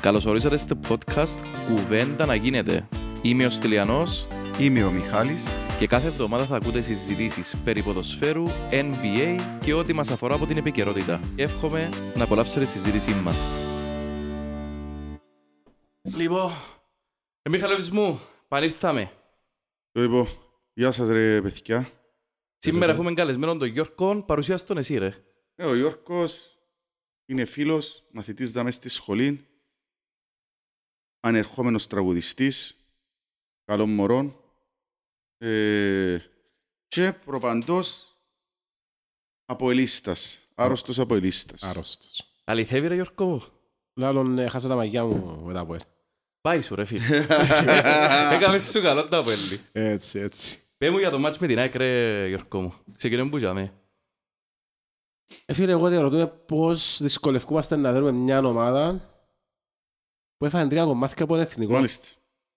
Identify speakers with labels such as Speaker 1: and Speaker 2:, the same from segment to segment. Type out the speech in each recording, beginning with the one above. Speaker 1: Καλώς ορίσατε στο podcast «Κουβέντα να γίνεται». Είμαι ο Στυλιανός
Speaker 2: Είμαι ο Μιχάλης.
Speaker 1: και κάθε εβδομάδα θα ακούτε συζητήσεις περί ποδοσφαίρου, NBA και ό,τι μας αφορά από την επικαιρότητα. Εύχομαι να απολαύσετε τη συζήτησή μας. Λοιπόν, ε, Μιχαλοβισμού, πανήρθαμε.
Speaker 2: Λοιπόν, γεια σας ρε παιδιά.
Speaker 1: Σήμερα έχουμε καλεσμένο τον Γιώργο, παρουσιάσου τον εσύ ρε.
Speaker 2: Ε, ο Γιώργος είναι φίλος, μαθητής δαμές στη σχολή, ανερχόμενος τραγουδιστής, καλών μωρών ε, και προπαντός από ελίστας, άρρωστος από ελίστας.
Speaker 3: Άρρωστος.
Speaker 1: Αληθεύει ρε Γιώργο μου.
Speaker 3: Λάλλον ε, χάσα τα μαγιά μου μετά από ελ.
Speaker 1: Πάει σου ρε φίλε. Έκαμε σου καλό τα πολύ.
Speaker 3: Έτσι, έτσι.
Speaker 1: Πέ μου για το μάτς με την ΑΕΚ ρε Γιώργο μου. Ξεκινούμε που γιάμε.
Speaker 3: Ε, φίλε, εγώ διαρωτούμε πώς δυσκολευκούμαστε να δέρουμε μια ομάδα που έφαγε τρία κομμάτια από ένα εθνικό.
Speaker 2: Μάλιστα,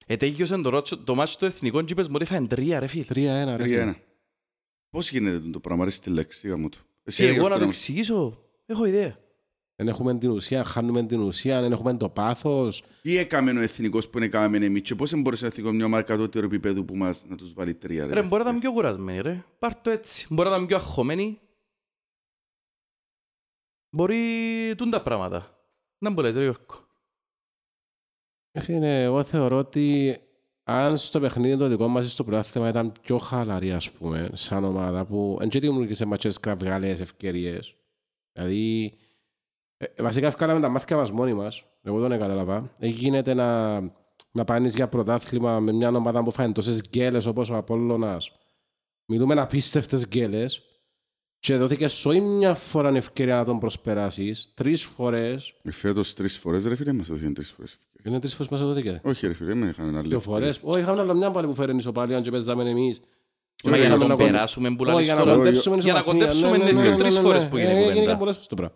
Speaker 1: Ε, τέγιωσε το, ροτσο- το μάτσο του εθνικών και είπες μου ότι φάνε τρία ρε φίλε.
Speaker 3: Τρία-ένα. ρε, φίλε.
Speaker 2: 3-1. Πώς γίνεται το πράγμα, ρε στη λέξη γάμο του. Εσύ,
Speaker 1: Και
Speaker 2: ρε,
Speaker 1: Ε, εγώ να
Speaker 2: Γιώργο,
Speaker 1: το
Speaker 2: να-
Speaker 1: εξηγήσω. Έχω ιδέα.
Speaker 3: Δεν έχουμε την ουσία, χάνουμε την ουσία, δεν έχουμε το πάθος.
Speaker 2: Τι έκαμε ο εθνικός που είναι κάμενε εμείς και πώς μπορούσε να εθνικό μια ομάδα κατώτερο επίπεδου που μας να τους βάλει τρία ρε.
Speaker 1: Ρε, μπορεί να ήταν πιο κουρασμένοι ρε. Πάρ' το έτσι. Μπορεί να ήταν πιο αγχωμένοι. Μπορεί τούν τα πράγματα. Να μου λες ρε Γιώργο.
Speaker 3: Ε, Φίλε, εγώ θεωρώ ότι αν στο παιχνίδι το δικό μας στο πρωτάθλημα ήταν πιο χαλαρή, ας πούμε, σαν ομάδα που εν και δημιούργησε ματσές κραυγάλες, ευκαιρίες. Δηλαδή, ε, ε, βασικά βγάλαμε τα μάθηκα μας μόνοι μας. Εγώ δεν κατάλαβα. Ε, γίνεται να, να πάνεις για πρωτάθλημα με μια ομάδα που φάνε τόσες γκέλες όπως ο Απόλλωνας. Μιλούμε απίστευτες γκέλες. Και δόθηκε σωή μια φορά ευκαιρία να τον προσπεράσεις. Τρεις φορές.
Speaker 2: Ε, Φέτος τρεις φορές ρε φίλε μας έδωσαν τρεις φορές.
Speaker 3: Είναι τρεις φορές μας δόθηκε.
Speaker 2: Όχι ρε φίλε, με είχαν ένα
Speaker 3: Δύο φορές. Όχι, είχαμε άλλο μια πάλι που φέρνει ισοπαλία αν και παίζαμε εμείς.
Speaker 2: Ε,
Speaker 1: Μα για να
Speaker 3: Είχαμε
Speaker 1: τον
Speaker 3: κοντε-
Speaker 1: περάσουμε που
Speaker 3: Όχι,
Speaker 1: λαλείς
Speaker 3: για να
Speaker 1: τώρα.
Speaker 3: κοντέψουμε
Speaker 1: Για να
Speaker 3: ισοπαλία.
Speaker 1: κοντέψουμε
Speaker 3: Ναι,
Speaker 1: είναι
Speaker 3: ναι,
Speaker 1: δύο
Speaker 3: ναι,
Speaker 1: τρεις
Speaker 3: ναι, ναι.
Speaker 1: φορές που
Speaker 3: Ε,
Speaker 1: γίνεται η
Speaker 3: Έγινε και
Speaker 1: κουβέντα.
Speaker 3: πολλές φορές το πράγμα.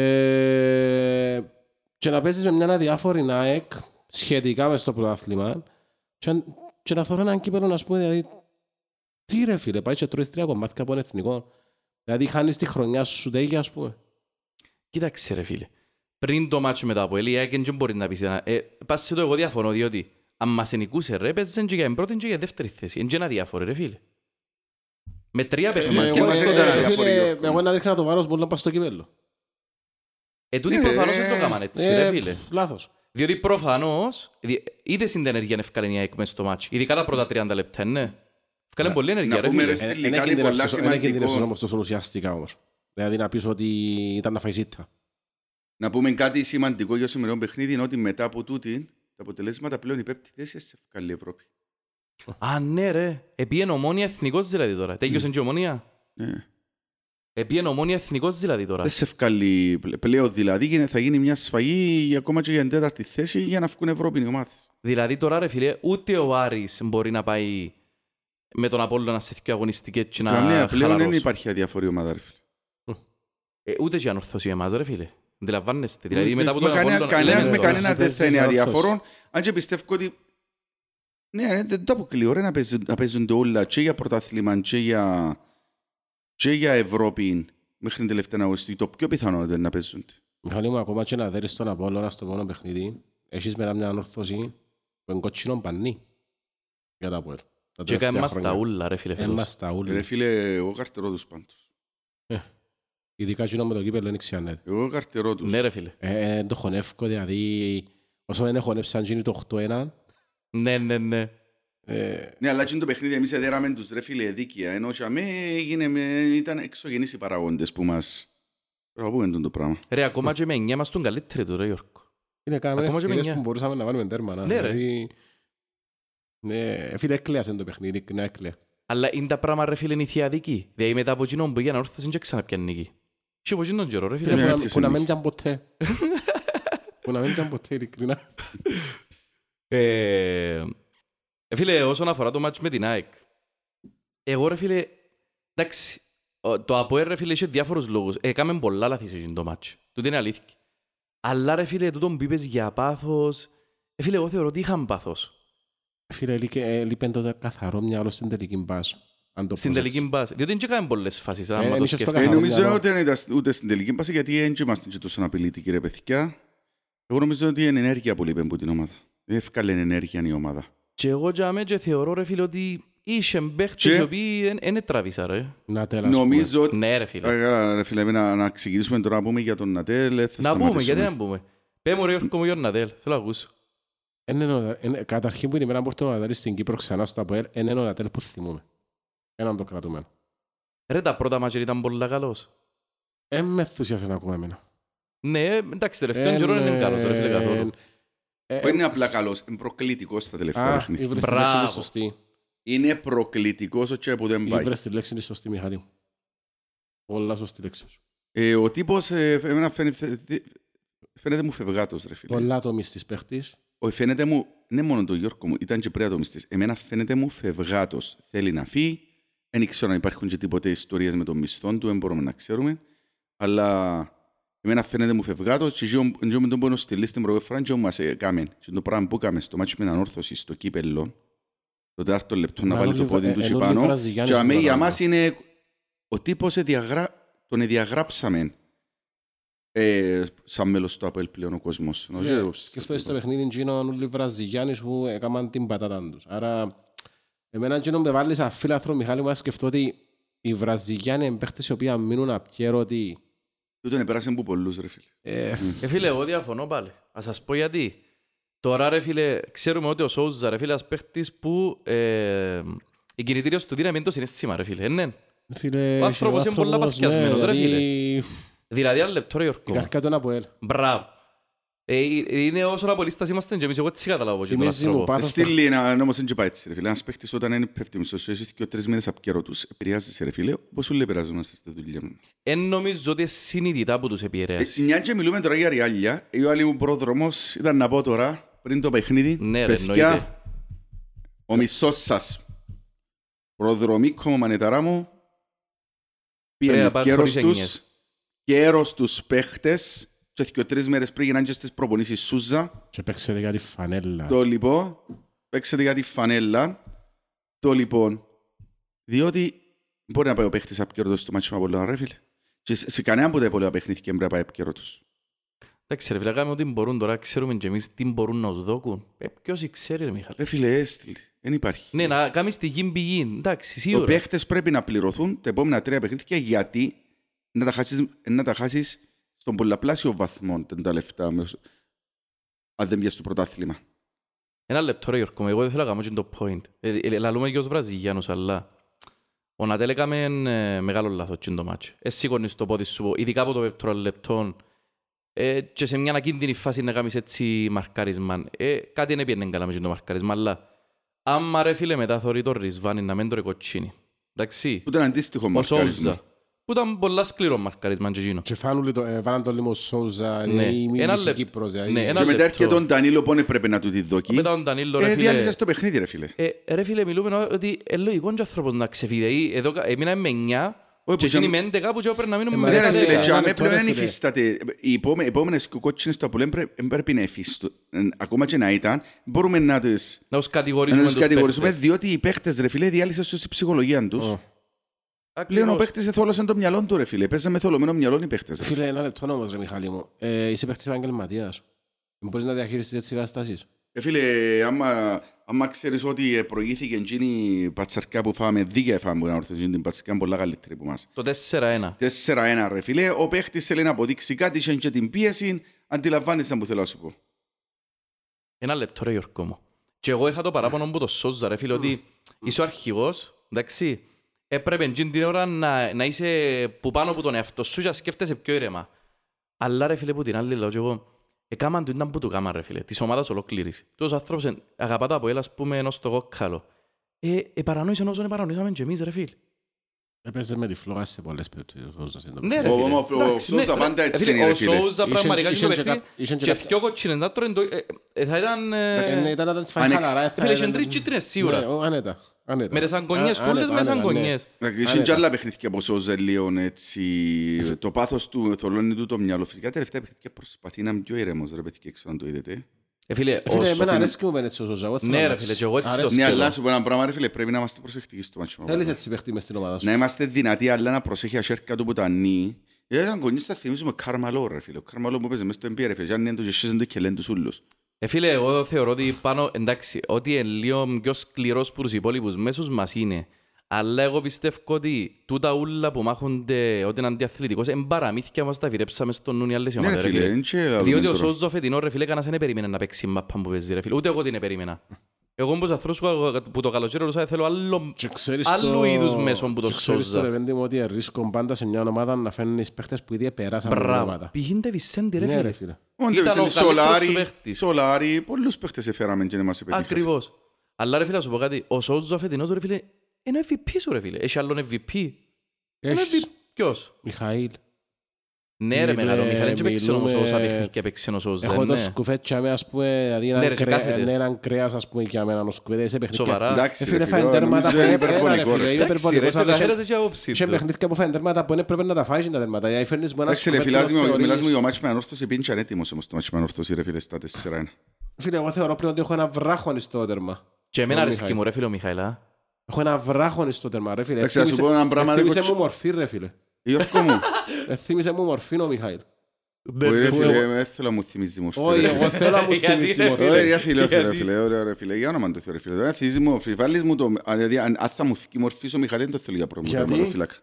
Speaker 3: Ε, Και να παίζεις με μια αδιάφορη ΝΑΕΚ σχετικά μες στο πρωτάθλημα και- και να θωρώ έναν κύπελο να πούμε δηλαδή τι ρε φίλε, πάει και τρώεις τρία κομμάτια από ένα εθνικό. Δηλαδή χάνεις τη χρονιά σου τέγια ας πούμε.
Speaker 1: Κοίταξε ρε φίλε. Πριν το μάτσο μετά από Ελία και δεν μπορεί να πεις ένα... Ε, πας σε το εγώ διαφωνώ διότι αν μας ενικούσε ρε παίζεσαν και για την πρώτη και για την δεύτερη θέση. Είναι και ένα διάφορο ρε φίλε. Με τρία
Speaker 2: εγώ
Speaker 1: παιχνίδια.
Speaker 2: δεν
Speaker 1: μας
Speaker 2: ήταν
Speaker 1: τότε-
Speaker 2: αδιάφορο.
Speaker 3: Φίλε,
Speaker 2: Γιώργο.
Speaker 3: Εγώ να δείχνα το βάρος μπορεί να πάω στο κύπελο.
Speaker 1: Ε, τούτοι
Speaker 2: Ε,
Speaker 1: προφανώς δεν το έκαναν έτσι ρε
Speaker 3: Ε,
Speaker 1: φίλε.
Speaker 3: Λάθος.
Speaker 1: Διότι προφανώς δι- είδες την ενέργεια να ευκάλε η ΑΕΚ μες στο μάτσο. Ειδικά τα πρώτα 30 λεπτά, ναι. Ευκάλε πολλή ενέργεια
Speaker 2: να
Speaker 1: ρε
Speaker 2: πούμε,
Speaker 1: φίλε.
Speaker 2: ρε,
Speaker 3: Ε,
Speaker 2: Στην
Speaker 3: Ένα
Speaker 2: Λικάνη πολλά
Speaker 3: κινδυνεύσεις ένα
Speaker 2: σημαντικό.
Speaker 3: κινδυνεύσεις όμως τόσο ουσιαστικά όμως. Δηλαδή να πεις ότι ήταν να φάει ζήτα.
Speaker 2: Να πούμε κάτι σημαντικό για το σημερινό παιχνίδι είναι ότι μετά από τούτη τα αποτελέσματα πλέον η πέπτη θέση σε ευκαλή Ευρώπη.
Speaker 1: Α, ναι ρε. Επίεν ομόνια εθνικός δηλαδή τώρα. Τέγιωσε και η ομόνια.
Speaker 2: Ναι.
Speaker 1: Επίεν ομόνια εθνικός δηλαδή τώρα.
Speaker 2: Δεν σε ευκαλεί πλε- πλέον δηλαδή γίνε- θα γίνει μια σφαγή για- ακόμα και για την τέταρτη θέση για να βγουν Ευρώπη οι ομάδες.
Speaker 1: Δηλαδή τώρα ρε φίλε, ούτε ο Άρης μπορεί να πάει με τον Απόλλωνα σε δύο αγωνιστικές και να
Speaker 2: Καμία πλέον δεν
Speaker 1: χαλαρώσει.
Speaker 2: υπάρχει αδιαφορή ομάδα ρε φίλε.
Speaker 1: Ε, ούτε και ανορθώσει εμάς ρε φίλε. Αντιλαμβάνεστε. Δηλαδή
Speaker 2: Μ-
Speaker 1: μετά από τον
Speaker 2: μα κανένα-
Speaker 1: Απόλλωνα...
Speaker 2: Κανένας
Speaker 1: λέμε
Speaker 2: με
Speaker 1: τώρα.
Speaker 2: κανένα δεν θα
Speaker 3: Παίζεις
Speaker 2: είναι
Speaker 3: λάθος.
Speaker 2: αδιαφορό. Αν και πιστεύω ότι. Ναι, δεν το αποκλείω. Ρε, να παίζουν- να παίζονται όλα και για πρωταθλήμα και για, και για Ευρώπη μέχρι την τελευταία αγωνιστή. Το πιο πιθανό είναι να παίζονται.
Speaker 3: Μιχάλη μου, ακόμα και να δέρεις τον Απόλλωνα στο επόμενο παιχνίδι, έχεις μετά μια ανόρθωση που είναι κότσινο πανί για τα Απόλλ. Τα
Speaker 1: Και
Speaker 3: τελευταία
Speaker 1: κάνε μας τα
Speaker 3: χρόνια.
Speaker 1: ούλα ρε φίλε. φέτος.
Speaker 3: Έμας τα
Speaker 2: Ρε
Speaker 3: ούλα.
Speaker 2: φίλε, εγώ καρτερώ τους πάντως.
Speaker 3: Ειδικά εκείνο με το κύπελλο είναι ξιανέ.
Speaker 2: Εγώ καρτερώ τους.
Speaker 1: Ναι ρε φίλε.
Speaker 3: Ε, ε, το χωνεύκω, δηλαδή, όσο δεν χωνεύσαν γίνει το 8-1,
Speaker 1: Ναι, ναι, ναι.
Speaker 3: ε,
Speaker 2: Ναι, αλλά και το παιχνίδι εμείς εδέραμε τους ρε φίλε δίκαια. Ενώ και αμέ έγινε με- ήταν εξωγενείς οι παραγόντες που μας... Πρέπει να πούμε το πράγμα.
Speaker 1: Ρε, ακόμα και με εννιά μας τον καλύτερο του, ρε Γιώργο.
Speaker 3: είναι κάμερες
Speaker 1: Ακόμα και με
Speaker 3: ευκαιρίες
Speaker 1: εννιά.
Speaker 3: που μπορούσαμε να βάλουμε τέρμα. να,
Speaker 1: Ναι, ρε.
Speaker 3: δηλαδή, ναι, ε, φίλε, έκλαιασε το παιχνίδι, ειλικρινά έκλαια.
Speaker 1: Αλλά είναι τα πράγματα ρε φίλε είναι η θεία δική. Δηλαδή μετά από εκείνον που για να όρθωσε και ξανά πιάνει νίκη. Και από εκείνον καιρό ρε
Speaker 3: Φίλε,
Speaker 1: φίλε.
Speaker 2: Ναι.
Speaker 3: που να-
Speaker 2: στη
Speaker 3: Που να μην
Speaker 2: συνέχεια.
Speaker 3: ήταν ποτέ. Που να μην ήταν ποτέ, ειλικρινά.
Speaker 1: Ε, ε, φίλε, όσον αφορά το μάτς με την ΑΕΚ. Εγώ ρε φίλε, εντάξει, ο- το ΑΠΟΕ ρε φίλε είχε διάφορους λόγους. Ε, Έκαμε πολλά λάθη σε εκείνο το μάτς. Τούτη είναι αλήθεια. Αλλά ρε φίλε, τούτον που είπες για πάθος. Ε, φίλε, εγώ θεωρώ ότι είχαν πάθος.
Speaker 3: Φίλε, λείπε- ε, λείπε το καθαρό μυαλό στην τελική μπάζ. Αν το
Speaker 1: Στην
Speaker 3: πρόσεξες.
Speaker 1: τελική μπάση. Διότι δεν έκαμε πολλές φάσεις, άμα
Speaker 3: εν
Speaker 1: το
Speaker 3: είχε αυτό
Speaker 1: σκέφτεσαι.
Speaker 2: Ε,
Speaker 3: καθαρό
Speaker 2: νομίζω
Speaker 3: μυαλό.
Speaker 2: ότι δεν ήταν ούτε στην τελική πάση γιατί δεν ήμασταν και τόσο απειλητικοί ρε παιδιά. Εγώ νομίζω ότι είναι ενέργεια που λείπει από την ομάδα. Δεν έφκαλε ενέργεια η ομάδα.
Speaker 1: Και εγώ για μένα και θεωρώ ρε φίλε ότι είσαι μπαίχτες
Speaker 2: Και-
Speaker 1: οι οποίοι δεν- δεν τραβήσα ρε.
Speaker 3: Να τέλα. ας πούμε.
Speaker 2: Νομίζω ότι.
Speaker 1: Ναι ρε φίλε.
Speaker 2: Α, καλά, ρε φίλε, να, να ξεκινήσουμε τώρα να πούμε για τον Νατέλ. ε, Θα
Speaker 1: Να πούμε, γιατί
Speaker 2: σταματήσουμε.
Speaker 1: να πούμε. Πέ μου ρε Γιώργο μου Γιώργο Νατέλ, θέλω να ακούσω.
Speaker 3: Εν είναι ο Ντα- εν- Καταρχήν που είναι η μέρα που ήρθε ο Νατέλ στην Κύπρο ξανά στο ΑΠΟΕΛ, εν είναι ο Νατέλ που θυμούμε. Έναν το κρατούμενο.
Speaker 1: Ρε τα πρώτα μάτια ήταν πολύ καλός.
Speaker 3: Ε, με ενθουσιάσε να ακούμε εμένα.
Speaker 1: Ναι, εντάξει, τελευταίον καιρό δεν είναι καλός ρε φίλε καθόλου.
Speaker 2: Που Είναι απλά καλός. Είναι προκλητικός στα τελευταία
Speaker 3: Α, η
Speaker 2: παιχνίδια.
Speaker 3: βρες τη λέξη
Speaker 1: Μπράβο.
Speaker 3: είναι σωστή.
Speaker 2: Είναι προκλητικός ο Τσέ που δεν
Speaker 3: Η
Speaker 2: πάει.
Speaker 3: βρες τη λέξη είναι σωστή, Μιχαλή. μου. Πολλά σωστή λέξη σου.
Speaker 2: Ε, ο τύπος εμένα φαίνεται, φαίνεται μου φευγάτος, ρε φίλε.
Speaker 3: Πολλά το μισθής παίχτης.
Speaker 2: Ο, φαίνεται μου, ναι μόνο το Γιώργο μου, ήταν και πρέατο μισθή. Εμένα φαίνεται μου φευγάτος. Θέλει να φύγει. Δεν ξέρω αν υπάρχουν και τίποτε ιστορίες με τον μισθό του, δεν μπορούμε να ξέρουμε. Αλλά εμένα φαίνεται μου φευγάτος. Και εγώ εγώ με τον πόνο στη λίστα την πρώτη φορά, και μα έκαμε. Και το πράγμα που έκαμε στο μάτσο με ανόρθωση στο κύπελλο, το τέταρτο λεπτό να
Speaker 3: Μα
Speaker 2: βάλει
Speaker 3: όλοι
Speaker 2: το
Speaker 3: βρα-
Speaker 2: πόδι του
Speaker 3: ε,
Speaker 2: και
Speaker 3: ενώ όλοι
Speaker 2: πάνω.
Speaker 3: βραζιλιάνοι
Speaker 2: Και
Speaker 3: στον
Speaker 2: αμέ, για
Speaker 3: παράδειγμα.
Speaker 2: μας είναι... Ο τύπος εδιαγρα... τον εδιαγράψαμε ε, σαν μέλος του ΑΠΕΛ πλέον ο κόσμος.
Speaker 3: Ναι, Σκεφτόμαστε το παιχνίδι γίνον όλοι οι Βραζιλιάνοι που έκαναν την πατάτα τους. Άρα, εμένα γίνον με βάλεις αφύλαθρο, Μιχάλη μου, να σκεφτώ ότι οι Βραζιλιάνοι είναι παίχτες οι οποίοι μείνουν απιέρωτοι.
Speaker 2: Τούτον επέρασαν που πολλούς ρε φίλε.
Speaker 3: Ε,
Speaker 1: Ε, φίλε, εγώ διαφωνώ πάλι. Ας σας πω γιατί. Τώρα, ρε φίλε, ξέρουμε ότι ο Σόουζα, ρε φίλε, ένας παίχτης που ε, η κινητήριος του δύναμη είναι το συνέστημα, ρε φίλε. Ναι.
Speaker 3: Φίλε, ναι,
Speaker 1: Ο άνθρωπος είναι πολλά παθιασμένος, ρε, φίλε. Δηλαδή, άλλο λεπτό, ρε
Speaker 3: Η
Speaker 1: Γιώργο.
Speaker 3: καρκά του είναι από ελ.
Speaker 1: Μπράβο. Ε, ε, είναι όσο απολύστας είμαστε και εμείς, εγώ έτσι καταλάβω και τον
Speaker 3: Θυμίζει μου
Speaker 1: άνθρωπο.
Speaker 3: πάθος.
Speaker 2: Στείλει ένα νόμος δεν και πάει έτσι ρε φίλε. Ένας παίχτης όταν είναι πέφτει μισός εσείς και ο τρεις μήνες από καιρό τους επηρεάζεσαι ρε φίλε. Πώς σου λέει επηρεαζόμαστε στη δουλειά μου.
Speaker 1: Εν νομίζω ότι είναι συνειδητά που τους επηρέασε.
Speaker 2: Ε, Μια και μιλούμε τώρα για ριάλια. Ο άλλη μου πρόδρομος ήταν να πω τώρα πριν το παιχνίδι.
Speaker 1: Ναι, ρε,
Speaker 2: παιδιά,
Speaker 1: εννοείται.
Speaker 2: Ο μισός σας. Προδρομίκο μου, μανεταρά μου.
Speaker 1: Πρέπει
Speaker 2: Πήγαινε
Speaker 1: να πάρει
Speaker 2: καιρός
Speaker 1: χωρίς
Speaker 2: τους.
Speaker 1: εννιές.
Speaker 2: Καιρός τους παίχτες. Και και τρεις μέρες πριν γίνανε και στις προπονήσεις Σούζα.
Speaker 3: Και παίξετε για τη φανέλα.
Speaker 2: Το λοιπόν. Παίξετε για τη φανέλα. Το λοιπόν. Διότι μπορεί να πάει ο παίχτης από καιρό τους στο μάτσο με Απολλώνα, ρε φίλε. Και σε σε κανένα από τα υπόλοιπα παιχνίδια πρέπει να πάει από καιρό τους.
Speaker 1: Εντάξει, ρε φίλε, κάνουμε ό,τι μπορούν τώρα, ξέρουμε και εμείς τι μπορούν να τους δώκουν. Ε, ποιος ξέρει, ρε Μιχαλή.
Speaker 2: Ρε φίλε, έστειλε. Δεν υπάρχει.
Speaker 1: Ναι, να κάνεις τη γη πηγή, εντάξει,
Speaker 2: Οι
Speaker 1: σίγουρα.
Speaker 2: παίχτες πρέπει να πληρωθούν τα επόμενα τρία παιχνίδια γιατί να τα χάσεις, να τα χάσεις στον πολλαπλάσιο βαθμό τα- τα λεφτά μες- αν δεν πιάσεις το πρωτάθλημα.
Speaker 1: Ένα λεπτό ρε Γιώργο, μου, εγώ δεν θέλω να κάνω και το point. Ε, ε, Λαλούμε και ως Βραζιλιάνους, αλλά ο Νατέλ έκαμε ε, μεγάλο λάθος και το μάτσο. Ε, σήκωνες το πόδι σου, ειδικά από το πέπτρο λεπτό, ε, και σε μια ανακίνδυνη φάση να κάνεις έτσι μαρκαρισμά. Ε, κάτι δεν πήγαινε καλά με τζιν το μαρκαρισμά, αλλά άμα ρε φίλε μετά θωρεί το Ρισβάνι να μην το ρε κοτσίνει. Εντάξει,
Speaker 2: Που ήταν αντίστοιχο
Speaker 1: ο
Speaker 2: μαρκάρισμα.
Speaker 1: Σόλζα, που ήταν πολλά σκληρό μαρκαρισμά και εκείνο.
Speaker 3: Και φάνουλε το, ε, βάλαν το λίγο Σόουζα, ε,
Speaker 1: Ναι.
Speaker 3: η μη
Speaker 1: Ένα
Speaker 3: μισή
Speaker 1: λεπ-
Speaker 3: Κύπρος. δηλαδή.
Speaker 1: Ναι, ένα
Speaker 2: Και μετά
Speaker 1: λεπτό.
Speaker 2: έρχεται τον Ντανίλο που έπρεπε να του τη δοκεί.
Speaker 1: Μετά τον Τανίλο ρε
Speaker 2: Ε,
Speaker 1: φίλε...
Speaker 2: διάλυσες το παιχνίδι ρε φίλε.
Speaker 1: Ε, ρε φίλε, μιλούμε νο- ότι είναι λογικό και ο άνθρωπος να ξεφύγει. Δηλαδή, Εδώ κα- εμείναμε με 9
Speaker 2: Όχι,
Speaker 1: και
Speaker 2: που
Speaker 1: εκείνοι
Speaker 2: και-
Speaker 1: με 11 που και πρέπει να μείνουν
Speaker 3: Ε,
Speaker 1: με
Speaker 3: μα
Speaker 2: Ναι, ρε
Speaker 3: δεν
Speaker 1: 10.
Speaker 2: φίλε,
Speaker 3: είναι
Speaker 2: και αμέ
Speaker 3: λεπτό,
Speaker 2: πλέον
Speaker 3: ρε,
Speaker 2: δεν
Speaker 3: φίλε.
Speaker 2: υφίσταται. Οι επόμε- επόμενες κότσινες του Απολέν πρέ- εν πρέπει να υφίστουν. Ε, Ακόμα και να ήταν, μπορούμε να τις
Speaker 1: Να τους
Speaker 2: να
Speaker 1: κατηγορήσουμε
Speaker 2: τους
Speaker 1: τους
Speaker 2: κατηγορήσουμε
Speaker 1: παίχτες.
Speaker 2: διότι οι παίχτες ρε φίλε διάλυσαν τους η ψυχολογία τους.
Speaker 3: Ω.
Speaker 2: Πλέον ο
Speaker 1: Ακριβώς.
Speaker 2: παίχτης εθόλωσαν το μυαλό του, ρε φίλε. Παίζαμε θολωμένο μυαλό οι παίχτες.
Speaker 3: Φίλε, ένα λεπτό όμως ρε Μιχάλη μου. Ε, είσαι παίχτης επαγγελματίας. Μπορείς να διαχειριστείς έτσι καταστάσεις.
Speaker 2: Ε, φίλε, άμα, άμα ξέρεις ότι ε, προηγήθηκε εκείνη η πατσαρκά που φάμε, δίκαια φάμε που να ορθώσει την πατσαρκά, είναι πολλά καλύτερη που μας.
Speaker 1: Το 4-1.
Speaker 2: 4-1 ρε φίλε, ο παίχτης θέλει να αποδείξει κάτι, είχε και την πίεση, αντιλαμβάνεσαι που θέλω να σου πω.
Speaker 1: Ένα λεπτό ρε Γιώργο μου. Και εγώ είχα το παράπονο μου το Σόζα ρε φίλε ότι είσαι ο αρχηγός, εντάξει. Έπρεπε εκείνη την ώρα να, να είσαι που πάνω από τον εαυτό σου και να σκέφτεσαι πιο ήρεμα. Αλλά ρε φίλε που την άλλη λέω και εγώ, έκαναν του ήταν που του κάμαν ρε φίλε, της ομάδας ολόκληρης. Τους άνθρωπος εν- αγαπά τα από ελ ας πούμε ενός το κόκκαλο. Ε, ε παρανοήσαν όσον παρανοήσαμε και εμείς ρε φίλε.
Speaker 3: Έπαιζε με τη φλόγα σε πολλές περιπτώσεις. ο Σόουζας, είναι το
Speaker 1: Ναι, ρε,
Speaker 3: πρόβλημα.
Speaker 1: φίλε.
Speaker 2: ο- ο- ο
Speaker 1: Εντάξει,
Speaker 2: Σόουζα
Speaker 1: ναι,
Speaker 2: πάντα
Speaker 1: ρε,
Speaker 2: έτσι
Speaker 1: φίλε,
Speaker 2: είναι, ρε,
Speaker 1: Ο
Speaker 2: φίλε.
Speaker 1: Σόουζα
Speaker 3: Ήσαν-
Speaker 1: πραγματικά
Speaker 3: ήσαν
Speaker 1: είναι
Speaker 3: και
Speaker 1: παιχνίδι
Speaker 3: κά- ήσαν και
Speaker 1: και
Speaker 3: κάποια-
Speaker 1: δυο κότσινες, να τώρα είναι το- ε, ε, θα ήταν... ε,
Speaker 3: Ε, ναι, ήταν να τα τις φάει
Speaker 2: Ανεξ-
Speaker 3: χαλαρά, θα
Speaker 1: Φίλε,
Speaker 3: ήταν-
Speaker 1: είχε τρεις κίτρινες σίγουρα.
Speaker 3: Ναι, ο, Άνετα. άνετα.
Speaker 1: Με τις αγκονιές,
Speaker 3: Α,
Speaker 1: κούλες
Speaker 3: άνετα,
Speaker 1: με τις
Speaker 3: άνετα, ναι.
Speaker 1: αγκονιές.
Speaker 2: Εντάξει, Είχε
Speaker 3: Άνετα.
Speaker 2: και
Speaker 1: ναι.
Speaker 2: άλλα παιχνίδια από Σόζα Λίον, έτσι. το πάθος του θολώνει του το μυαλό. Φυσικά τελευταία παιχνίδια προσπαθεί να είναι πιο ήρεμος ρε παιδιά, έξω να το είδετε.
Speaker 1: Ε, φίλε,
Speaker 3: Ε, Φίλε,
Speaker 2: Όσο
Speaker 3: εμένα
Speaker 2: θέλει-
Speaker 3: αρέσκει μου έτσι ο Σόουζα, εγώ θέλω
Speaker 1: Ναι,
Speaker 3: να
Speaker 1: ρε,
Speaker 3: παίξει.
Speaker 1: φίλε, και εγώ έτσι το
Speaker 3: Αρέσκει
Speaker 2: Ναι,
Speaker 1: Σκέφτομαι.
Speaker 3: μου.
Speaker 2: αλλά σου πω ένα πράγμα ρε φίλε, πρέπει να είμαστε προσεκτικοί στο μάτσο. Ναι,
Speaker 3: Θέλεις έτσι παίχτη μες στην ομάδα σου.
Speaker 2: Να είμαστε δυνατοί, αλλά να προσέχει η ασέρκα του που τα νύει. Ήταν κονείς θα θυμίζουμε Καρμαλό ρε φίλε. Ο Καρμαλό που παίζει μέσα στο NBA ρε φίλε. Αν είναι τους και σύζονται και λένε τους ούλους.
Speaker 1: Ε, φίλε, εγώ θεωρώ ότι πάνω, εντάξει, ότι είναι λίγο πιο σκληρός που τους υπόλοιπους μέσους μας είναι. Αλλά εγώ πιστεύω ότι τούτα ούλα που μάχονται ότι είναι αντιαθλητικός, εν παραμύθια μας τα φυρέψαμε στον νου οι άλλες
Speaker 2: Ναι ρε
Speaker 1: ομάδες, ρε
Speaker 2: φίλε,
Speaker 1: φίλε.
Speaker 2: είναι και λαλούμε
Speaker 1: Διότι ο
Speaker 2: τώρα.
Speaker 1: Σόζο φετινό ρε φίλε κανένας δεν περίμενε να παίξει μάπα που παίζει ρε φίλε. Ούτε εγώ την περίμενα. Εγώ όπως ανθρώπους που- που το καλοκαίρι ρωτάω θέλω άλλο...
Speaker 3: Και ξέρεις
Speaker 1: Άλλου
Speaker 3: το-
Speaker 1: είδους μέσων που το
Speaker 3: και ξέρεις το
Speaker 1: σώζα.
Speaker 3: ρε παιδί μου ότι είναι ρίσκο πάντα σε μια ομάδα να φέρνεις παίχτες που ήδη περάσαν από την
Speaker 1: Μπράβο.
Speaker 3: ομάδα.
Speaker 1: Πηγαίνετε Βισέντη ρε
Speaker 3: Ναι
Speaker 1: φίλε.
Speaker 3: ρε φίλε.
Speaker 2: Ο
Speaker 1: Ήταν ο
Speaker 2: Ντέβις είναι
Speaker 1: καλύτερος
Speaker 2: Σολάρι,
Speaker 1: σου παίχτης.
Speaker 2: Σολάρι, πολλούς παίχτες έφεραμε και να μας επετύχαν.
Speaker 1: Ακριβώς. Αλλά ρε φίλε, να σου πω κάτι. Ο Σόζος φετινός ρε φίλε είναι MVP σου ρε φίλε. Έχει άλλον MVP. Είναι
Speaker 3: Έχεις
Speaker 1: MVP. Ποιος.
Speaker 3: Μιχαήλ.
Speaker 1: Ναι ρε
Speaker 3: Μιλέ-
Speaker 1: μεγάλο Μιχάλη, και παίξε όμως
Speaker 3: μιλούμε-
Speaker 1: όσα παιχνίδια έπαιξε ο Σόζα.
Speaker 3: Έχω το
Speaker 1: ναι.
Speaker 3: σκουφέτσια με, ας πούμε, δηλαδή
Speaker 1: Ναι,
Speaker 3: έναν
Speaker 1: ρε, και
Speaker 3: κρέα-
Speaker 1: κάθεται.
Speaker 3: είναι έναν κρέας, ας πούμε, για μένα ο σκουφέτσια σε παιχνίδια.
Speaker 1: Σοβαρά.
Speaker 2: Εντάξει
Speaker 3: Ε,
Speaker 2: ρε
Speaker 3: φίλε,
Speaker 2: φίλε,
Speaker 3: φάνε τέρματα,
Speaker 2: νομίζω είναι
Speaker 3: φάνε τέρματα,
Speaker 2: υπερβολικό
Speaker 3: φίλε.
Speaker 2: ρε.
Speaker 3: είναι
Speaker 1: Εντάξει ρε,
Speaker 3: υπερβολικός,
Speaker 1: το
Speaker 3: αλλά
Speaker 1: καθένας έχει άποψη
Speaker 3: Σε
Speaker 1: του.
Speaker 3: παιχνίδια που φάνε τέρματα που είναι πρέπει να τα φάεις τα τέρματα. Δηλαδή φέρνεις με ένα
Speaker 2: Εντάξει ρε
Speaker 3: σκουφέτσια
Speaker 2: φίλε,
Speaker 3: να
Speaker 2: ας μιλάμε-
Speaker 3: θεωρείς-
Speaker 2: μιλάμε για ο μάτσο με ανόρθωση, πήγαινε ανέτοιμος όμως το μάτσο με ανόρθωση ρε φίλε στα 4-1.
Speaker 3: Φίλε, εγώ θεωρώ πλέον ότι έχω ένα βράχο στο τέρμα.
Speaker 1: Και εμένα
Speaker 3: Ο
Speaker 1: αρέσκει
Speaker 3: Μιχάλης.
Speaker 1: μου ρε φίλε ο Μιχαήλα.
Speaker 3: Έχω ένα βράχο στο τέρμα, ρε φίλε.
Speaker 2: Εντάξει, θα σου
Speaker 3: Θύμισε-
Speaker 2: πω ένα πράγμα, ρε,
Speaker 3: θύμισε
Speaker 2: κοτσ-
Speaker 3: μου μορφή, ρε φίλε.
Speaker 2: Γιώργο μου,
Speaker 3: Ε, Θύμισε μου μορφή ο Μιχαήλ.
Speaker 2: όχι, ρε
Speaker 3: που
Speaker 2: φίλε,
Speaker 3: εγώ-
Speaker 2: δεν θέλω να μου θυμίζει μορφή.
Speaker 3: Όχι,
Speaker 2: ρε,
Speaker 3: εγώ
Speaker 2: φίλε.
Speaker 3: θέλω να μου
Speaker 1: Γιατί,
Speaker 3: θυμίσει
Speaker 1: ρε,
Speaker 3: μορφή.
Speaker 1: φίλε.
Speaker 2: Ωραία, ρε φίλε, όχι, ρε
Speaker 1: Γιατί?
Speaker 2: φίλε, ωραία, ρε φίλε, για όνομα του Θεού, ρε φίλε. Τώρα θυμίζει μορφή, βάλεις μου το... α, Δηλαδή, αν αν θα μου φύγει η μορφή σου, Μιχαλή, δεν το θέλω για πρόβλημα,
Speaker 3: Γιατί?
Speaker 2: τερματοφύλακα.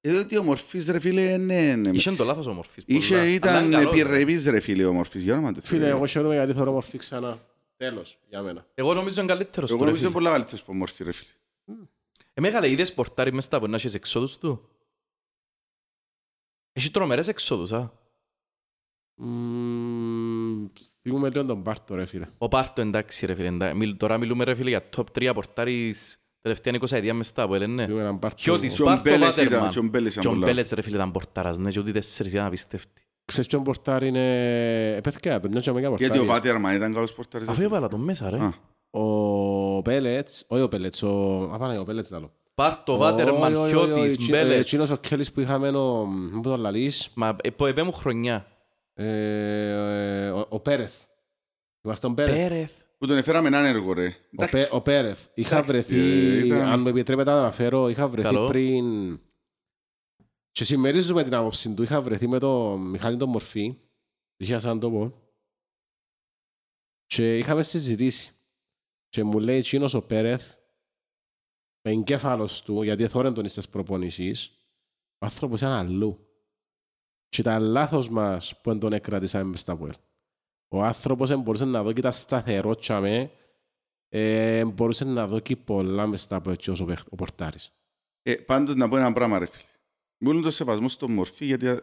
Speaker 2: Ε, διότι ο μορφής, ρε φίλε, ναι, ναι.
Speaker 1: Είχε το λάθος ο Μορφής.
Speaker 2: Είχε,
Speaker 1: πολλά. Αλλά
Speaker 2: ήταν
Speaker 1: είναι καλός, ρε.
Speaker 2: επιρρεπής, ρε φίλε, ο μορφής, για όνομα του Θεού,
Speaker 3: Φίλε,
Speaker 2: ρε.
Speaker 3: εγώ χαίρομαι γιατί θεωρώ μορφή ξανά. Τέλος, για μένα.
Speaker 1: Εγώ νομίζω είναι καλύτερος
Speaker 2: Εγώ
Speaker 1: του, ρε
Speaker 2: νομίζω
Speaker 1: φίλε.
Speaker 2: είναι πολλά καλύτερος από μορφή, ρε φίλε.
Speaker 1: Ε, Μεγάλε, είδες πορτάρι μες στα πονάσια σε εξόδους του. Έχει τρομερές εξόδους, α.
Speaker 3: Μμμ, Θυμούμε λίγο τον Μπάρτο, ρε φίλε.
Speaker 1: Ο Πάρτο εντάξει ρε φίλε. εντά- μιλ- Τώρα μιλούμε ρε φίλε για top 3 πορτάρις τελευταία 20 ετία μες στα που
Speaker 2: ε,
Speaker 3: Θυμούμε έναν Μπάρτο.
Speaker 1: Χιώτης.
Speaker 2: Τζον
Speaker 1: Πάρ' το
Speaker 2: Μπέλες
Speaker 1: Βάτερμαν.
Speaker 2: ήταν, Τζον Μπέλες ήταν
Speaker 1: Τζον
Speaker 2: πολλά.
Speaker 1: Μπέλετς ρε φίλε ήταν πορτάρας, ναι, και ούτε τέσσερις ήταν απίστευτη.
Speaker 3: Ξέρεις ποιον πορτάρι είναι... ε, παιδιά, τον νιώτσαμε για
Speaker 2: Γιατί ο
Speaker 3: πορτάρι.
Speaker 2: Βάτερμαν ήταν καλός πορτάρις, ρε
Speaker 1: Αφού ε.
Speaker 2: φίλε.
Speaker 1: έβαλα τον μέσα ρε.
Speaker 2: Α,
Speaker 3: Ο Πέλετς, όχι ο Πέλετς, ο... Απάνε, ο Πέλετς άλλο.
Speaker 1: Πάρτο, Βάτερμαν, Χιώτης,
Speaker 2: ε,
Speaker 1: Μπέλετς.
Speaker 3: Εκείνος ε, ο Κέλλης που είχαμε, ο... Μου το λαλείς.
Speaker 1: Μα ε, πω, επέ μου χρονιά.
Speaker 3: Ε, ε, ο- Ο Πέρεθ. Είμαστε τον Πέρεθ.
Speaker 1: Πέρεθ.
Speaker 2: Που τον έφεραμε έναν έργο, ρε.
Speaker 3: Ο Πέ- Ο Πέρεθ. Είχα
Speaker 2: Εντάξει,
Speaker 3: βρεθεί,
Speaker 2: ε, ήταν-
Speaker 3: αν με επιτρέπετε να αναφέρω, είχα βρεθεί
Speaker 1: Καλό.
Speaker 3: πριν... Και συμμερίζουμε την άποψη του. Είχα βρεθεί με τον Μιχάλη τον Μορφή. Είχα σαν το πω. Και είχαμε συζητήσει. Και μου λέει εκείνος ο Πέρεθ, ο εγκέφαλος του, γιατί εθώρεν τον στις προπονήσεις, ο άνθρωπος ήταν αλλού. Και ήταν λάθος μας που δεν τον εκρατήσαμε μες στα πουέλ. Ο άνθρωπος δεν μπορούσε να δω και ήταν σταθερό τσάμε, ε, μπορούσε να δω και πολλά μες στα πουέλ και ως ο, παίχ- ο Πορτάρης.
Speaker 2: Ε, πάντως να πω ένα πράγμα ρε φίλε. Μιλούν το σεβασμό στο μορφή γιατί ε,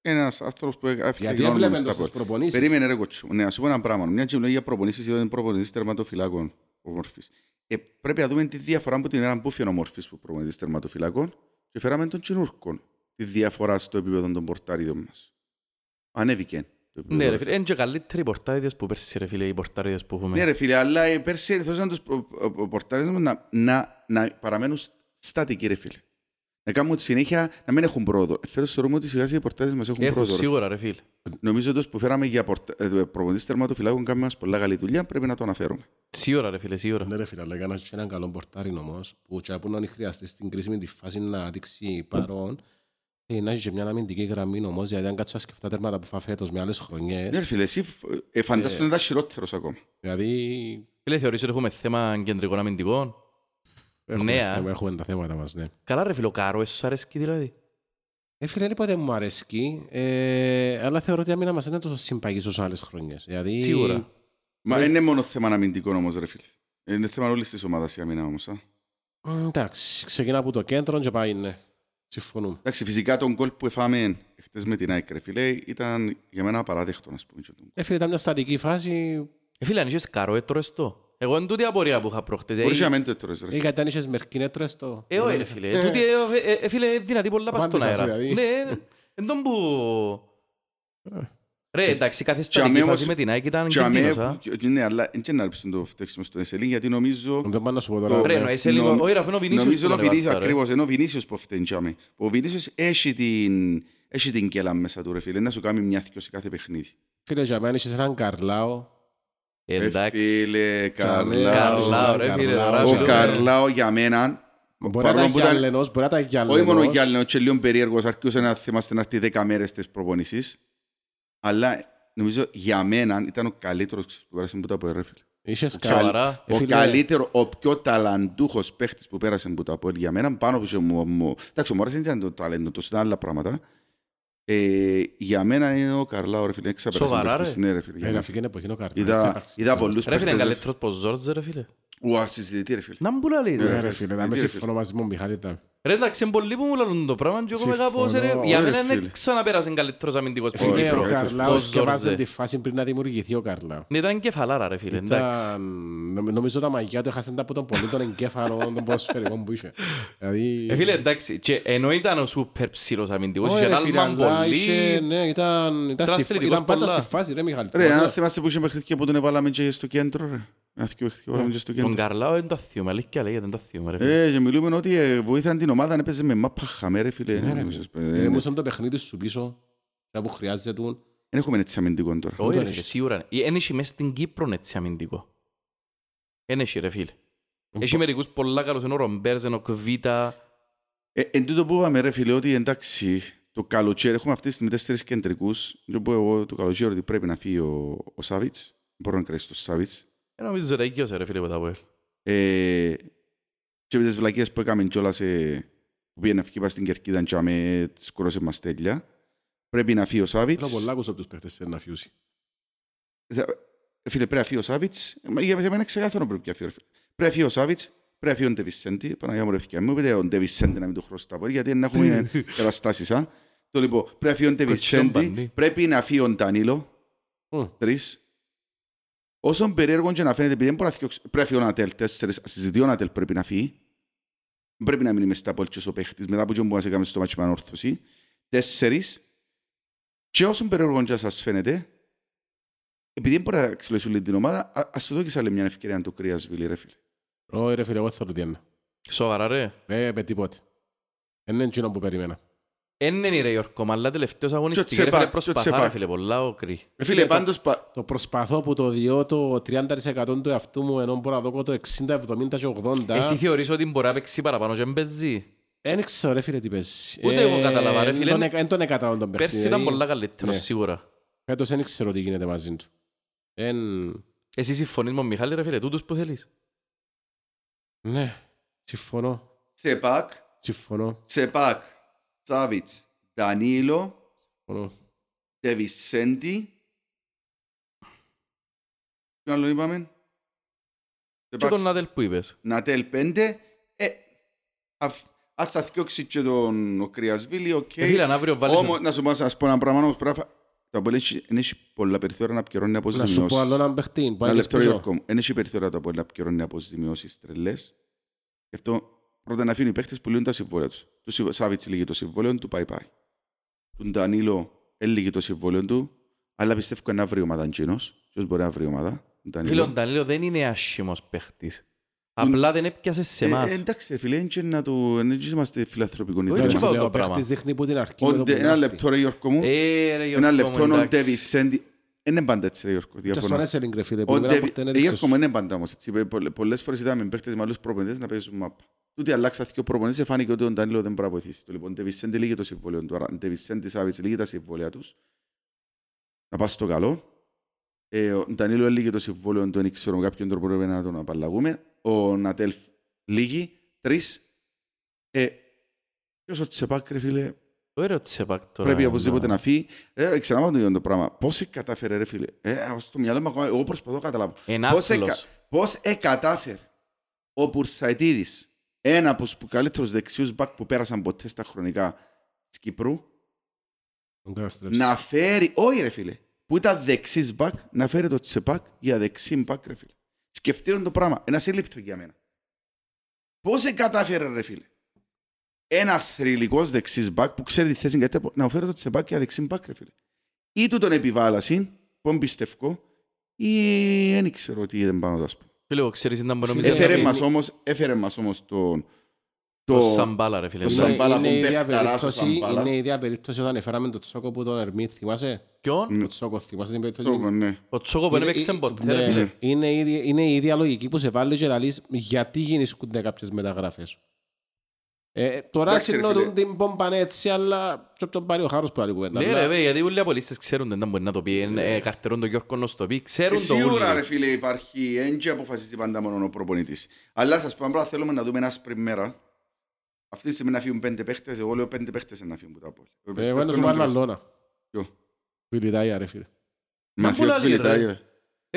Speaker 2: ένας άνθρωπος που έφυγε
Speaker 3: Γιατί
Speaker 2: γνώμη μου
Speaker 3: έβλεπε
Speaker 2: στα
Speaker 3: το στις
Speaker 2: πόδια.
Speaker 3: προπονήσεις.
Speaker 2: Περίμενε ρε κοτσού. Ναι, να σου πω ένα πράγμα. Μια και μιλάει για προπονήσεις ήταν προπονητής τερματοφυλάκων ο μορφής. Ε, πρέπει να δούμε τη διαφορά που την έναν μπούφιον ο μορφής που προπονητής τερματοφυλάκων και φέραμε τον Τσινούρκον. Τη διαφορά στο επίπεδο των πορτάριδων μας. Ανέβηκε. το επίπεδο,
Speaker 1: Ναι ρε φίλε, είναι και καλύτεροι οι πορτάριδες που πέρσι ρε φίλε, οι πορτάριδες που
Speaker 2: Ναι
Speaker 1: έχουμε.
Speaker 2: ρε φίλε, αλλά ε, πέρσι ήρθαν τους προ- ο- ο- ο- πορτάρες μας να, να, να παραμένουν στατικοί ρε φίλε. Να κάνουν συνέχεια να μην έχουν πρόοδο. Φέρω θεωρούμε ότι σιγά σιγά οι πορτάρες μας έχουν
Speaker 1: Έχουν
Speaker 2: πρόοδο. ρε.
Speaker 1: σίγουρα ρε φίλε.
Speaker 2: Νομίζω ότι που φέραμε για πορτα- ε, προπονητής τερματοφυλάκων κάνουμε μας πολλά καλή δουλειά, πρέπει να το αναφέρουμε.
Speaker 1: Σίγουρα ρε φίλε, σίγουρα.
Speaker 3: Ναι ρε φίλε, αλλά έκανας και έναν καλό πορτάρι όμως, που και που να είναι χρειαστείς στην κρίσιμη τη φάση να δείξει παρόν, ε, να έχει και μια αμυντική γραμμή όμως, γιατί αν κάτσω να σκεφτώ τα τέρματα που φά φέτος με άλλες χρονιές,
Speaker 2: Ναι ρε φίλε, εσύ φ- ε, φαντάσου να ήταν χειρότερος ακόμα.
Speaker 3: δηλαδή...
Speaker 1: Φίλε, θεωρείς ότι έχουμε θέμα κεντρικών αμυντικών.
Speaker 3: έχουμε-
Speaker 1: Ναι, α.
Speaker 3: έχουμε- Έχουμε τα θέματα μας, ναι.
Speaker 1: Καλά ρε φίλε, ο Κάρο, εσύ σου αρέσκει δηλαδή.
Speaker 3: Ε, φίλε, δεν ποτέ μου αρέσκει, ε, αλλά θεωρώ ότι η άμυνα μας δεν είναι τόσο συμπαγής όσο άλλες χρονιές. Δηλαδή,
Speaker 1: Σίγουρα.
Speaker 2: Μα
Speaker 3: Μες-
Speaker 2: είναι μόνο θέμα αμυντικών όμως ρε φίλε. Είναι θέμα όλης της ομάδας η αμυνά όμως. α.
Speaker 3: μ, Εντάξει, ξεκινά από το κέντρο και πάει, ναι. Συμφωνούμε.
Speaker 2: Εντάξει, φυσικά τον γκολ που εφάμε χτες με την ΑΕΚ ρε φίλε ήταν για μένα απαράδεκτο να πούμε. και τον
Speaker 3: Ε, φίλε, ήταν μια στατική φάση,
Speaker 1: Ε, φίλε, αν είχες Κάρο, έτρωες το. Εγώ είναι τούτη η απορία που είχα προχτές. Ε,
Speaker 2: Μπορείς να μην το έτωρες, ρε
Speaker 3: ε, γιατί αν είχες μερκίνετρες το...
Speaker 1: Ε, όχι ρε φίλε. Ε, τούτη, ε, ε, ε, φίλε, δυνατή πολλά πας στον
Speaker 3: Απάντησα,
Speaker 1: αέρα.
Speaker 3: δηλαδή.
Speaker 1: Ναι, ε, εν τόν που... Ρε, εντάξει, κάθε στατική
Speaker 2: αμέ όμως-
Speaker 1: φάση με την ΑΕΚ ήταν
Speaker 2: Και
Speaker 1: κινδύνος, α.
Speaker 2: αμέ, ναι, αλλά δεν να ρίψουν το φταίξιμο στον Εσελίν, γιατί νομίζω...
Speaker 3: Δεν πάω να σου πω
Speaker 2: Το-
Speaker 3: τώρα.
Speaker 1: Ρε,
Speaker 3: ναι.
Speaker 1: εννοείς, ε, λίγο-
Speaker 2: Νομ-
Speaker 1: όχι, ρε, αφού είναι ο Βινίσιος
Speaker 2: Νομίζω
Speaker 1: που
Speaker 2: ο
Speaker 1: τον
Speaker 2: Βινίσιος,
Speaker 1: εβάστα, ρε.
Speaker 2: ακριβώς, είναι ο Βινίσιος που φταίνει και αμέ. Ο Βινίσιος έχει την, έχει την κέλα μέσα του, ρε φίλε, να σου κάνει μια θυκιο σε κάθε παιχνίδι.
Speaker 3: Φίλε, για μένα είσαι έναν Καρλάο.
Speaker 1: Ε, Εντάξει.
Speaker 2: Φίλε,
Speaker 3: Καρλάο,
Speaker 2: Καρλάο.
Speaker 1: Καρλάο, ρε, φίλε,
Speaker 3: Καρλάο,
Speaker 1: τώρα
Speaker 2: Ο
Speaker 1: μιλούμε.
Speaker 2: Καρλάο για μένα,
Speaker 3: Μπορεί να ήταν
Speaker 2: παρόλο που ήταν-
Speaker 3: γυαλενός, μπορεί να ήταν γυαλενός.
Speaker 2: Όχι μόνο γυάλινο, και λίγο περίεργος, αρκούσε να θυμάστε να έρθει 10 μέρες της προπονήσεις. Αλλά νομίζω για μένα ήταν ο καλύτερος ξέρεις, που πέρασε που τα ρε φίλε.
Speaker 3: Είχες κάνει.
Speaker 1: Σοβαρά.
Speaker 3: Ε,
Speaker 2: Ο
Speaker 3: φίλε-
Speaker 2: καλύτερο, ο πιο ταλαντούχος παίχτης που πέρασε από το Απόελ για μένα, πάνω από μου. μου εντάξει, ο Μωράς δεν ήταν το ταλέντο, το ήταν άλλα πράγματα. Ε, για μένα είναι ο Καρλάο, ρε φίλε. έξα πέρασε
Speaker 1: Σοβαρά,
Speaker 2: τον παίχτη,
Speaker 1: ρε.
Speaker 2: Ναι, ρε φίλε. για
Speaker 3: Ε,
Speaker 2: μένα.
Speaker 3: να φύγει, είναι εποχή, είναι ο Καρλάος. Δεν
Speaker 2: Είδα,
Speaker 3: υπάρχει.
Speaker 2: είδα πολλούς
Speaker 1: Ρε φίλε, είναι
Speaker 2: παίχτες, ρε.
Speaker 1: καλύτερος ποζόρτζε ρε φίλε.
Speaker 2: Ουα, συζητητή, ρε φίλε.
Speaker 1: Να μου λέει.
Speaker 3: Ε,
Speaker 1: ρε.
Speaker 3: Ρε φίλε, να
Speaker 2: Ε,
Speaker 3: με
Speaker 2: ρε,
Speaker 3: συμφωνώ μαζί μου, Μιχάλη. ήταν.
Speaker 1: Ρε εντάξει, είναι πολλοί που μου λαλούν το πράγμα και εγώ με
Speaker 3: Συμφωνώ,
Speaker 1: κάπως ρε. Για
Speaker 2: ρε,
Speaker 1: μένα
Speaker 2: φίλε.
Speaker 1: δεν ξαναπέρασε καλύτερος αμυντικός
Speaker 3: Ε,
Speaker 1: στην
Speaker 2: Όχι,
Speaker 3: φίλε,
Speaker 1: Κύπρο.
Speaker 3: ο
Speaker 2: ρε,
Speaker 3: Καρλάος
Speaker 1: ο
Speaker 3: και βάζει
Speaker 1: Ζόρζε.
Speaker 3: τη φάση πριν να δημιουργηθεί ο Καρλάος.
Speaker 1: Ναι, Ήταν κεφαλάρα ρε φίλε, εντάξει.
Speaker 3: Ήταν, νομι- νομίζω τα μαγιά του έχασαν τα από τον πολύ τον εγκέφαλο των ποδοσφαιρικών που είχε. Δηλαδή...
Speaker 1: Ε, φίλε, εντάξει, και ενώ ήταν ο σούπερ ψηλός αμυντικός,
Speaker 3: Όχι,
Speaker 1: είχε
Speaker 3: ρε φίλε,
Speaker 1: άλμα
Speaker 3: αλλά
Speaker 1: πολύ.
Speaker 3: είχε- ναι, ήταν, ήταν, στη-
Speaker 1: αθλητικός
Speaker 3: ήταν πάντα
Speaker 1: πολλά.
Speaker 3: στη φάση, ρε Μιχάλη.
Speaker 2: Ρε,
Speaker 3: Θυμάσαι-
Speaker 2: αν θυμάστε που είχε μέχρι και που τον έβαλαμε και στο κέντρο, ρε. Να θυμάστε που έβαλαμε και στο
Speaker 1: Τον
Speaker 2: κέντρο.
Speaker 1: Καρλάο δεν το αθιούμε, αλήθεια λέγεται, δεν το αθιούμε ρε φίλε.
Speaker 2: Ε, και μιλούμε ότι ε, βοήθησαν την ομάδα να παίζει με μάπα χαμέ, ρε φίλε.
Speaker 3: Ναι, ρε,
Speaker 2: Ε,
Speaker 3: Ε,
Speaker 2: ε,
Speaker 3: Δημιουργούσαν το παιχνίδι σου πίσω, τα που χρειάζεται του.
Speaker 2: Δεν έχουμε έτσι αμυντικό τώρα.
Speaker 1: Όχι ρε
Speaker 3: έχεις.
Speaker 1: φίλε, σίγουρα. Ε, Εν έχει μέσα στην Κύπρο έτσι αμυντικό. Εν έχει ρε φίλε. Έχει μερικούς πολλά καλούς, ενώ ο Ρομπέρς, ενώ ο Κβίτα.
Speaker 2: Ε, εν τούτο που είπαμε ρε φίλε ότι εντάξει το καλοκαίρι έχουμε αυτή τη στιγμή τέσσερις κεντρικούς και πω εγώ το καλοκαίρι ότι πρέπει να φύγει ο, ο Σάβιτς Δεν μπορώ να κρατήσω το Σάβιτς
Speaker 1: Ε, Νομίζω ρε έγκυος ρε φίλε που τα πω.
Speaker 2: ε, και με τις βλακίες που έκαμε κιόλας ε, που πήγαινε να φύγει πας στην Κερκίδα και άμε τις κουρώσες μας τέλεια πρέπει να φύγει ο
Speaker 3: Θέλω
Speaker 2: Σάβιτς
Speaker 3: πολλά ακούσα από τους παίχτες θέλει να φιούσει.
Speaker 2: Θα- ε, Φίλε, πρέπει να φύγει ο Σάβιτς. Μα Για για μένα είναι ξεκάθαρο πρέπει να φύγει. ρε φίλε. Πρέπει να φύγει ο Σάβιτς, πρέπει να φύγει ο Ντεβισέντη. Παναγία μου ρε φίλε, μου πείτε ο Ντεβισέντη να μην του χρώσει τα πόδια, γιατί να έχουμε καταστάσεις. α. Το λοιπόν, πρέπει να φύγει ο Ντεβισέντη,
Speaker 1: μπανί.
Speaker 2: πρέπει να φύγει ο Ντανίλο.
Speaker 3: Μμ.
Speaker 2: Τρεις. Όσον περίεργο και να φαίνεται, επειδή δεν μπορεί να φύγει, ο- πρέπει να φύγει ο Νατέλ, τέσσερις, στις δύο Νατέλ πρέπει να φύγει. Πρέπει να μείνει μες στα πόλτσες ο παίχτης, μετά από τζον που μας έκαμε στο μάτσι με ανόρθωση. Τέσσερις. Και όσον περίεργο και να σας φαίνεται, επειδή δεν μπορεί να ξυλώσουν λίγο την ομάδα, α- ας του δώκεις άλλη μια ευκαιρία να το κρύας, Βίλη, ρε φίλε.
Speaker 3: Ω, ρε φίλε, εγώ θέλω τι
Speaker 1: Σοβαρά ρε.
Speaker 3: Ε, με τίποτε. Δεν είναι εκείνο που περίμενα.
Speaker 1: Εν είναι ρε Ιορκόμα, αλλά τελευταίος αγωνιστική ρε
Speaker 2: Τσέπα,
Speaker 1: φίλε
Speaker 2: και
Speaker 1: προσπαθά
Speaker 2: Τσέπα.
Speaker 1: ρε φίλε, πολλά όκρη.
Speaker 2: Ρε φίλε,
Speaker 3: το-
Speaker 2: πάντως, πα-
Speaker 3: Το προσπαθώ που το διώ το 30% του εαυτού μου ενώ μπορώ να δω το 60, 70 και 80.
Speaker 1: Εσύ θεωρείς ότι μπορεί να παίξει παραπάνω και δεν παίζει.
Speaker 3: Δεν ξέρω ρε φίλε τι παίζει.
Speaker 1: Ούτε εγώ κατάλαβα, ρε,
Speaker 3: εν
Speaker 1: φίλε.
Speaker 3: τον εκα- εν τον εκατάλαβα τον παίχτη.
Speaker 1: Πέρσι ήταν
Speaker 3: δηλαδή,
Speaker 1: πολλά καλύτερος
Speaker 3: ναι.
Speaker 1: σίγουρα.
Speaker 3: Φέτος δεν ξέρω τι γίνεται μαζί του. Εν...
Speaker 1: Εσύ συμφωνείς με τον Μιχάλη ρε φίλε, τούτους που θέλεις.
Speaker 3: Ναι, συμφωνώ.
Speaker 2: Τσεπάκ,
Speaker 3: Συμφωνώ.
Speaker 2: Τσεπάκ, Σάβιτς, Ντανίλο,
Speaker 3: συμφωνώ.
Speaker 2: Ντεβισέντη. Τι άλλο είπαμε.
Speaker 1: Και
Speaker 2: Τσεπάκ,
Speaker 1: τον Νάτελ που είπες.
Speaker 2: Νατέλ 5. Ε, αφ- αν θα θυκιώξει και τον ο Κρυασβίλη, οκ.
Speaker 1: Ε, φίλε, αν αύριο βάλεις...
Speaker 2: Όμως, να σου πω, να σας πω ένα πράγμα, όμως, πράγμα, το Απόλλη έχει- εν έχει πολλά περιθώρια να επικαιρώνει από
Speaker 3: Να σου πω άλλο έναν παίχτη.
Speaker 2: Ένα
Speaker 3: Πάει
Speaker 2: λεπτό,
Speaker 3: πίσω.
Speaker 2: Γιώργο μου. Εν έχει περιθώρια το Απόλλη να επικαιρώνει από ζημιώσεις τρελές. Γι' αυτό πρώτα να αφήνει οι παίχτες που λύνουν τα συμβόλαια τους. Του Σι- Σάβιτς λύγει το συμβόλαιο του, πάει πάει. Τον Ντανίλο έλυγε το συμβόλαιο του, αλλά πιστεύω να βρει ομάδα εκείνος. Ποιος μπορεί να βρει ομάδα. τον Ντανίλο.
Speaker 1: Φίλε, ο Ντανίλο δεν είναι άσχημος παίχτης. Απλά δεν έπιασε σε
Speaker 2: Ε,
Speaker 1: εμάς.
Speaker 2: ε, εντάξει, ρε φίλε, έτσι να το... εν έτσι είμαστε φιλαθροπικόν
Speaker 1: Όχι,
Speaker 3: Ρε,
Speaker 1: δεν
Speaker 2: ιδρύμα.
Speaker 1: πάω
Speaker 3: φίλε,
Speaker 1: το
Speaker 3: Ο
Speaker 1: πράγμα.
Speaker 3: παίχτης δείχνει που την αρχή.
Speaker 2: Ο
Speaker 3: με το
Speaker 2: Ντε-
Speaker 3: που
Speaker 2: Ένα
Speaker 3: έρθει.
Speaker 2: λεπτό, ρε Γιώργο μου.
Speaker 1: Ε, ρε, Γιώργο
Speaker 2: Ένα
Speaker 1: μου,
Speaker 2: λεπτό, ο
Speaker 1: εντάξει.
Speaker 2: Ντεβισέντη. Είναι πάντα έτσι, ρε Γιώργο.
Speaker 3: Και στον
Speaker 2: διαφωνώ.
Speaker 3: Έσελινγκ, ρε φίλε, που
Speaker 2: Ο
Speaker 3: εμένα
Speaker 2: Ντεβι-
Speaker 3: ποτέ δεν
Speaker 2: Ε,
Speaker 3: έδειξες.
Speaker 2: Εύχομαι είναι πάντα όμως. έτσι. Ε, πολλε- Πολλές φορές είδαμε παίχτες με άλλους προπονητές να παίζουν μάπα. Τούτοι αλλάξα και ο προπονητής και φάνηκε ότι ο Ντανίλο δεν μπορεί να βοηθήσει. Το Λοιπόν, Ντεβισέντε λύγει το συμβόλαιο του. Άρα, Ντεβισέντε Σάβιτς λύγει τα συμβόλαια τους. Να πας στο καλό. Ε, ο Ντανίλο λύγει το συμβόλαιο του, δεν ξέρω με κάποιον τρόπο πρέπει να τον απαλλαγούμε. Ο Νατέλφ λύγει. Τρεις. Ε, ποιος ο Τσεπάκ, ρε φίλε,
Speaker 1: Ωραίο τσεπάκ τώρα.
Speaker 3: ναι.
Speaker 2: Πρέπει οπωσδήποτε να φύγει. Ε, ξανά το ίδιο το πράγμα. Πώς κατάφερε ρε φίλε. Ε, στο μυαλό μου ακόμα, εγώ προσπαθώ να καταλάβω.
Speaker 1: Εν
Speaker 2: Πώς, εκα,
Speaker 1: άθλος.
Speaker 2: πώς εκατάφερε ο Πουρσαϊτίδης, ένα από τους καλύτερους δεξιούς μπακ που πέρασαν ποτέ στα χρονικά της Κύπρου,
Speaker 3: Τον καταστρέψει.
Speaker 2: να φέρει, όχι ρε φίλε, που ήταν δεξής μπακ, να φέρει το τσεπάκ για δεξί μπακ ρε φίλε. Σκεφτείτε το πράγμα, ένα σύλληπτο για μένα. Πώς εκατάφερε ρε φίλε. Ένας θρηλυκός δεξής μπακ που ξέρει τη θέση κατέ, να φέρει το τσεπάκ για δεξί μπακ ρε φίλε. Ή του τον επιβάλασαν, που εμπιστευκό, ή δεν ξέρω τι δεν πάνω να σου πω.
Speaker 1: Φίλε, εγώ ξέρεις, ήταν που νομίζω...
Speaker 2: Έφερε
Speaker 1: ότι-
Speaker 2: Ε, μας όμως, έφερε μας όμως τον...
Speaker 1: Το
Speaker 2: Το...
Speaker 1: Σαμπάλα, ρε φίλε.
Speaker 2: το
Speaker 1: Το
Speaker 3: Είναι-
Speaker 2: Σαμπάλα
Speaker 3: είναι
Speaker 2: που
Speaker 3: η ίδια
Speaker 2: μπέχταρας, ο
Speaker 3: περίπτωση-
Speaker 2: Σαμπάλα.
Speaker 3: Είναι η ίδια περίπτωση όταν έφεραμε τον Τσόκο που τον Ερμή, θυμάσαι.
Speaker 1: Ποιον?
Speaker 3: Ο Τσόκο, θυμάσαι την περίπτωση.
Speaker 2: Σόγκο, ναι.
Speaker 1: Ο Τσόκο που
Speaker 3: Είναι-
Speaker 1: δεν έπαιξε
Speaker 3: ε-
Speaker 1: ποτέ,
Speaker 3: ναι,
Speaker 1: ρε φίλε.
Speaker 3: Είναι η ίδια- είναι η ίδια λογική που σε βάλει και να λύσεις γιατί γίνεις κούνται κάποιες μεταγράφες. Ε, τώρα
Speaker 2: Εντάξει, ρε φίλε.
Speaker 3: συνοδούν την πόμπαν έτσι, αλλά και τον πάρει ο Χάρος που άλλη κουβέντα.
Speaker 1: Ναι
Speaker 3: αλλά-
Speaker 1: ρε, βέ, γιατί όλοι οι απολύστες ξέρουν δεν τα μπορεί να το πει, εν- ε, καρτερούν τον Γιώργο να το πει,
Speaker 2: Ε,
Speaker 1: ξέρουν το
Speaker 2: Σίγουρα, ρε
Speaker 1: όλοι.
Speaker 2: φίλε, υπάρχει. Δεν και αποφασίζει πάντα μόνο ο προπονητής. Αλλά σας πω, αν πράγμα θέλουμε να δούμε ένας σπριν μέρα, αυτή τη στιγμή να φύγουν πέντε παίχτες, εγώ λέω πέντε παίχτες να φύγουν που τα πόλη.
Speaker 3: Ε, Εγώ να σου βάλω λόνα.
Speaker 2: Ποιο?
Speaker 3: Βιλιτάγια ρε φίλε.
Speaker 1: Μα
Speaker 2: Μα
Speaker 1: πολλά
Speaker 2: ποιο
Speaker 1: άλλη,
Speaker 2: φίλε,
Speaker 1: ρε.
Speaker 2: τα γύρω.
Speaker 1: Ε,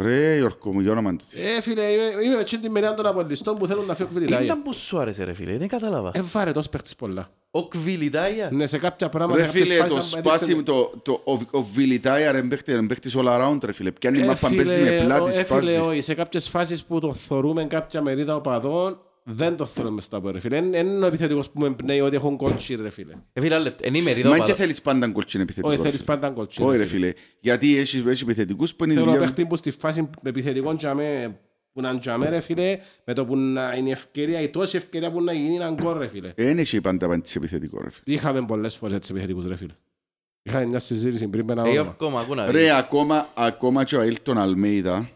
Speaker 2: Ρε, Γιώργο μου, για όνομα του.
Speaker 3: ε, φίλε, είμαι, είμαι με τσιν την μεριά των απολυστών που θέλουν να φύγω
Speaker 1: Ήταν
Speaker 3: Βιλιτάγια.
Speaker 1: που σου άρεσε ρε φίλε, δεν κατάλαβα.
Speaker 3: Ε, βαρετός παίχτης πολλά.
Speaker 1: Ο Κβιλιτάγια.
Speaker 3: Ναι, σε κάποια πράγματα,
Speaker 2: Ρε
Speaker 3: σε κάποιες
Speaker 2: φίλε,
Speaker 3: φάσεις...
Speaker 2: το
Speaker 3: αν πέτυχε-
Speaker 2: σπάσιμο, το, το, ο- ο Βιλιτάια ρε παίχτης, ρε παίχτης all around ρε φίλε. Πιάνει
Speaker 3: Ε,
Speaker 2: μάπα,
Speaker 3: φίλε,
Speaker 2: παίζει με πλάτη,
Speaker 3: ε, φίλε,
Speaker 2: σπάζει.
Speaker 3: όχι, σε κάποιες φάσεις που το θωρούμε κάποια μερίδα οπαδών, δεν το θέλουμε στα πόδια, ρε φίλε. Είναι είναι ο επιθετικός που με εμπνέει ότι έχουν κολτσί, ρε φίλε.
Speaker 1: Ε, φίλε, άλλο λεπτό. εν η μερίδα
Speaker 2: Μα και
Speaker 1: οπαδών.
Speaker 2: θέλεις πάντα κολτσίν επιθετικός.
Speaker 3: Όχι,
Speaker 2: ρε
Speaker 3: θέλεις
Speaker 2: φίλε.
Speaker 3: πάντα κολτσί.
Speaker 2: Όχι ρε φίλε, γιατί έχεις έχεις επιθετικούς που είναι η
Speaker 3: Θέλω
Speaker 2: δουλειά-
Speaker 3: να παίχτη που στη φάση επιθετικών τζαμέ, που να τζαμέ ρε φίλε, με το που να είναι ευκαιρία, η τόση ευκαιρία που να γίνει έναν γκολ ρε φίλε.
Speaker 2: Δεν έχει πάντα πάντης επιθετικό ρε φίλε.
Speaker 3: Είχαμε πολλές φορές έτσι επιθετικούς ρε φίλε. Είχαμε μια συζήτηση πριν με ένα
Speaker 1: Ε,
Speaker 3: όνομα.
Speaker 1: Γιώργο μου, ακού να δεις.
Speaker 2: Ρε, ακόμα, ακόμα και ο Αίλτον Αλμέιδα,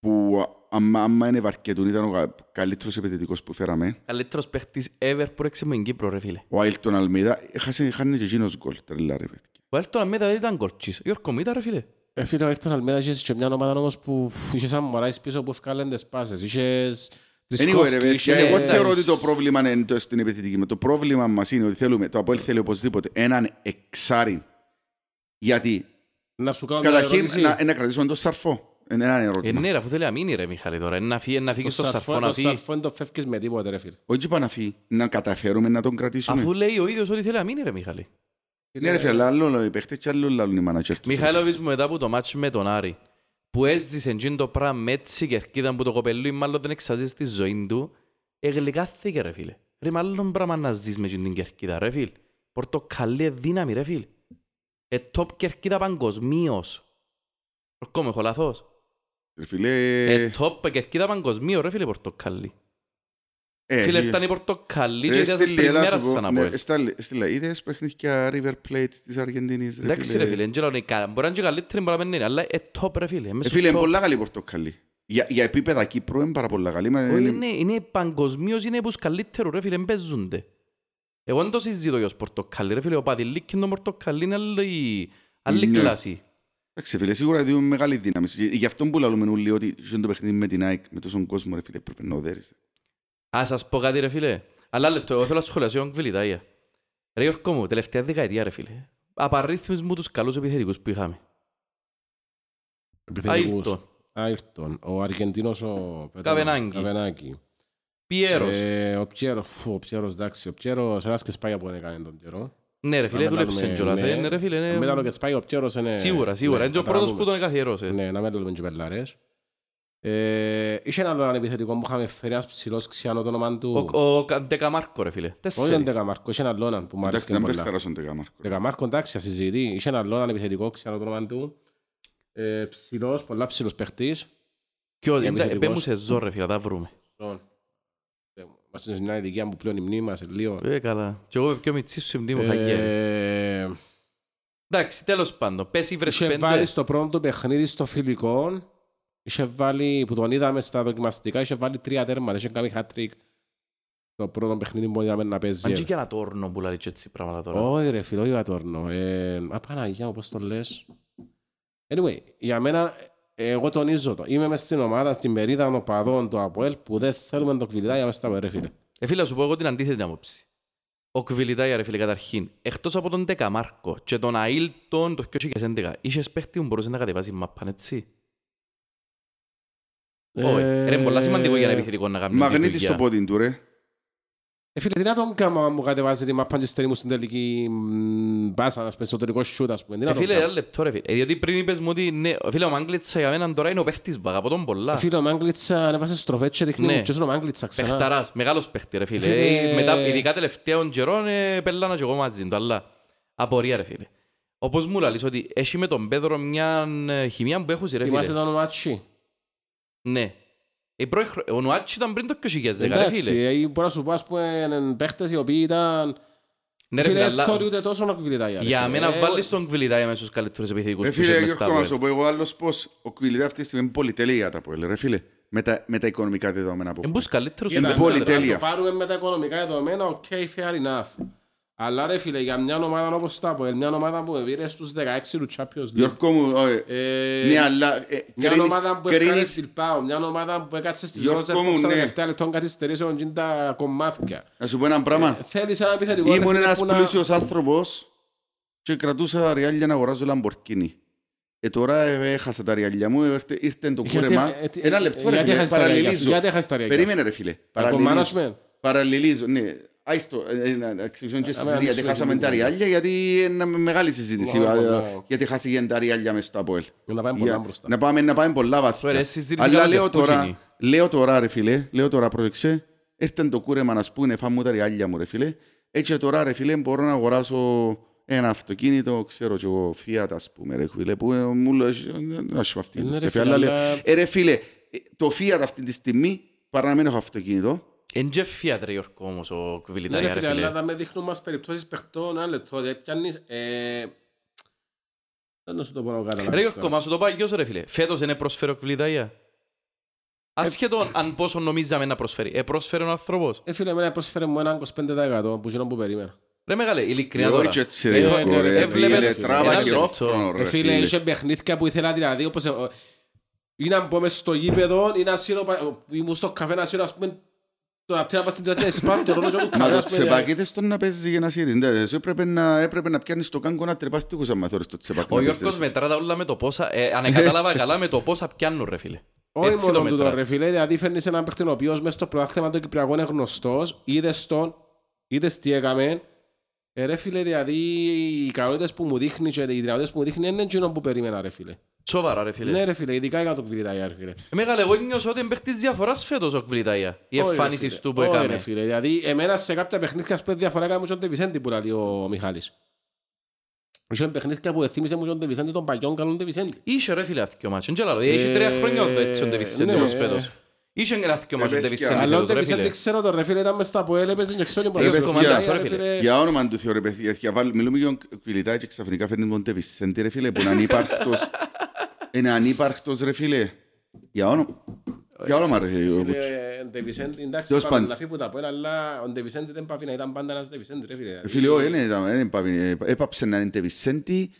Speaker 2: που α- άμα, άμα είναι βαρκετούν, ήταν ο γα- καλύτερος επιθετικός που φέραμε.
Speaker 1: Καλύτερος παίχτης er ever που έξε με την Κύπρο ρε φίλε.
Speaker 2: Ο Αίλτον Αλμέιδα, χάσε, χάνε και εκείνος γκολ, τρελά ρε παιδιά.
Speaker 1: Ο Έλτον Αλμίδα δεν ήταν κορτσής. Ο Γιώργο μου ήταν ρε φίλε.
Speaker 3: Ε, φίλε, ο Έκτον Αλμέδα είχες και μια ομάδα όμως που είχες σαν Μωράης πίσω που ευκάλεν τις πάσες. Είχες
Speaker 2: Anyway, ρε,
Speaker 3: Τρισκόφσκι,
Speaker 2: παιδιά,
Speaker 3: είχες...
Speaker 2: εγώ θεωρώ ότι το πρόβλημα είναι το- στην επιθετική. μας. Το πρόβλημα μας είναι ότι θέλουμε, το Αποέλ θέλει οπωσδήποτε έναν εξάρι. Γιατί,
Speaker 3: Να σου κάνω μια
Speaker 2: καταρχήν,
Speaker 3: ερώτηση.
Speaker 2: να, ε, να κρατήσουμε τον σαρφό. Είναι ένα
Speaker 1: Ε,
Speaker 2: ερώτημα.
Speaker 1: ναι ρε, αφού θέλει να μείνει ρε Μιχάλη τώρα. Είναι να φύγει, είναι να φύγει
Speaker 3: Το
Speaker 1: στο
Speaker 3: σαρφό
Speaker 1: σαρφό να
Speaker 3: το
Speaker 1: φύγει.
Speaker 3: σαρφό δεν το φεύγεις με τίποτε ρε φίλε.
Speaker 2: Όχι πάνω να φύγει, να καταφέρουμε να τον κρατήσουμε. Ε,
Speaker 1: Αφού λέει ο ίδιος ότι θέλει να μείνει ρε Μιχάλη.
Speaker 2: Ναι ρε φίλε, αλλά άλλο λέει οι παίχτες και άλλο λαλούν οι μάνατζερ τους.
Speaker 1: Μιχαήλοβιτς μου μετά από το μάτσο με τον Άρη που έζησε εκείνο το πράγμα με έτσι κερκίδα που το κοπελούι μάλλον δεν εξαζείς στη ζωή του εγλυκάθηκε ρε φίλε. Ρε μάλλον πράγμα να ζεις με εκείνη την κερκίδα ρε φίλε. Πορτοκαλί δύναμη ρε φίλε. Ε top κερκίδα παγκοσμίως. Ορκόμαι έχω λαθός.
Speaker 2: Ρε φίλε,
Speaker 1: Ε top κερκίδα παγκοσμίως ρε φίλε πορτοκαλί.
Speaker 2: ε,
Speaker 1: Φίλε
Speaker 2: ε,
Speaker 1: ήταν η πορτοκαλί και
Speaker 2: Ρε,
Speaker 1: ήταν σας
Speaker 2: στείλε, έλα
Speaker 1: πριμέρας
Speaker 2: σου πω,
Speaker 1: σαν να πω. ε.
Speaker 2: ναι, στάλε- στείλε, είδες παιχνίδια River Plate της Αργεντινής, ρε
Speaker 1: Εντάξει ρε φίλε, εν τζελώνει κα- μπορεί να είναι και καλύτερη μπορεί να μην είναι, αλλά ε top ρε φίλε.
Speaker 2: Ε,
Speaker 1: μέσα
Speaker 2: φίλε,
Speaker 1: στο
Speaker 2: είναι
Speaker 1: top.
Speaker 2: πολλά καλή η πορτοκαλί. Για, για επίπεδα Κύπρου είναι πάρα πολλά καλή. μα
Speaker 3: Ε,
Speaker 1: Όχι,
Speaker 2: είναι-
Speaker 1: είναι, είναι παγκοσμίως, είναι πους καλύτερο ρε φίλε, παίζονται. Εγώ δεν το συζητώ για ως πορτοκαλί ρε φίλε, ο Παδηλίκ και το πορτοκαλί είναι άλλη, άλλη
Speaker 2: Ναι.
Speaker 1: κλάση.
Speaker 2: Εντάξει, φίλε, σίγουρα δίνουν μεγάλη δύναμη. Γι- Γι' αυτό που λαλούμε όλοι ότι είναι το παιχνίδι με την ΑΕΚ, με τόσον κόσμο, ρε φίλε, πρέπει να οδέρεις.
Speaker 1: Α, σας πω κάτι ρε φίλε. Αλλά λεπτό, εγώ θέλω να σχολιάσω τον Κβιλιτάγια. Ρε Γιώργο μου, τελευταία δεκαετία ρε φίλε. Απαρίθμεις μου τους καλούς επιθετικούς που είχαμε.
Speaker 3: Επιθετικούς.
Speaker 1: Άιλτον,
Speaker 3: Άιρτον, ο Αργεντίνος ο Πέτρο-
Speaker 1: Καβενάγκη.
Speaker 3: Καβενάγκη.
Speaker 1: Πιέρος.
Speaker 3: Ε, ο Πιέρος, φου, ο Πιέρος, εντάξει, ο Πιέρος, ένας και σπάει από δεν έκανε τον Πιέρο.
Speaker 1: Ναι ρε φίλε,
Speaker 3: να
Speaker 1: δούλεψε
Speaker 3: μιλάμε,
Speaker 1: κιόλας.
Speaker 3: ναι.
Speaker 1: ε, Ναι ρε φίλε,
Speaker 3: Αν Μετά το
Speaker 1: ναι.
Speaker 3: και σπάει ο Πιέρος είναι...
Speaker 1: Σίγουρα, σίγουρα.
Speaker 3: ναι,
Speaker 1: Είναι ο
Speaker 3: να τα
Speaker 1: πρώτος
Speaker 3: πούμε.
Speaker 1: που τον καθιερώσε.
Speaker 3: Ναι, να μην λέμε και πελάρες. Ε, είχε ένα άλλο επιθετικό που είχαμε φέρει ένας ψηλός ξιάνο το όνομα του.
Speaker 1: Ο- Ο Ντεκαμάρκο ρε φίλε.
Speaker 3: Όχι τον
Speaker 1: Τέσσερις.
Speaker 3: Δεκαμάρκο, είχε ένα άλλο που
Speaker 2: Εντάξει,
Speaker 3: μου άρεσε
Speaker 2: δεν
Speaker 3: πολλά.
Speaker 2: παιχταράς τον Τεκαμάρκο.
Speaker 3: Δεκαμάρκο, εντάξει, ασυζητεί. Είχε ένα άλλο επιθετικό ξιάνο το όνομα του. Ε, ψηλός, πολλά ψηλός παίχτης.
Speaker 1: Ποιος,
Speaker 3: Ε,
Speaker 1: εντάξει,
Speaker 3: επιθετικός.
Speaker 1: πες μου σε ζω ρε φίλε, θα τα βρούμε.
Speaker 3: Ε, Είμαστε σε μια ηλικία που πλέον η μνήμη μας, ε, λίγο.
Speaker 1: Ε, καλά. Κι εγώ πιο μητσής σου μνήμη μου χαγιά.
Speaker 3: Ε,
Speaker 1: Ε, Εντάξει, τέλος πάντων. Πες ή βρες
Speaker 3: Είχε
Speaker 1: πέντε.
Speaker 3: βάλει στο πρώτο του παιχνίδι στο φιλικό, είχε βάλει, που τον είδαμε στα δοκιμαστικά, είχε βάλει τρία τέρματα, είχε κάνει hat-trick το πρώτο παιχνίδι που είδαμε να
Speaker 1: Αν και
Speaker 3: παίζει.
Speaker 1: και ένα τόρνο που λέει και έτσι πράγματα τώρα.
Speaker 3: Όχι ρε φίλο, όχι Βατόρνο. Ε, Απαναγιά, όπως το λες. Anyway, για μένα, ε, εγώ τονίζω το. Είμαι μες στην ομάδα, στην περίδα των οπαδών του ΑΠΟΕΛ που δεν θέλουμε το κβιλιτάγια μέσα στα παιδιά, ρε φίλε.
Speaker 1: Ε, φίλε, να σου πω εγώ την αντίθετη άποψη. Ο Κβιλιτάγια, ρε φίλε, καταρχήν, εκτός από τον Τεκαμάρκο και τον Αίλτον το 2011, είχες παίχτη που μπορούσε να κατεβάσει μαπάν, έτσι. Όχι,
Speaker 3: Ε,
Speaker 1: ρε, είναι πολλά σημαντικό για ένα επιθετικό να κάνει
Speaker 2: Μαγνήτη
Speaker 1: λειτουργία.
Speaker 2: στο πόδι του, ρε.
Speaker 3: Ε, φίλε, τι να τον κάνω άμα μου κατεβάζει τη μάπα και στερεί μου στην τελική μ, μπάσα, να πούμε, στο τελικό shoot, ας πούμε. Τι να
Speaker 1: Ε,
Speaker 3: τον
Speaker 1: φίλε,
Speaker 3: κάνω.
Speaker 1: ένα λεπτό, ρε φίλε. Ε, διότι πριν είπες μου ότι ναι, ε, φίλε, ο Μάγκλητσα για μένα τώρα είναι ο παίχτης μου, αγαπώ τον πολλά.
Speaker 3: Φίλε, ο Μάγκλητσα ανέβασε στροφές και δείχνει
Speaker 1: Ναι.
Speaker 3: μου ποιος είναι ο Μάγκλητσα ξανά.
Speaker 1: Πεχταράς, μεγάλος παίχτη ρε φίλε.
Speaker 3: Φίλε-
Speaker 1: Ε, Μετά, ειδικά τελευταίων καιρών, ε, πελάνα και εγώ μαζί του, αλλά απορία ρε φίλε. Όπως μου λαλείς ότι έχει με τον Πέδρο μια ε, χημία που έχω ρε
Speaker 3: Θυμάστε
Speaker 1: φίλε.
Speaker 3: το όνομα Τσι.
Speaker 1: Ναι. Η πρώη χρο- Ο Νουάτσι ήταν πριν το 2010 ρε
Speaker 3: Εντάξει,
Speaker 1: φίλε.
Speaker 3: ε, μπορώ να σου πω, ας πούμε, εν- παίχτες οι οποίοι ήταν...
Speaker 1: Ναι ρε
Speaker 3: Φίλε,
Speaker 1: φίλε,
Speaker 3: δεν
Speaker 1: αλλά
Speaker 3: θεωρεί ούτε τόσο να κουβιλητάει, ρε,
Speaker 1: για
Speaker 3: φίλε.
Speaker 1: μένα
Speaker 3: Ε,
Speaker 1: βάλεις τον Κβιλιτάη μέσα στους καλύτερους επιθετικούς
Speaker 2: Ρε
Speaker 1: που είχε
Speaker 2: Ε, φίλε,
Speaker 1: μες
Speaker 2: Γιώργο,
Speaker 1: στα
Speaker 2: να
Speaker 1: ΑΠΟΕΛ.
Speaker 2: σου πω εγώ άλλος πως ο Κουιλιδά αυτή τη στιγμή είναι πολυτελεία τα ΑΠΟΕΛ, ρε φίλε. Με τα, με τα οικονομικά δεδομένα που
Speaker 1: Εν
Speaker 2: έχουμε.
Speaker 1: πούς καλύτερους
Speaker 3: Κοίτα,
Speaker 1: σου
Speaker 2: πολύ
Speaker 1: λέω.
Speaker 3: ναι,
Speaker 2: τέλεια.
Speaker 3: αν το πάρουμε με τα οικονομικά δεδομένα, οκ, fair enough. Αλλά ρε φίλε, για μια ομάδα όπως τα ΑΠΟΕΛ, μια ομάδα που πήρε στους 16 του Champions League.
Speaker 2: Γιώργο μου, ε,
Speaker 3: ε,
Speaker 2: ναι, αλλά ε,
Speaker 3: Μια
Speaker 2: κρίνεις-
Speaker 3: ομάδα που
Speaker 2: κρίνεις-
Speaker 3: έφτανε Μπιλμπάο, μια ομάδα που έκατσε στις
Speaker 2: Γιώργο
Speaker 3: ρόζερ
Speaker 2: μου,
Speaker 3: που στα
Speaker 2: ναι.
Speaker 3: τελευταία λεπτών καθυστερήσεων και τα κομμάτια.
Speaker 2: να σου πω ένα πράγμα.
Speaker 3: Θέλεις ένα επιθετικό Ε, ρε
Speaker 2: Ήμουν
Speaker 3: φίλε,
Speaker 2: ένας
Speaker 3: που να-
Speaker 2: πλούσιος άνθρωπος και κρατούσα ριάλια να αγοράζω λαμπορκίνι. Ε, τώρα ε, έχασα τα ριάλια μου, ήρθε, ήρθε το
Speaker 3: Γιατί-
Speaker 2: κούρεμα.
Speaker 3: ε, τι-
Speaker 2: Ένα
Speaker 3: ε,
Speaker 2: λεπτό, ρε
Speaker 3: γιατί
Speaker 2: φίλε,
Speaker 3: έχασες τα ριάλια σου,
Speaker 2: παραλληλίζω.
Speaker 3: γιατί έχασες τα ριάλια σου.
Speaker 2: Περίμενε, ρε φίλε.
Speaker 3: Το
Speaker 2: Παραλληλίζω.
Speaker 3: management.
Speaker 2: Παραλληλίζω, ναι. Άιστο, να εξηγήσω και
Speaker 3: Ε,
Speaker 2: στη συζήτηση,
Speaker 3: να
Speaker 2: γιατί
Speaker 3: μιλήσουμε
Speaker 2: χάσαμε
Speaker 3: λίγο.
Speaker 2: τα ριάλια, γιατί είναι μια μεγάλη συζήτηση,
Speaker 3: Μπράβο,
Speaker 2: ε,
Speaker 3: μπράβο.
Speaker 2: γιατί χάσαμε τα ριάλια μες στο ΑΠΟΕΛ.
Speaker 3: Να πάμε
Speaker 2: Για-
Speaker 3: πολλά μπροστά.
Speaker 2: Να πάμε, να πάμε πολλά
Speaker 1: Ωραία,
Speaker 2: βαθιά.
Speaker 1: συζήτηση
Speaker 2: Αλλά
Speaker 1: καλά
Speaker 2: λέω
Speaker 1: λεπτό
Speaker 2: τώρα,
Speaker 1: γίνει.
Speaker 2: λέω τώρα ρε φίλε, λέω τώρα πρόσεξε, έρθεν το κούρεμα να σπούν, φάμε τα ριάλια μου ρε φίλε, έτσι τώρα ρε φίλε μπορώ να αγοράσω ένα αυτοκίνητο, ξέρω κι εγώ, Fiat ας πούμε ρε φίλε, που ε, μου λέω, «Εσύ, ε, να σου αυτή
Speaker 3: Ναι, ρε
Speaker 2: τη
Speaker 3: φίλε,
Speaker 2: αλλά λέω,
Speaker 3: αλλά-
Speaker 2: «Ε, ρε φίλε, ε, το Fiat αυτή τη στιγμή παρά να μην έχω αυτοκίνητο,
Speaker 1: Εν και φιάτρε Γιώργο όμως ο
Speaker 3: Ναι,
Speaker 1: Κβιλιτάη
Speaker 3: ρε
Speaker 1: ρε
Speaker 3: φίλε,
Speaker 1: φίλε.
Speaker 3: αλλά με δείχνουν μας περιπτώσεις παιχτών, ένα λεπτό, δηλαδή πιάνεις... ε, Δεν σου το μπορώ να καταλάβεις
Speaker 1: Ρε
Speaker 3: τώρα.
Speaker 1: Γιώργο, μα σου το πάει γιος ρε φίλε. Φέτος δεν προσφέρει ο Κβιλιτάη. Ασχέτον αν πόσο νομίζαμε να προσφέρει. Ε, πρόσφερε ο άνθρωπος.
Speaker 3: Ε, φίλε, εμένα πρόσφερε μου έναν 25% που γίνον που περίμενα.
Speaker 1: Ρε μεγάλε, ειλικρινά
Speaker 2: Εγώ
Speaker 1: τώρα.
Speaker 2: έτσι έτσι ρε
Speaker 3: Ναι,
Speaker 2: Γιώργο,
Speaker 3: ναι,
Speaker 2: ρε
Speaker 3: ναι,
Speaker 2: φίλε,
Speaker 3: ναι,
Speaker 2: τράβα
Speaker 3: ναι,
Speaker 2: χειρόφρονο,
Speaker 1: ναι,
Speaker 2: ρε
Speaker 3: Ε, φίλε,
Speaker 2: φίλε.
Speaker 3: είχε παιχνίδια που ήθελα δηλαδή, όπως... ε, ο- Ή να μπω μες στο γήπεδο, ή να σύρω... πα- ο- Ήμουν στο καφέ να σύρω, ας πούμε, τον απτήρα πας στην τριάτια, σπάπτω, ρόλο του
Speaker 2: Μα
Speaker 3: καφέ,
Speaker 2: το
Speaker 3: ας πούμε.
Speaker 2: τσεπακίδες τον να παίζεις για να σύρει. Ναι, εσύ έπρεπε να, έπρεπε να πιάνεις το κάγκο να τρεπάς τείχους άμα θεωρείς το τσεπάκι.
Speaker 1: Ο
Speaker 2: να παίζεις,
Speaker 1: Γιώργος
Speaker 2: ρε.
Speaker 1: μετρά τα όλα με το πόσα, ε, αν κατάλαβα καλά, με το πόσα πιάνουν ρε φίλε.
Speaker 3: Όχι
Speaker 1: Έτσι το
Speaker 3: μόνο τούτο
Speaker 1: μετράς.
Speaker 3: ρε φίλε, δηλαδή φέρνεις έναν παίκτη ο οποίος μες στο πρωτάθλημα των Κυπριακών είναι γνωστός, είδες τον, είδες τι έκαμε. Ε, ρε φίλε, δηλαδή οι ικανότητες που μου δείχνει και οι δυνατότητες που μου δείχνει είναι εκείνο που περίμενα ρε φίλε.
Speaker 1: Σοβαρά ρε φίλε.
Speaker 3: Ναι ρε φίλε, ειδικά για τον Κβιλιταγιά ρε φίλε.
Speaker 1: Ε, Μεγάλε, εγώ νιώθω ότι παίχτης διαφοράς φέτος ο Κβιλιτάη. Η
Speaker 3: Όχι, ρε
Speaker 1: εμφάνισης
Speaker 3: φίλε.
Speaker 1: του που
Speaker 3: Όχι,
Speaker 1: έκαμε.
Speaker 3: ρε φίλε. Δηλαδή, εμένα σε κάποια παιχνίδια σπέτει διαφορά έκαμε τον Τεβισέντη που λέει ο Μιχάλης. Είχε παιχνίδια που εθύμισε μου τον Τεβισέντη τον παλιόν καλόν Τεβισέντη.
Speaker 1: Είχε ρε φίλε αθκιο μάτς, είναι και λαλό. Είχε τρία
Speaker 3: Ε,
Speaker 1: χρόνια ο Δέτσιον Ντεβισέντε
Speaker 3: ναι.
Speaker 1: όμως φέτος. Είχε ένα αθκιο μάτς ο
Speaker 2: Ε, παιδιά.
Speaker 1: Ντεβισέντε
Speaker 3: Αλλά ο
Speaker 1: φέτος ρε
Speaker 3: Τεβισέντη
Speaker 1: φίλε.
Speaker 3: ξέρω τον ρε φίλε, ήταν μες στα που έλεπες και ξέρω
Speaker 1: Ε,
Speaker 3: πολλά
Speaker 2: παιδιά,
Speaker 3: παιχνίδια,
Speaker 1: τώρα,
Speaker 3: ρε
Speaker 1: φίλε.
Speaker 3: φίλε.
Speaker 2: Για όνομα του Θεώρη παιδιά, βάλ- μιλούμε για τον Κβιλιτάκη και ξαφνικά φέρνει τον Τεβισέντη ρε φίλε, που είναι ανύπαρκτος. Είναι ανύπαρκτος ρε φίλε. Για όνομα. Για όνομα ρε ο Κουτσ.
Speaker 3: Ε, Φίλε, ο Ντεβισέντη, εντάξει,
Speaker 2: Τέλος
Speaker 3: πάμε
Speaker 2: πάντων.
Speaker 3: να φύγει που τα πω, αλλά ο Ντεβισέντη δεν πάει να ήταν πάντα ένας Ντεβισέντη, ρε φίλε.
Speaker 2: Ε,
Speaker 3: Δηλαδή,
Speaker 2: Φίλε, όχι, δεν ήταν- δεν είπαμε, ε, έπαψε να είναι Τεβισέντη,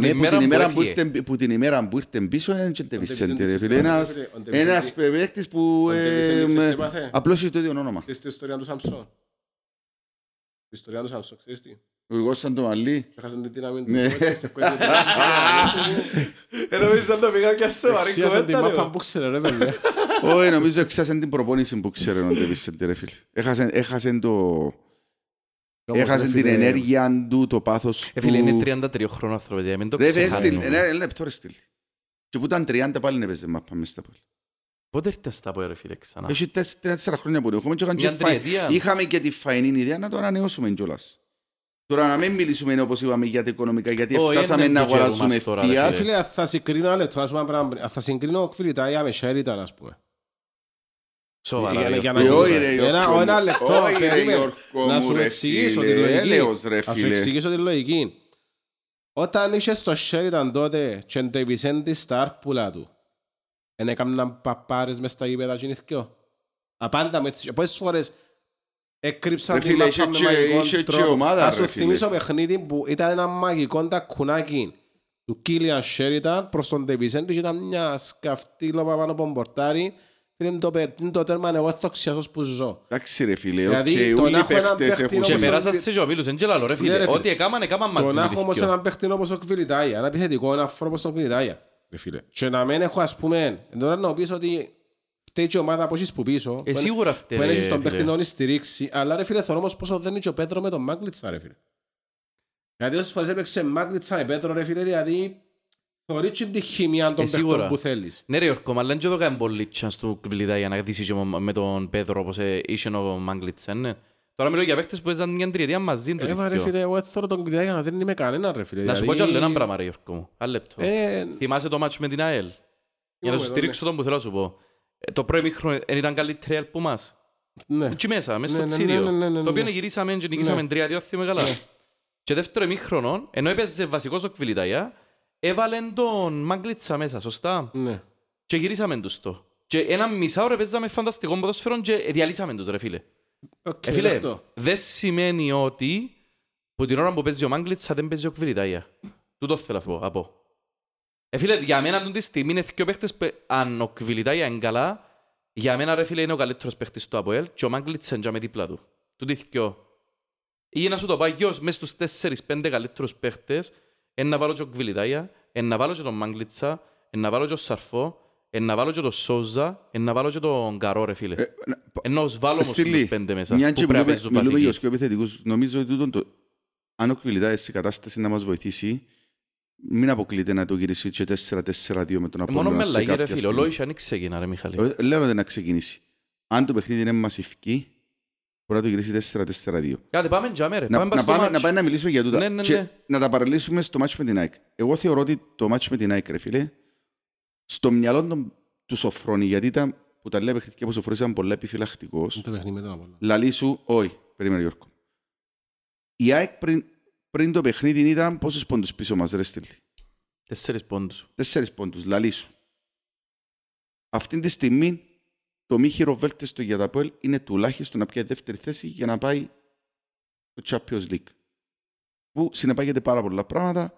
Speaker 1: την
Speaker 2: που την
Speaker 1: ημέρα
Speaker 2: ημέρα
Speaker 1: που
Speaker 2: που
Speaker 1: έφυγε.
Speaker 2: ήρθε- που την ημέρα που ήρθε πίσω ε, δεν είναι
Speaker 3: Ντεβισέντη
Speaker 2: Τεβισέντη ρε
Speaker 3: ξέρεις
Speaker 2: φίλε.
Speaker 3: τι έπαθε,
Speaker 2: Ένας-
Speaker 3: ρε φίλε, ο Ντεβισέντη-
Speaker 2: Ένας παίκτης που
Speaker 3: ο Ντεβισέντη
Speaker 2: ε,
Speaker 3: ξέρεις τι
Speaker 2: με-
Speaker 3: έπαθε.
Speaker 2: απλώς έχει το ίδιο όνομα.
Speaker 3: Ξέρεις την ιστορία του Σαμψόν. Την ιστορία του Σαμψόν, ξέρεις τι.
Speaker 2: Εγώ σαν το μαλλί.
Speaker 3: Έχασαν την δύναμη του.
Speaker 2: Ναι.
Speaker 3: ξέρεις, το κόλλησε την δύναμη του.
Speaker 1: Ε, νομίζω να πήγα μια σοβαρή
Speaker 3: Εξίασαν την
Speaker 1: κουβέντα, ρε.
Speaker 3: μάπα που ξέρε, ρε παιδί.
Speaker 2: Όχι, ε, νομίζω εξάσαν την προπόνηση που ξέρει ο Ντεβισέντη ρε φίλε. Έχασαν- Έχασαν το... Έχασαν την ενέργεια του, το πάθος
Speaker 1: Ε,
Speaker 2: του.
Speaker 1: φίλε, είναι 33 χρόνια άνθρωποι, δηλαδή, μην το
Speaker 2: Ρε, ρε, στείλ,
Speaker 1: ξεχάνουμε.
Speaker 2: ένα
Speaker 3: ναι.
Speaker 2: ένα ε, λεπτό ρε στείλ. Και που ήταν 30 πάλι έπαιζε μάπα μες στα πόλη.
Speaker 1: Πότε ήρθε στα πω, ρε φίλε, ξανά.
Speaker 2: Έχει τέσ- τρία-τέσσερα χρόνια που το έχουμε και είχαν και
Speaker 1: Μια
Speaker 2: φαϊ-
Speaker 1: τριετία.
Speaker 2: Είχαμε και τη φαϊνή ιδέα να το ανανεώσουμε κιόλας. Τώρα να μην μιλήσουμε όπως είπαμε για τα οικονομικά, γιατί
Speaker 1: Ω,
Speaker 2: φτάσαμε
Speaker 1: είναι
Speaker 2: να
Speaker 1: το καιρό
Speaker 2: αγοράσουμε
Speaker 1: μας τώρα, ρε,
Speaker 2: Fiat.
Speaker 1: φίλε.
Speaker 3: Φίλε, θα συγκρίνω ένα λεπτό, ας πούμε, ένα πράγμα. θα συγκρίνω Κβιλιτάια με Sheridan, ας πούμε.
Speaker 1: Σοβαρά,
Speaker 3: για-
Speaker 1: ρε,
Speaker 3: για να
Speaker 2: Ε,
Speaker 1: Γιώργο.
Speaker 2: όχι, ρε,
Speaker 3: Ένα-
Speaker 2: Γιώργο
Speaker 3: ένα
Speaker 2: μου.
Speaker 3: λεπτό,
Speaker 2: Όχι, ρε,
Speaker 3: περίμενε.
Speaker 2: Γιώργο
Speaker 3: Να
Speaker 2: μου,
Speaker 3: σου
Speaker 2: ρε,
Speaker 3: εξηγήσω
Speaker 2: φίλε.
Speaker 3: τη λογική.
Speaker 2: Έλεος, ρε,
Speaker 3: Θα σου
Speaker 2: φίλε.
Speaker 3: εξηγήσω τη λογική. Όταν είχε στο Sheridan τότε και τον Τεβισέντη στα άρπουλα του, δεν έκαναν παπάρες μες στα γήπεδα κινηθκιό. Απάντα μου έτσι. Και Πόσες φορές έκρυψαν
Speaker 2: Ρε
Speaker 3: την
Speaker 2: φίλε,
Speaker 3: μάπα
Speaker 2: είχε
Speaker 3: με
Speaker 2: και- είχε
Speaker 3: μαγικό
Speaker 2: και
Speaker 3: τρόπο.
Speaker 2: ομάδα,
Speaker 3: Θα
Speaker 2: ρε,
Speaker 3: σου
Speaker 2: φίλε.
Speaker 3: θυμίσω παιχνίδι που ήταν ένα μαγικό τακουνάκι του Κίλιαν Sheridan προς τον Τεβισέντη και ήταν μια σκαφτή λόπα πάνω από τον πορτάρι. Είναι το, πε- είναι το τέρμα εγώ τοξιασός που ζω.
Speaker 2: Εντάξει ρε φίλε,
Speaker 3: Δηλαδή,
Speaker 2: οκ,
Speaker 3: το
Speaker 2: όλοι
Speaker 3: να
Speaker 2: οι
Speaker 3: έχω έναν
Speaker 2: παίχτες
Speaker 3: παίχτη
Speaker 2: έχουν Ε,
Speaker 1: Και
Speaker 3: όπως
Speaker 2: σημασία.
Speaker 1: περάσαν σε ομίλους, δεν γελαλώ, ρε
Speaker 3: Ναι, ρε,
Speaker 1: φίλε.
Speaker 3: φίλε.
Speaker 1: Ό,τι έκαναν, έκαναν μαζί.
Speaker 3: Το να
Speaker 1: τους
Speaker 3: έχω όμως
Speaker 1: δυο.
Speaker 3: έναν παίχτη όπως ο Κβιλιτάγια, ένα επιθετικό, ένα φόρο όπως τον Κβιλιτάγια. Ρε φίλε. Και να μην έχω ας πούμε, τώρα να πεις ότι φταίει και η ομάδα που έχεις που πίσω,
Speaker 1: Ε,
Speaker 3: που εν-
Speaker 1: σίγουρα αυτή,
Speaker 3: που
Speaker 1: ρε,
Speaker 3: δεν έχεις τον
Speaker 1: φίλε.
Speaker 3: παίχτη να τον στηρίξει, αλλά ρε φίλε θεωρώ όμως πόσο δεν είναι και ο Πέτρο με τον Μάγκλητσα ρε φίλε. Γιατί όσες φορές έπαιξε Μάγκλητσα με Πέτρο ρε φίλε, δηλαδή θεωρείς και τη χημία των
Speaker 1: Ε, σίγουρα.
Speaker 3: παίχτων που θέλεις.
Speaker 1: Ναι ρε Γιώργο, μα λένε και εδώ κάνει πολύ chance του Κβιλιτάη να δείξει και με τον Πέδρο όπως ε, είχε ο Μάγκλιτς, ναι. Τώρα μιλώ για παίχτες που έζαν μια τριετία μαζί του.
Speaker 3: Έμα Ε, ρε φίλε, εγώ θέλω τον κουτιά για να δεν είμαι κανένα ρε φίλε. δηλαδή-
Speaker 1: Να σου πω κι άλλο ένα πράγμα ρε Γιώργο μου. Ένα λεπτό.
Speaker 3: Ε,
Speaker 1: Θυμάσαι το μάτσο με την ΑΕΛ. Για να σου
Speaker 3: ναι.
Speaker 1: στηρίξω τον που θέλω να σου πω. Ε, Το πρώτο μήχρονο δεν ήταν καλύτερη η ΑΕΛ που μας.
Speaker 3: ναι.
Speaker 1: Εκεί μέσα, μέσα στο
Speaker 3: Ναι, ναι,
Speaker 1: τσίριο.
Speaker 3: ναι, ναι, ναι, ναι,
Speaker 1: Το οποίο
Speaker 3: ναι.
Speaker 1: γυρίσαμε και νικήσαμε
Speaker 3: Ναι.
Speaker 1: 3-2, θυμούμε καλά. Και δεύτερο ημίχρονο, ενώ έπαιζε βασικός ο Κβιλιταγιά, έβαλε τον Μάγκλητσα μέσα, σωστά.
Speaker 3: Ναι.
Speaker 1: Και γυρίσαμε τους το. Και ένα μισάωρο παίζαμε φανταστικό ποδοσφαιρό και διαλύσαμε τους ρε φίλε.
Speaker 3: Οκ,
Speaker 1: Ε, φίλε,
Speaker 3: δεκτό.
Speaker 1: δεν σημαίνει ότι που την ώρα που παίζει ο Μάγκλητσα δεν παίζει ο Κβιλιταγιά. Τούτο θέλω να πω- να πω. Ε, φίλε, για μένα τούτη στιγμή είναι δύο παίχτες που αν ο Κβιλιτάγια είναι καλά, για μένα ρε φίλε είναι ο καλύτερος παίχτης του ΑΠΟΕΛ και ο Μάγκλητς είναι με δίπλα του. Τούτη δυο. Ή να σου το πάει γιος μέσα στους τέσσερις-πέντε καλύτερους παίχτες, εν να βάλω και ο Κβιλιτάγια, εν να βάλω και τον Μάγκλητσα, εν να βάλω και ο Σαρφό, εν να βάλω και τον Σόζα, εν να βάλω και τον Καρό ρε φίλε.
Speaker 2: Ε, να-
Speaker 1: Εν να τους βάλω όμως
Speaker 2: Στυλί,
Speaker 1: τους πέντε μέσα
Speaker 2: Ε, Μια
Speaker 1: που
Speaker 2: και
Speaker 1: πρέπει να
Speaker 2: μιλούμε,
Speaker 1: παίζουν
Speaker 2: μιλούμε για
Speaker 1: βασικοί.
Speaker 2: τους πιο επιθετικούς, νομίζω ότι τούτον το... αν ο Κβιλιτάης σε κατάσταση να μας βοηθήσει, μην αποκλείται να το γυρίσει και 4-4-2 με τον
Speaker 1: Ε, Μόνο
Speaker 2: Απόλλωνα
Speaker 1: με
Speaker 2: σε
Speaker 1: αλλαγή ρε
Speaker 2: κάποια
Speaker 1: φίλε, ο
Speaker 2: στιγμή.
Speaker 1: Λόης αν ξεκινά ρε Μιχαλή.
Speaker 2: Ε, Λέω ότι να ξεκινήσει. Αν το παιχνίδι είναι μασιφική, μπορεί να το γυρίσει 4-4-2.
Speaker 1: Κάτε πάμε τζάμε ρε,
Speaker 2: Να,
Speaker 1: Ε, πάμε
Speaker 2: να,
Speaker 1: πας στο
Speaker 2: πάμε, να
Speaker 1: μάτς.
Speaker 2: πάμε να μιλήσουμε για τούτα.
Speaker 1: Ναι, ναι,
Speaker 2: Και
Speaker 1: ναι.
Speaker 2: να τα παραλύσουμε στο μάτσο με την ΑΕΚ. Εγώ θεωρώ ότι το μάτσο με την ΑΕΚ, ρε φίλε, στο μυαλό των- τους Σοφρόνη, γιατί ήταν που τα λέει παιχνίδια που ο Σοφρόνης ήταν πολύ επιφυλακτικός,
Speaker 3: Είναι
Speaker 1: Ναι.
Speaker 3: το παιχνίδι με τον Απόλλωνα.
Speaker 2: Λαλή σου, όχι, περίμενε Γιώργο. Η ΑΕΚ πριν, πριν το παιχνίδι ήταν πόσους πόντους πίσω μας, ρε στείλει.
Speaker 1: Τέσσερις πόντους.
Speaker 2: Τέσσερις πόντους, λαλή σου. Αυτή τη στιγμή το μη χειροβέλτιστο για τα ΠΟΕΛ είναι τουλάχιστον να πιάει δεύτερη θέση για να πάει το Champions League. Που συνεπάγεται πάρα πολλά πράγματα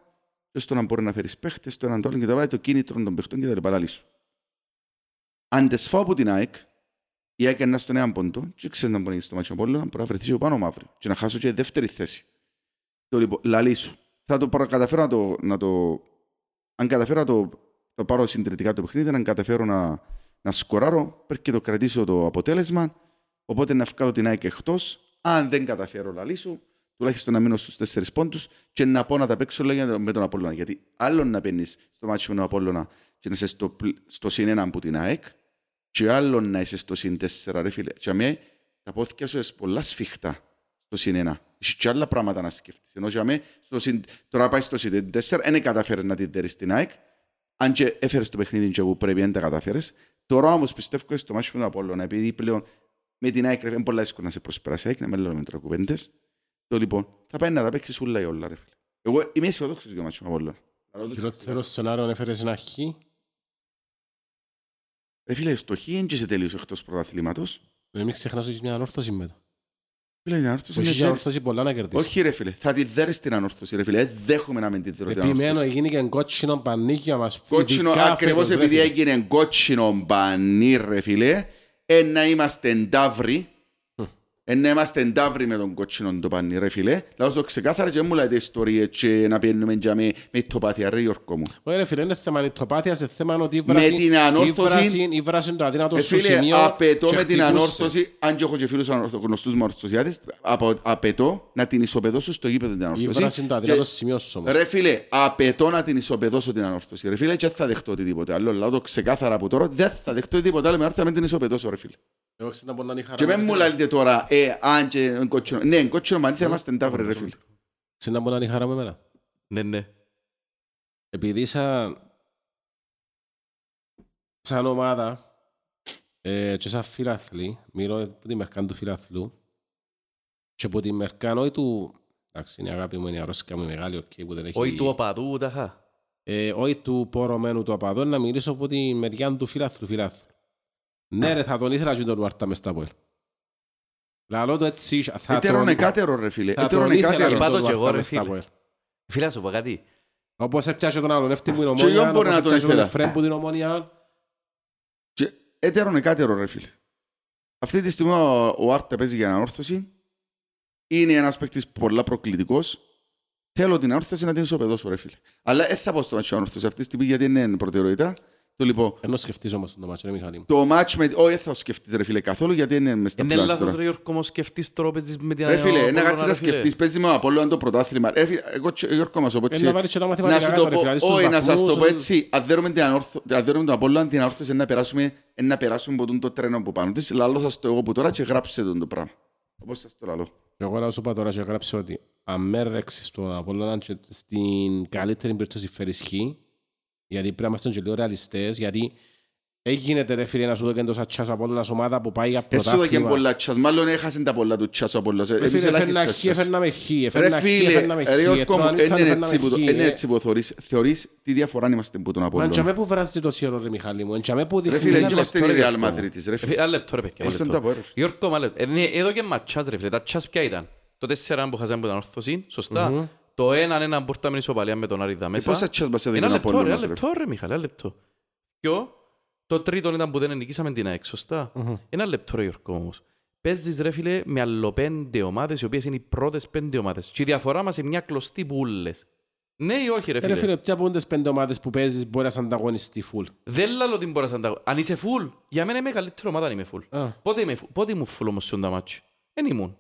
Speaker 2: και στο να μπορεί να φέρεις παίχτες, στο έναν τόλο και τα λοιπά, το κίνητρο των παιχτών και τα λοιπά. λαλή σου. Αν τεσφάω από την ΑΕΚ, η ΑΕΚ είναι στον έναν πόντο, και ξέρεις να μπορεί να γίνει στο μάτσο πόλο, να μπορεί να βρεθείς και πάνω μαύρο, και να χάσω και δεύτερη θέση. Το λοιπόν, λαλή σου. Θα το παρα- καταφέρω να το, να το αν καταφέρω να το, το πάρω συντηρητικά το παιχνίδι, αν καταφέρω να, να σκοράρω, πρέπει και το κρατήσω το αποτέλεσμα. Οπότε να βγάλω την ΑΕΚ εκτός. Αν δεν καταφέρω να λύσω, τουλάχιστον να μείνω στους τέσσερις πόντους και να πω να τα παίξω όλα για το- με τον Απόλλωνα. Γιατί άλλο να παίρνει στο μάτσο με τον Απόλλωνα και να είσαι στο, πλ- στο συν έναν που την ΑΕΚ, και άλλο να είσαι στο συν τέσσερα, ρε φίλε. Και αμέ, τα πόθηκια σου είσαι πολλά σφιχτά στο συν ένα. Είσαι και άλλα πράγματα να σκεφτείς. Ενώ και αμέ, στο συν, τώρα πάει στο συν τέσσερα, δεν καταφέρει να την δέρεις την ΑΕΚ, αν και έφερες το παιχνίδι και που πρέπει, δεν τα καταφέρες. Τώρα όμως πιστεύω ότι στο μάτσο με τον Απόλλωνα, επειδή πλέον με την ΑΕΚ ρε, είναι πολύ δύσκολο να σε προσπεράσει, η ΑΕΚ, να μην λέμε τώρα κουβέντες. Το λοιπόν, θα πάει να τα παίξεις όλα ή όλα, ρε φίλε. Εγώ είμαι αισιοδόξος για το μάτσο με τον Απόλλωνα. Αλλά το
Speaker 3: Χειρότερο σενάριο έφερες ένα χ.
Speaker 2: Ρε φίλε, στο χ δεν είσαι τελείως εκτός πρωταθλήματος.
Speaker 3: Ε, Μην ξεχνάς ότι έχεις μια ανόρθωση με το.
Speaker 2: Φίλε, να έρθεις
Speaker 3: Που
Speaker 2: να
Speaker 3: έχεις μια
Speaker 2: δέρεις.
Speaker 3: ανόρθωση πολλά να κερδίσεις.
Speaker 2: Όχι ρε φίλε, θα τη δέρεις την ανόρθωση ρε φίλε, δεν δέχομαι να μην τη δέρω την
Speaker 3: Επιμένω,
Speaker 2: ανόρθωση.
Speaker 3: έγινε και κότσινο πανίκιο μας.
Speaker 2: Κότσινο,
Speaker 3: Ειδικά
Speaker 2: ακριβώς
Speaker 3: φέτος, ρε,
Speaker 2: επειδή
Speaker 3: φίλε.
Speaker 2: έγινε κότσινο μπανί ρε φίλε, ε, να είμαστε νταύροι, ε, να είμαστε νταύροι με τον κότσινο το πανί ρε φίλε, λαός το ξεκάθαρα και μου λέτε ιστορίες και να πιένουμε για με, με το πάθεια ρε Γιώργο μου.
Speaker 3: Όχι ρε φίλε, είναι θέμα νητροπάθειας, είναι θέμα ότι η βράση-
Speaker 2: την ανόρθωση-
Speaker 3: η βράση- η βράση είναι το αδύνατο
Speaker 2: Ε,
Speaker 3: σου
Speaker 2: φίλε,
Speaker 3: σημείο
Speaker 2: απαιτώ
Speaker 3: και
Speaker 2: με την
Speaker 3: χτυπούσε.
Speaker 2: ανόρθωση, αν και έχω και φίλους ανορθω- γνωστούς μου ανορθωσιάτες, απο- απαιτώ να την ισοπεδώσω στο γήπεδο την
Speaker 3: Η βράση
Speaker 2: ανόρθωση.
Speaker 3: είναι το
Speaker 2: Και-
Speaker 3: αδύνατο σημείο σου όμως.
Speaker 2: Ρε φίλε, απαιτώ να την ισοπεδώσω την ανόρθωση. Ρε φίλε, και δεν θα δεχτώ οτιδήποτε άλλο. Λάω το ξεκάθαρα από τώρα, δεν θα δεχτώ οτιδήποτε άλλο. Με άρθρα να μην την ισοπεδώσω, ρε φίλε.
Speaker 3: Εγώ ξέρω να μπορώ να είναι η χαρά
Speaker 2: Και
Speaker 3: μου,
Speaker 2: με
Speaker 3: ρε
Speaker 2: μου
Speaker 3: φίλε.
Speaker 2: λέτε τώρα, ε, αν και εν κότσινο. Ναι, εν κότσινο μανί θα είμαστε εντάβρε, ρε φίλε.
Speaker 3: Ξέρω να μπορώ να είναι η χαρά μου εμένα.
Speaker 1: Ναι, ναι.
Speaker 3: επειδή σαν, σαν ομάδα ε, και σαν φιλαθλή, μιλώ από τη μερκά του φιλαθλού και από τη μερκά όχι του, εντάξει είναι η αγάπη μου, είναι η αρρώστια μου, η μεγάλη, οκ, που δεν έχει...
Speaker 1: Όχι του οπαδού, ταχά.
Speaker 3: ε, όχι του πορωμένου του απαδού, να μιλήσω από τη μεριά του φιλάθλου, φιλάθλου. Ναι ρε, θα τον ήθελα και τον Ουάρτα μες στα πόλ. Λαλώ το έτσι, θα τον,
Speaker 2: Έτερον εκάτερο, ρε φίλε.
Speaker 3: θα
Speaker 2: Έτερον
Speaker 3: τον ήθελα και
Speaker 2: εκάτερο.
Speaker 1: Πάντω
Speaker 3: τον
Speaker 1: και εγώ,
Speaker 3: Ουάρτα
Speaker 1: ρε,
Speaker 3: μες στα
Speaker 1: φίλε.
Speaker 3: πόλ.
Speaker 1: Φίλε, να σου πω κάτι.
Speaker 3: Όπως έπιασε τον άλλον, έφτιαξε την
Speaker 2: Και εγώ
Speaker 3: ομόνια,
Speaker 2: μπορεί
Speaker 3: όπως
Speaker 2: να τον
Speaker 3: έπιασε τον
Speaker 2: ήθελα.
Speaker 3: Εφραίμ που την ομόνια,
Speaker 2: Και Έτερον εκάτερο, ρε φίλε. Αυτή τη στιγμή ο- ο Άρτα παίζει για ανόρθωση. Είναι ένας παίκτης πολλά προκλητικός. Θέλω την ανόρθωση να την ισοπεδώσω, ρε φίλε. Αλλά δεν θα πω στο μάτσο ανόρθωση αυτή τη στιγμή γιατί είναι προτεραιότητα. Το λοιπόν,
Speaker 3: Ενώ σκεφτείς όμως τον μάτσο, ρε Μιχάλη μου.
Speaker 2: Το match με... Όχι, δεν θα σκεφτείς ρε φίλε καθόλου γιατί είναι μες στα
Speaker 1: Είναι
Speaker 2: πλάνα
Speaker 1: λάθος
Speaker 2: τώρα.
Speaker 1: ρε Γιώργο, όμως σκεφτείς τώρα παίζεις με την
Speaker 2: Ρε φίλε,
Speaker 1: Απόλλωνα,
Speaker 2: ένα κάτσε
Speaker 1: ρε,
Speaker 2: να
Speaker 1: φίλε.
Speaker 2: σκεφτείς, παίζει με ο Απόλλωνα το πρωτάθλημα. Ρε φίλε, εγώ τσ- Γιώργο μας το πω
Speaker 3: Ε,
Speaker 2: έτσι.
Speaker 3: να βάλεις και τα
Speaker 2: Να σου
Speaker 3: μαθηματικά
Speaker 2: το
Speaker 3: κάτω, ρε
Speaker 2: πω,
Speaker 3: φίλε, στους
Speaker 2: όχι, να σας το
Speaker 3: βαθμούς,
Speaker 2: πω
Speaker 3: ε,
Speaker 2: έτσι, αν δέρουμε την ανόρθω- αν δέρουμε τον Απόλλωνα την ανόρθωση να περάσουμε, να περάσουμε από τον το τρένο που πάνω της, λαλώ σας το εγώ που τώρα και γράψτε τον το πράγμα. Όπως σας το λαλώ.
Speaker 3: Και Εγώ να σου είπα τώρα και γράψε ότι αν με ρέξεις τον Απόλλωνα και στην καλύτερη περίπτωση φέρεις χ, γιατί πρέπει να είμαστε και λίγο ρεαλιστές, γιατί δεν γίνεται ρε φίλε να σου δω και εντός ατσάς Απόλλωνας ομάδας που πάει για
Speaker 2: Έσου και
Speaker 3: πρωτάθλημα.
Speaker 2: Ε, πολλά τσάς. Μάλλον έχασαν τα πολλά του τσάς ο Απόλλωνας.
Speaker 3: Ρε
Speaker 2: Εμείς
Speaker 3: φίλε,
Speaker 2: ελάχιστα
Speaker 3: φέρνα χ,
Speaker 2: τσάς.
Speaker 3: φέρναμε χ,
Speaker 2: Ρε
Speaker 3: φέρνα χ,
Speaker 2: φίλε, ε,
Speaker 3: φέρναμε χ.
Speaker 2: ρε Γιώργο
Speaker 3: Τον
Speaker 2: μου,
Speaker 3: Άλιστα
Speaker 2: δεν είναι
Speaker 3: φέρναμε
Speaker 2: έτσι που το-
Speaker 3: χ,
Speaker 2: δεν είναι
Speaker 3: ε.
Speaker 2: έτσι που θεωρείς. Θεωρείς τι διαφορά είμαστε που τον
Speaker 3: Μα εν
Speaker 2: Απόλλωνα.
Speaker 3: τζαμέ που βράζει το σιωρό ρε Μιχάλη μου, εν τζαμέ που
Speaker 2: Ρε
Speaker 3: δείχνει
Speaker 2: φίλε,
Speaker 3: ένα
Speaker 2: δεν είμαστε η
Speaker 3: λεπτό, ρε,
Speaker 2: Real Madrid της, ρε
Speaker 1: Ε, φίλε,
Speaker 2: φίλε.
Speaker 1: Ένα λεπτό ρε παιδιά, ένα
Speaker 2: Έσον
Speaker 1: λεπτό.
Speaker 2: τα πόρες.
Speaker 1: Γιώργο, μα λεπτό. Ε, ναι, Εδώ και ματσάς ρε φίλε, τα τσάς ποια ήταν. Το 4 που χάσαμε από την ορθωσή,
Speaker 3: Μμμ.
Speaker 1: σωστά. Το 1-1 που ήρθαμε ισοπαλία με τον Άριδα
Speaker 2: Ε,
Speaker 1: μέσα.
Speaker 2: Πόσα τσάς μας έδωκε
Speaker 1: Ένα
Speaker 2: ο
Speaker 1: λεπτό ρε,
Speaker 2: Απόλλωνας.
Speaker 1: ένα
Speaker 2: ρε.
Speaker 1: λεπτό ρε Μιχαλή, ένα λεπτό. Ποιο, το τρίτο ήταν που δεν νικήσαμε την ΑΕΚ, σωστά.
Speaker 3: Μμμ.
Speaker 1: Ένα λεπτό ρε Γιώργο όμως. Παίζεις ρε φίλε με αλλοπέντε ομάδες, οι οποίες είναι οι πρώτες πέντε ομάδες. Και η διαφορά μας είναι μια κλωστή που ούλες. Ναι ή όχι ρε
Speaker 3: Ε, Ρε
Speaker 1: φίλε.
Speaker 3: φίλε, ποια από τις πέντε ομάδες που παίζεις μπορεί να σε ανταγωνιστεί full.
Speaker 1: Δεν λαλώ ότι μπορείς να τα... Αν είσαι φουλ, για μένα είμαι καλύτερη ομάδα αν είμαι φουλ.
Speaker 3: Α.
Speaker 1: Πότε, είμαι, φου- πότε ήμουν φουλ όμως σε τα μάτια. Εν ήμουν.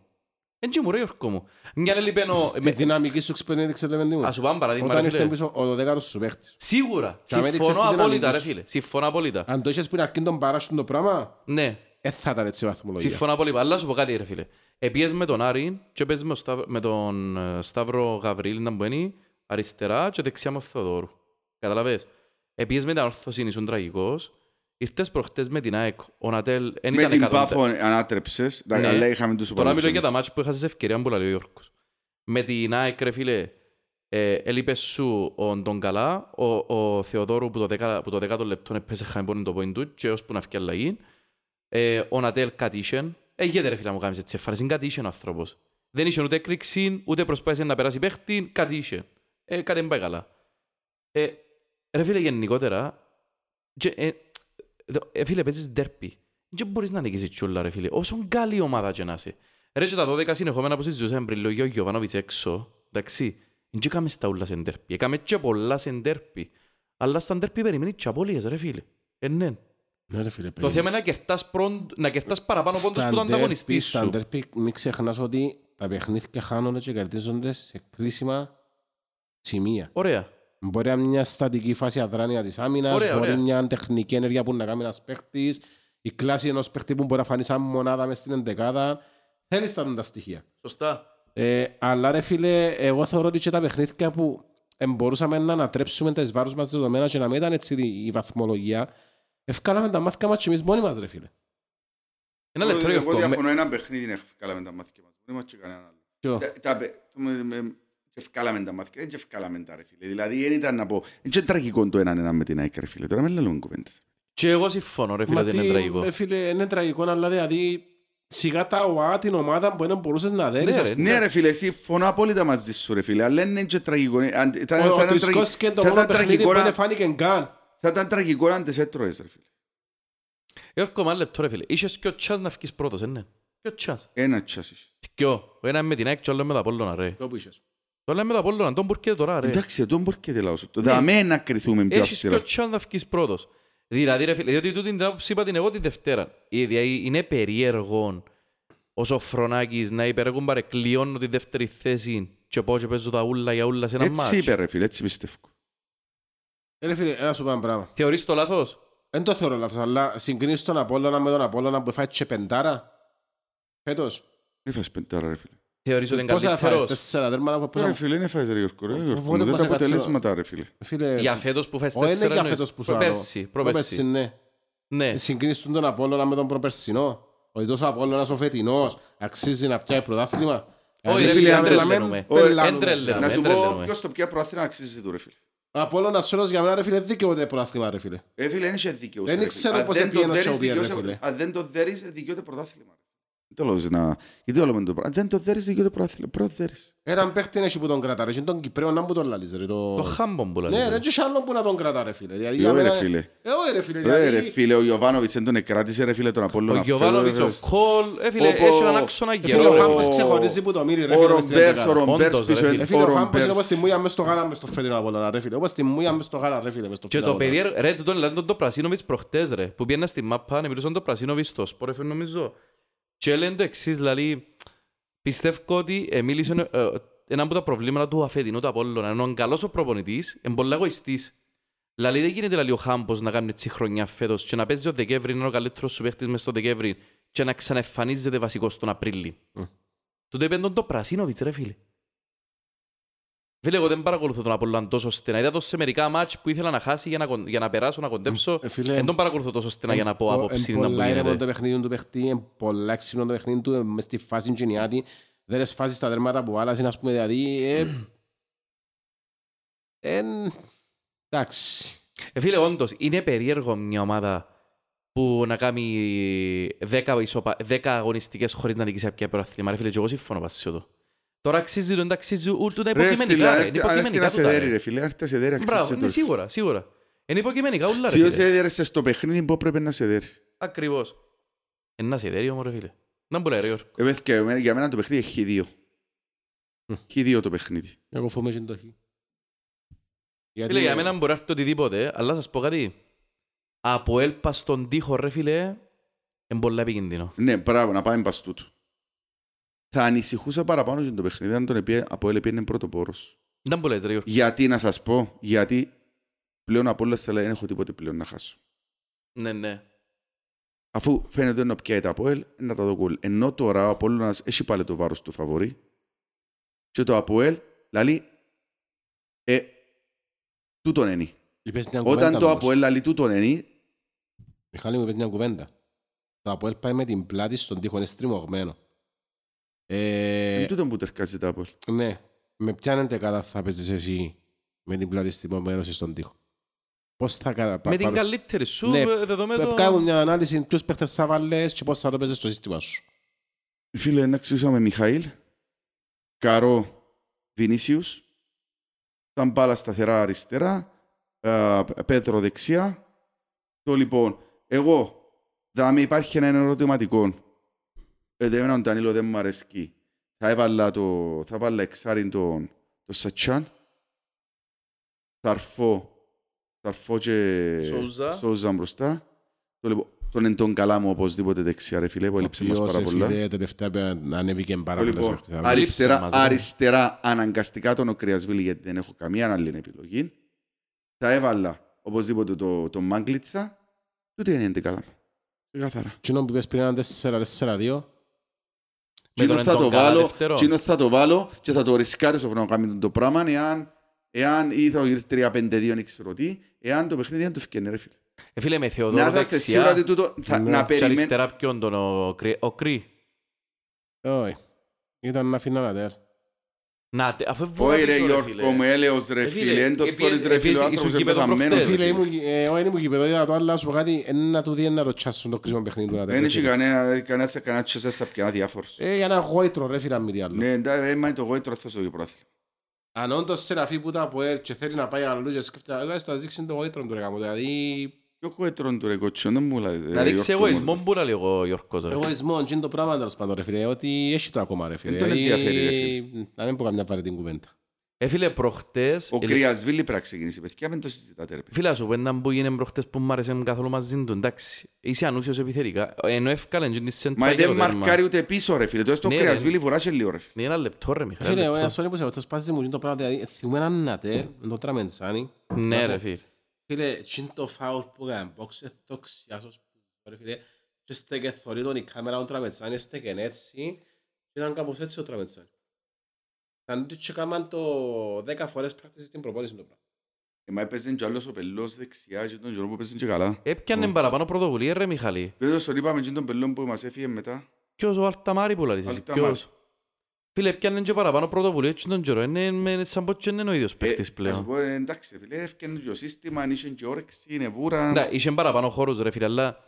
Speaker 1: Εν και μου ρε Γιώργο μου. Μια λέει λιπένω...
Speaker 3: Τη δυναμική σου ξεπερνήδεξε λέμε ναι.
Speaker 1: Ας σου πάμε παράδειγμα
Speaker 3: Όταν
Speaker 1: ρε
Speaker 3: ήρθε
Speaker 1: φίλε.
Speaker 3: πίσω ο δεκάρος σου παίχτης.
Speaker 1: Σίγουρα.
Speaker 3: Και αν έδειξες
Speaker 1: Συμφωνώ
Speaker 3: τη δυναμική
Speaker 1: απόλυτα ρε
Speaker 3: σου.
Speaker 1: φίλε. Συμφωνώ απόλυτα.
Speaker 3: Αν το είχες πριν αρκεί τον παράσουν το πράγμα,
Speaker 1: Ναι.
Speaker 3: δεν θα ήταν έτσι η βαθμολογία.
Speaker 1: Συμφωνώ πολύ. Αλλά σου πω κάτι, ρε φίλε. Επίες με τον Άρη και παίζει με, ο Σταυ- με τον ε, Σταύρο Γαβρίλ να μπαίνει αριστερά και δεξιά με ο Θεοδόρου. Καταλαβες. Επίες με την Ορθοσύνη, ήσουν τραγικός. Ήρθες προχτές με την ΑΕΚ. Ο Νατέλ δεν
Speaker 2: Με
Speaker 1: ήταν
Speaker 2: την
Speaker 1: εκατόντα.
Speaker 2: πάφο ανάτρεψες. Τα
Speaker 1: Ναι.
Speaker 2: καλά είχαμε τους
Speaker 1: Τώρα μιλώ
Speaker 2: οπαδούς
Speaker 1: για τα
Speaker 2: εμείς.
Speaker 1: μάτια που έχασες ευκαιρία που λέει ο Γιώργος. Με την ΑΕΚ, ρε φίλε, ε, έλειπες σου ο Ντογκαλά, ο, ο Θεοδόρου που το, δεκα, που το δεκάτο λεπτό έπαιζε χαμπόνι το πόιν του και ώσπου να φύγει αλλαγή. Ε, ο Νατέλ κατήσεν. Ε, γιατί ρε φίλε να μου κάνεις έτσι εμφάνιση, είναι κατήσεν ο άνθρωπος. Δεν είχε ούτε έκρηξη, ούτε προσπάθησε να περάσει παίχτη, κατήσεν. Ε, κάτι δεν πάει καλά. Ε, ρε φίλε, γενικότερα, και, ε, δε- ε, φίλε, παίζεις ντέρπι. Δεν μπορείς να νικήσεις τσούλα, ρε φίλε. Όσο καλή ομάδα και να είσαι. Ρε και τα 12 συνεχόμενα που συζητούσαμε πριν, λόγιο Γιωβάνοβιτς έξω, εντάξει, δεν έκαμε στα ούλα σε ντέρπι. Έκαμε και πολλά σε ντέρπι. Αλλά στα ντέρπι περιμένεις και απώλειες, ρε φίλε. Ε, ναι.
Speaker 3: Ναι, ρε φίλε,
Speaker 1: Το
Speaker 3: παιδί.
Speaker 1: θέμα είναι να κερτάς, προν... να κερτάς παραπάνω πόντους
Speaker 3: Στα
Speaker 1: που τον
Speaker 3: ντέρπι-
Speaker 1: ανταγωνιστή
Speaker 3: στα
Speaker 1: σου.
Speaker 3: ντέρπι μην ξεχνάς ότι τα παιχνίδια χάνονται και κερδίζονται σε κρίσιμα σημεία.
Speaker 1: Ωραία.
Speaker 3: Μπορεί να είναι μια στατική φάση αδράνεια της άμυνας,
Speaker 1: Ωραία,
Speaker 3: μπορεί
Speaker 1: ωραία.
Speaker 3: μια τεχνική ενέργεια που να κάνει ένας παίχτης, η κλάση ενός παίχτη που μπορεί να φανεί σαν μονάδα μες στην εντεκάδα. Θέλεις τα τα στοιχεία.
Speaker 1: Σωστά.
Speaker 3: Ε, αλλά ρε φίλε, εγώ θεωρώ ότι και τα παιχνίδια που ε, μπορούσαμε να ανατρέψουμε τα εις βάρους μας δεδομένα και να μην ήταν έτσι η βαθμολογία, ευκάλαμε τα μάθηκα μας και εμείς μόνοι μας ρε φίλε.
Speaker 1: Ένα
Speaker 2: Εγώ-
Speaker 1: λεπτό,
Speaker 2: Εγώ
Speaker 1: Γιώργο. Με-
Speaker 2: διαφωνώ έναν παιχνίδι να ευκάλαμε τα μάθηκια μας. Δεν είμαστε κανένα άλλο.
Speaker 3: Ποιο?
Speaker 2: Τα- τα πε- το με- με- και ευκάλαμε τα μάθηκια, δεν και ευκάλαμε τα ρε φίλε. Δηλαδή δεν ήταν να πω, δεν και τραγικό το έναν έναν με την ΑΕΚ ρε φίλε. Τώρα με λέμε κουβέντες.
Speaker 1: Και εγώ συμφωνώ, ρε φίλε,
Speaker 3: Μα
Speaker 1: δεν είναι Ε,
Speaker 3: τι, ε-
Speaker 1: τραγικό.
Speaker 3: Ρε φίλε, είναι τραγικό, αλλά δηλαδή σιγά τα ΟΑ την ομάδα που δεν μπορούσες να δέρεις.
Speaker 1: Ναι,
Speaker 3: ας
Speaker 1: ρε.
Speaker 3: πούμε.
Speaker 2: Ναι ρε φίλε, συμφωνώ απόλυτα μαζί σου ρε φίλε, αλλά είναι και τραγικό. Ε, αν- θα- θα
Speaker 3: Ο- Ο
Speaker 2: ήταν
Speaker 3: Τρισκός
Speaker 2: τραγι-
Speaker 3: και το
Speaker 2: θα
Speaker 3: μόνο
Speaker 2: ήταν
Speaker 3: παιχνίδι
Speaker 2: τραγικό
Speaker 3: που
Speaker 2: να-
Speaker 3: δεν φάνηκε καν.
Speaker 2: Θα ήταν τραγικό αν τις έτρωες ρε φίλε.
Speaker 1: Γιώργο, μα ένα λεπτό, ρε φίλε. Είχες και ο τσάς να φύγεις πρώτος, ε, ναι. Και ο τσάς.
Speaker 2: Ένα τσάσις.
Speaker 1: Δυο. Ο ένας με την ΑΕΚ και ο άλλος με τα Απόλλωνα, ρε.
Speaker 3: Ποιο που είχες.
Speaker 1: Το λέμε το Απόλλωνα, τον Μπουρκέ τώρα, ρε.
Speaker 2: Εντάξει, δεν μπορεί και τελάω σου. Δαμέ να κρυθούμε πιο
Speaker 1: Ναι. Έχεις και ο
Speaker 2: αυστηρά.
Speaker 1: τσάνς να βγεις πρώτος. Δηλαδή, ρε φίλε, διότι τούτη την άποψη είπα την εγώ την Δευτέρα. Η- δια- Είναι περίεργο ως ο Φρονάκης να υπερέκουμπαρε κλειώνω τη δεύτερη θέση και πω και παίζω τα ούλα για ούλα σε ένα
Speaker 2: Έτσι είπε
Speaker 1: μάτς.
Speaker 2: ρε φίλε, έτσι πιστεύω.
Speaker 3: Ρε φίλε, ένα σου πω ένα πράγμα.
Speaker 1: Θεωρείς το λάθος.
Speaker 3: Δεν το θεωρώ λάθος, αλλά συγκρίνεις τον Απόλλωνα με τον Απόλλωνα που έφαγε πεντάρα. Φέτος.
Speaker 2: Έφας πεντάρα ρε φίλε.
Speaker 1: Θεωρείς ότι είναι
Speaker 3: Πόσα έφαγες,
Speaker 1: καλύτερος.
Speaker 3: τέσσερα τέρματα που
Speaker 2: Ρε
Speaker 3: πόσα...
Speaker 2: φίλε, είναι φάες ρε Γιώργο, ρε
Speaker 3: Οπότε
Speaker 2: Γιώργο. Δεν
Speaker 3: πας
Speaker 2: τα
Speaker 3: έκατσε-
Speaker 2: αποτελέσματα ρε φίλε.
Speaker 3: Φίλε,
Speaker 1: Για φέτος που φες
Speaker 3: ο, είναι
Speaker 1: τέσσερα
Speaker 3: για
Speaker 1: εννοείς.
Speaker 3: φέτος που σου άρω.
Speaker 1: Προπέρσι,
Speaker 3: Προπέρσι,
Speaker 1: προπέρσι.
Speaker 3: ναι.
Speaker 1: Ναι.
Speaker 3: Συγκρίνεις τον Απόλλωνα με τον προπερσινό. Ο ίδιος Απόλλωνας ο φετινός αξίζει να πιάει πρωτάθλημα.
Speaker 1: Όχι,
Speaker 3: Ε,
Speaker 1: ρε
Speaker 2: φίλε,
Speaker 1: φίλε,
Speaker 2: αν
Speaker 1: δεν
Speaker 2: τρελαίνουμε.
Speaker 1: τρελαίνουμε.
Speaker 2: Όχι,
Speaker 3: πελάνουμε.
Speaker 1: δεν τρελαίνουμε.
Speaker 2: Να σου
Speaker 1: δεν
Speaker 2: πω
Speaker 1: τρελαίνουμε.
Speaker 2: ποιος το πια προάθλημα αξίζει του ρε φίλε.
Speaker 3: Ο Απόλλωνας Σέρος για μένα ρε φίλε δικαιούται πρωτάθλημα ρε φίλε.
Speaker 2: Ρε Ε, φίλε, δεν είχε δικαιούσε.
Speaker 3: Δεν
Speaker 2: ρε
Speaker 3: ήξερα
Speaker 2: φίλε. Αν
Speaker 3: πώς
Speaker 2: δεν
Speaker 3: έπιανε
Speaker 2: το
Speaker 3: ο
Speaker 2: δέρεις,
Speaker 3: Τσαουμπιέρ, ρε
Speaker 2: δικαιούσε-
Speaker 3: φίλε.
Speaker 2: Αν δεν το δέρεις, δικαιούται πρωτάθλημα. Δεν το λέω να... Γιατί όλο με το πράγμα. Αν δεν το δέρεις, δικαιούται πρωτάθλημα. Πρώτο δέρεις.
Speaker 3: Έναν παίχτη έχει που τον κρατάς ρε. Είναι τον Κυπρέο να μου τον λαλείς ρε. το-
Speaker 1: Το χάμπον που
Speaker 3: Ναι
Speaker 1: λέμε.
Speaker 3: ρε και έχει άλλον που να τον κρατά ρε φίλε. Δηλαδή,
Speaker 2: Ε,
Speaker 3: για
Speaker 2: όχι, ρε,
Speaker 3: μένα-
Speaker 2: φίλε.
Speaker 3: Ε, όχι, ρε φίλε.
Speaker 2: Ρε,
Speaker 3: δηλαδή,
Speaker 2: ρε φίλε, ο Ιωβάνοβιτς δεν τον εκράτησε ρε φίλε τον
Speaker 1: Ο
Speaker 2: Απόλλωνα.
Speaker 1: Γιωβάνοβιτς, ο
Speaker 2: Φέρε,
Speaker 1: Κόλ, ε, φίλε,
Speaker 2: Όπου-
Speaker 1: έχει έναν άξονα
Speaker 3: ε, φίλε, ο
Speaker 2: Γιώργο.
Speaker 1: γερό.
Speaker 3: Χάμπος ξεχωρίζει που το μύρι ρε
Speaker 2: Ο
Speaker 3: φίλε. μες στην
Speaker 2: Ρομπέρς, ο
Speaker 3: δεκάδα.
Speaker 2: Ρομπέρς
Speaker 1: Όντως, ρε,
Speaker 2: πίσω.
Speaker 1: φίλε.
Speaker 3: Ε,
Speaker 2: ο
Speaker 3: φίλε, ο Χάμπος είναι
Speaker 2: Ρομπέρς.
Speaker 3: όπως τη μούια μες στο γάλα μες στο φετινό Απόλλωνα ρε φίλε. Όπως τη μούια μες στο γάλα ρε φίλε. μες στο
Speaker 1: Και το
Speaker 3: φετινό Απόλλωνα.
Speaker 1: περίεργο, ρε, τον λένε τον Πρασίνοβιτς προχτές ρε, που πήγαινα στη μάπα, να μιλούσαν τον Πρασίνοβιτς στο σπορ, FM, νομίζω. Και λένε το εξής, δηλαδή, πιστεύω ότι ε, μίλησε ε, ένα από τα προβλήματα του αφετινού του Απόλλωνα, ενώ είναι καλός ο προπονητής, είναι πολύ εγωιστής. Δηλαδή δεν γίνεται δηλαδή, ο Χάμπος να κάνει έτσι χρονιά φέτος και να παίζει ο Δεκέμβρη, είναι ο καλύτερος σου παίχτης μες στο Δεκέμβρη και να ξαναεμφανίζεται βασικός τον Απρίλιο.
Speaker 3: Μμ.
Speaker 1: Τούτο είπε τον το Πρασίνοβιτς ρε φίλε. Φίλε, εγώ δεν παρακολουθώ τον Απόλλωνα τόσο στενά. Είδα το σε μερικά μάτς που ήθελα να χάσει για να, κον- για να περάσω, να κοντέψω.
Speaker 3: Ε, φίλε,
Speaker 1: Δεν τον παρακολουθώ τόσο στενά για να πω άποψη να μου
Speaker 3: πολλά ήρεμο
Speaker 1: γίνεται.
Speaker 3: το παιχνίδι του παιχτή, είναι πολλά ξύπνο το παιχνίδι του, ε, μες στη φάση γενιάτη, δεν εσφάζει τα τέρματα που άλλαζε, ας πούμε, δηλαδή... ε, εν- Εντάξει.
Speaker 1: Ε, φίλε, όντως, είναι περίεργο μια ομάδα που να κάνει 10, ισοπα... 10 αγωνιστικές χωρίς να νικήσει κάποια προαθλήμα. Ρε φίλε, και εγώ συμφωνώ πάση σε το. Τώρα αξίζει το, αξίζει ούτε είναι
Speaker 2: Ρε, στυλά,
Speaker 1: υποκειμενικά. Ε, ρε.
Speaker 2: αν
Speaker 1: Είναι
Speaker 2: έρθει- αν έρθει
Speaker 1: υποκειμενικά
Speaker 2: να σε
Speaker 1: τούτα,
Speaker 2: δέρει,
Speaker 1: ρε.
Speaker 2: ρε φίλε, αν έρθει να σε δέρει, αξίζει
Speaker 1: Μπράβο, ναι,
Speaker 2: το.
Speaker 1: σίγουρα, σίγουρα. Είναι υποκειμενικά ούλα, ρε
Speaker 2: Σίγουρα σε
Speaker 1: φίλε.
Speaker 2: έδερεσαι στο παιχνίδι που έπρεπε να σε δέρει.
Speaker 1: Ακριβώς. Ε, Ένα σιδέρι όμως, ρε φίλε. Να μπουλάει, ρε Γιώργο.
Speaker 2: Ε, παιδιά, για μένα- Για μένα το παιχνίδι έχει δύο.
Speaker 3: Μμ.
Speaker 2: Έχει δύο το παιχνίδι.
Speaker 3: Εγώ φοβούμαι και το χ. Γιατί-
Speaker 1: Φίλε, για μένα μπορεί να έρθει οτιδήποτε, αλλά σας πω κάτι. Από έλπα στον τοίχο, ρε φίλε, είναι πολύ επικίνδυνο.
Speaker 2: Ναι, μπράβο, να πάμε πας τούτου. Θα ανησυχούσα παραπάνω για το παιχνίδι αν τον επί... από έλεπι είναι πρώτο πόρος.
Speaker 1: Να μπουλάει, ρε Γιώργο.
Speaker 2: Γιατί να σας πω, γιατί πλέον από όλα στα άλλα δεν έχω τίποτε πλέον να χάσω.
Speaker 1: Ναι, ναι.
Speaker 2: Αφού φαίνεται να πιάει τα Αποέλ, να τα δω γκολ. Ενώ τώρα ο Απόλλωνας έχει πάλι το βάρος του φαβορή και το Αποέλ, δηλαδή, ε, τούτον είναι.
Speaker 3: Είπες μια
Speaker 2: Όταν
Speaker 3: κουβέντα
Speaker 2: το
Speaker 3: όμως.
Speaker 2: Αποέλ λαλεί τούτον είναι,
Speaker 3: Μιχάλη μου είπες μια κουβέντα. Το Αποέλ πάει με την πλάτη στον τοίχο, είναι στριμωγμένο. Ε,
Speaker 2: είναι τούτον που τερκάζει τα Αποέλ.
Speaker 3: ναι, με ποιαν εντεκάδα θα παίζεις εσύ με την πλάτη στριμωγμένο στον τοίχο. Πώς θα κατα...
Speaker 1: Με την καλύτερη σου,
Speaker 3: Ναι,
Speaker 1: ε, δεδομένου...
Speaker 3: Κάνουν μια ανάλυση ποιους παίχτες θα βάλεις και πώς θα το παίζεις στο σύστημα σου.
Speaker 2: Φίλε, να ξύσαμε Μιχαήλ, Καρό Βινίσιους, ήταν μπάλα σταθερά αριστερά, ε, Πέτρο δεξιά. Το λοιπόν, εγώ, δάμε υπάρχει ένα ερωτηματικό. Ε, δε, εμένα ο Ντανίλο δεν μου αρέσκει. Θα έβαλα, το, θα βάλα εξάριν τον, τον Σατσάν. Θα αρφώ, θα αρφώ και
Speaker 1: Σόουζα.
Speaker 2: Σόουζα μπροστά. Το λοιπόν, τον εν τον καλά μου οπωσδήποτε δεξιά ρε φίλε, που έλειψε μας
Speaker 3: Ποιος,
Speaker 2: πάρα πολλά.
Speaker 3: φίλε, τελευταία πέρα- ανέβηκε πάρα
Speaker 2: Το
Speaker 3: πολλές
Speaker 2: Λοιπόν,
Speaker 3: παίχτες.
Speaker 1: αρι-
Speaker 2: αριστερά,
Speaker 1: Μαζί.
Speaker 2: αριστερά αναγκαστικά τον Οκριασβίλη γιατί δεν έχω καμία άλλη επιλογή. Τα έβαλα οπωσδήποτε το, το Μάγκλιτσα. Τούτη είναι η εντεκάδα μου. Καθαρά.
Speaker 3: Εκείνο που είπες πριν ήταν 4-4-2.
Speaker 1: Με τον
Speaker 2: Τσίνο θα, το
Speaker 1: Εντογκάλα
Speaker 2: βάλω,
Speaker 1: δεύτερο.
Speaker 2: τσίνος θα το βάλω και θα το ρισκάρω σοφρό να κάνει το πράγμα εάν, εάν ή θα γυρίσει 3-5-2 δεν ξέρω τι, εάν το παιχνίδι δεν του φκένει ρε φίλε.
Speaker 1: Ε, Φίλε, με Θεοδόρο
Speaker 2: Να είστε σίγουρα
Speaker 1: δεξιά
Speaker 2: ότι τούτο θα,
Speaker 3: Ναι.
Speaker 2: να
Speaker 1: και
Speaker 2: περιμένει.
Speaker 1: αριστερά ποιον τον ο Κρυ. Ο Κρυ.
Speaker 3: Όχι. Ήταν να αφήνω να τέρ.
Speaker 1: Να, τε- αφού έβγαλα
Speaker 2: Όχι ε, ρε
Speaker 1: πίσω,
Speaker 2: Γιώργο μου, έλεος ρε
Speaker 1: Ε, φίλε,
Speaker 2: φίλε, δεν το
Speaker 1: ε,
Speaker 2: θωρείς
Speaker 1: πιέζε-
Speaker 2: ρε φίλε, ο
Speaker 1: ε,
Speaker 2: άνθρωπος
Speaker 1: ήσουν
Speaker 2: είναι
Speaker 1: γήπεδο
Speaker 2: πεθαμένος.
Speaker 1: προχτές.
Speaker 2: Ναι, ρε
Speaker 3: Φίλε,
Speaker 2: φίλε.
Speaker 3: ήμουν, ε, όχι, ήμουν κυπέδο, είδα το άλλο, να σου πω κάτι, ε, να του δει, ε, να το τσάσουν το κρίσιμο παιχνίδι του, να τα
Speaker 2: Δεν
Speaker 3: ρε,
Speaker 2: έχει
Speaker 3: φίλε.
Speaker 2: κανένα, κανένα, κανένα τσέσα θα πιάνει διάφορος.
Speaker 3: Ε, για ένα γόητρο, ρε, φίλε, αν μη τι άλλο.
Speaker 2: Ναι, εντάξει, μα είναι το γόητρο θα στο πρόθυμα.
Speaker 3: Αν όντως σε ραφή που ήταν από ΕΡ και θέλει να πάει αλλού και σκέφτεται, «Ε, ας το δείξει το γόητρο του, ρε, γάμο το». Δηλαδή,
Speaker 2: Ποιο γόητρο του ρε κότσιο, δεν μου ε, λέει.
Speaker 1: Να δείξει εγωισμό που να λέει ο Γιώργος. ρε.
Speaker 3: εγωισμό, τζιν το πράγμα, τέλος πάντων, ρε, φίλε, ότι έχει το ακόμα, ρε, φίλε.
Speaker 2: Δεν τον
Speaker 3: Δηλαδή,
Speaker 2: ενδιαφέρει, ρε, φίλε.
Speaker 3: να μην πω καμιά βαρετή κουβέντα.
Speaker 1: Ε, φίλε, προχτές...
Speaker 2: Ο
Speaker 1: ε,
Speaker 2: Κρυασβίλη πρέπει να ξεκινήσει, παιδιά, μην το συζητάτε ρε παιδιά.
Speaker 1: Φίλα σου, πέντε που γίνε προχτές που μ' άρεσε καθόλου μαζί του, εντάξει. Είσαι ανούσιος επιθερικά. Ενώ έφκαλεν και την σέντρα
Speaker 2: Μα ε,
Speaker 1: για
Speaker 2: δεν
Speaker 1: το τέρμα.
Speaker 2: μαρκάρει ούτε πίσω ρε φίλε, το
Speaker 1: Ναι, ρε.
Speaker 2: Κρυασβίλη βουράζει λίγο ρε φίλε.
Speaker 1: Ναι, ένα λεπτό ρε Μιχάλη.
Speaker 3: Φίλε, ε,
Speaker 1: ένα
Speaker 3: ο
Speaker 1: λεπτό.
Speaker 3: ένας όνειπος εαυτός πάζει μου τζιν το πράγμα, δηλαδή, θυμούμε έναν Νατέρ, τον Τραμεντσάνη,
Speaker 1: Ναι
Speaker 3: Άσε.
Speaker 1: ρε φίλε.
Speaker 3: Φίλε, τσιν το φάουλ που κάνει box, ε, το ξιάσος που μπορεί, φίλε. Και στέκε θωρεί τον η κάμερα τον τραπετσάνι, στέκε έτσι. Και ήταν κάπως έτσι ο τραπετσάνι. Ήταν ότι και κάμαν το 10 φορές πράκτηση στην προπόνηση του πράγμα.
Speaker 2: Ε, Μα έπαιζε και ο άλλος ο πελός δεξιά και τον Γιώργο που έπαιζε και καλά.
Speaker 1: Έπιανε
Speaker 2: Ω.
Speaker 1: παραπάνω πρωτοβουλία ρε Μιχάλη.
Speaker 2: Δεν το στον είπαμε και τον πελό που μας έφυγε μετά. Ε,
Speaker 1: Ποιος ο Αλταμάρη που λαλείς εσύ,
Speaker 2: Αλταμάρη.
Speaker 1: ποιος. Φίλε, έπιανε και παραπάνω πρωτοβουλία και τον καιρό. Είναι είναι σαν πως και είναι ο ίδιος παίχτης
Speaker 2: Ε, να σου
Speaker 1: πλέον.
Speaker 2: πω, ε, εντάξει ρε φίλε, έφυγε το σύστημα, αν είχε και όρεξη, είναι βούρα.
Speaker 1: Ναι, είχε παραπάνω χώρους ρε φίλε, αλλά...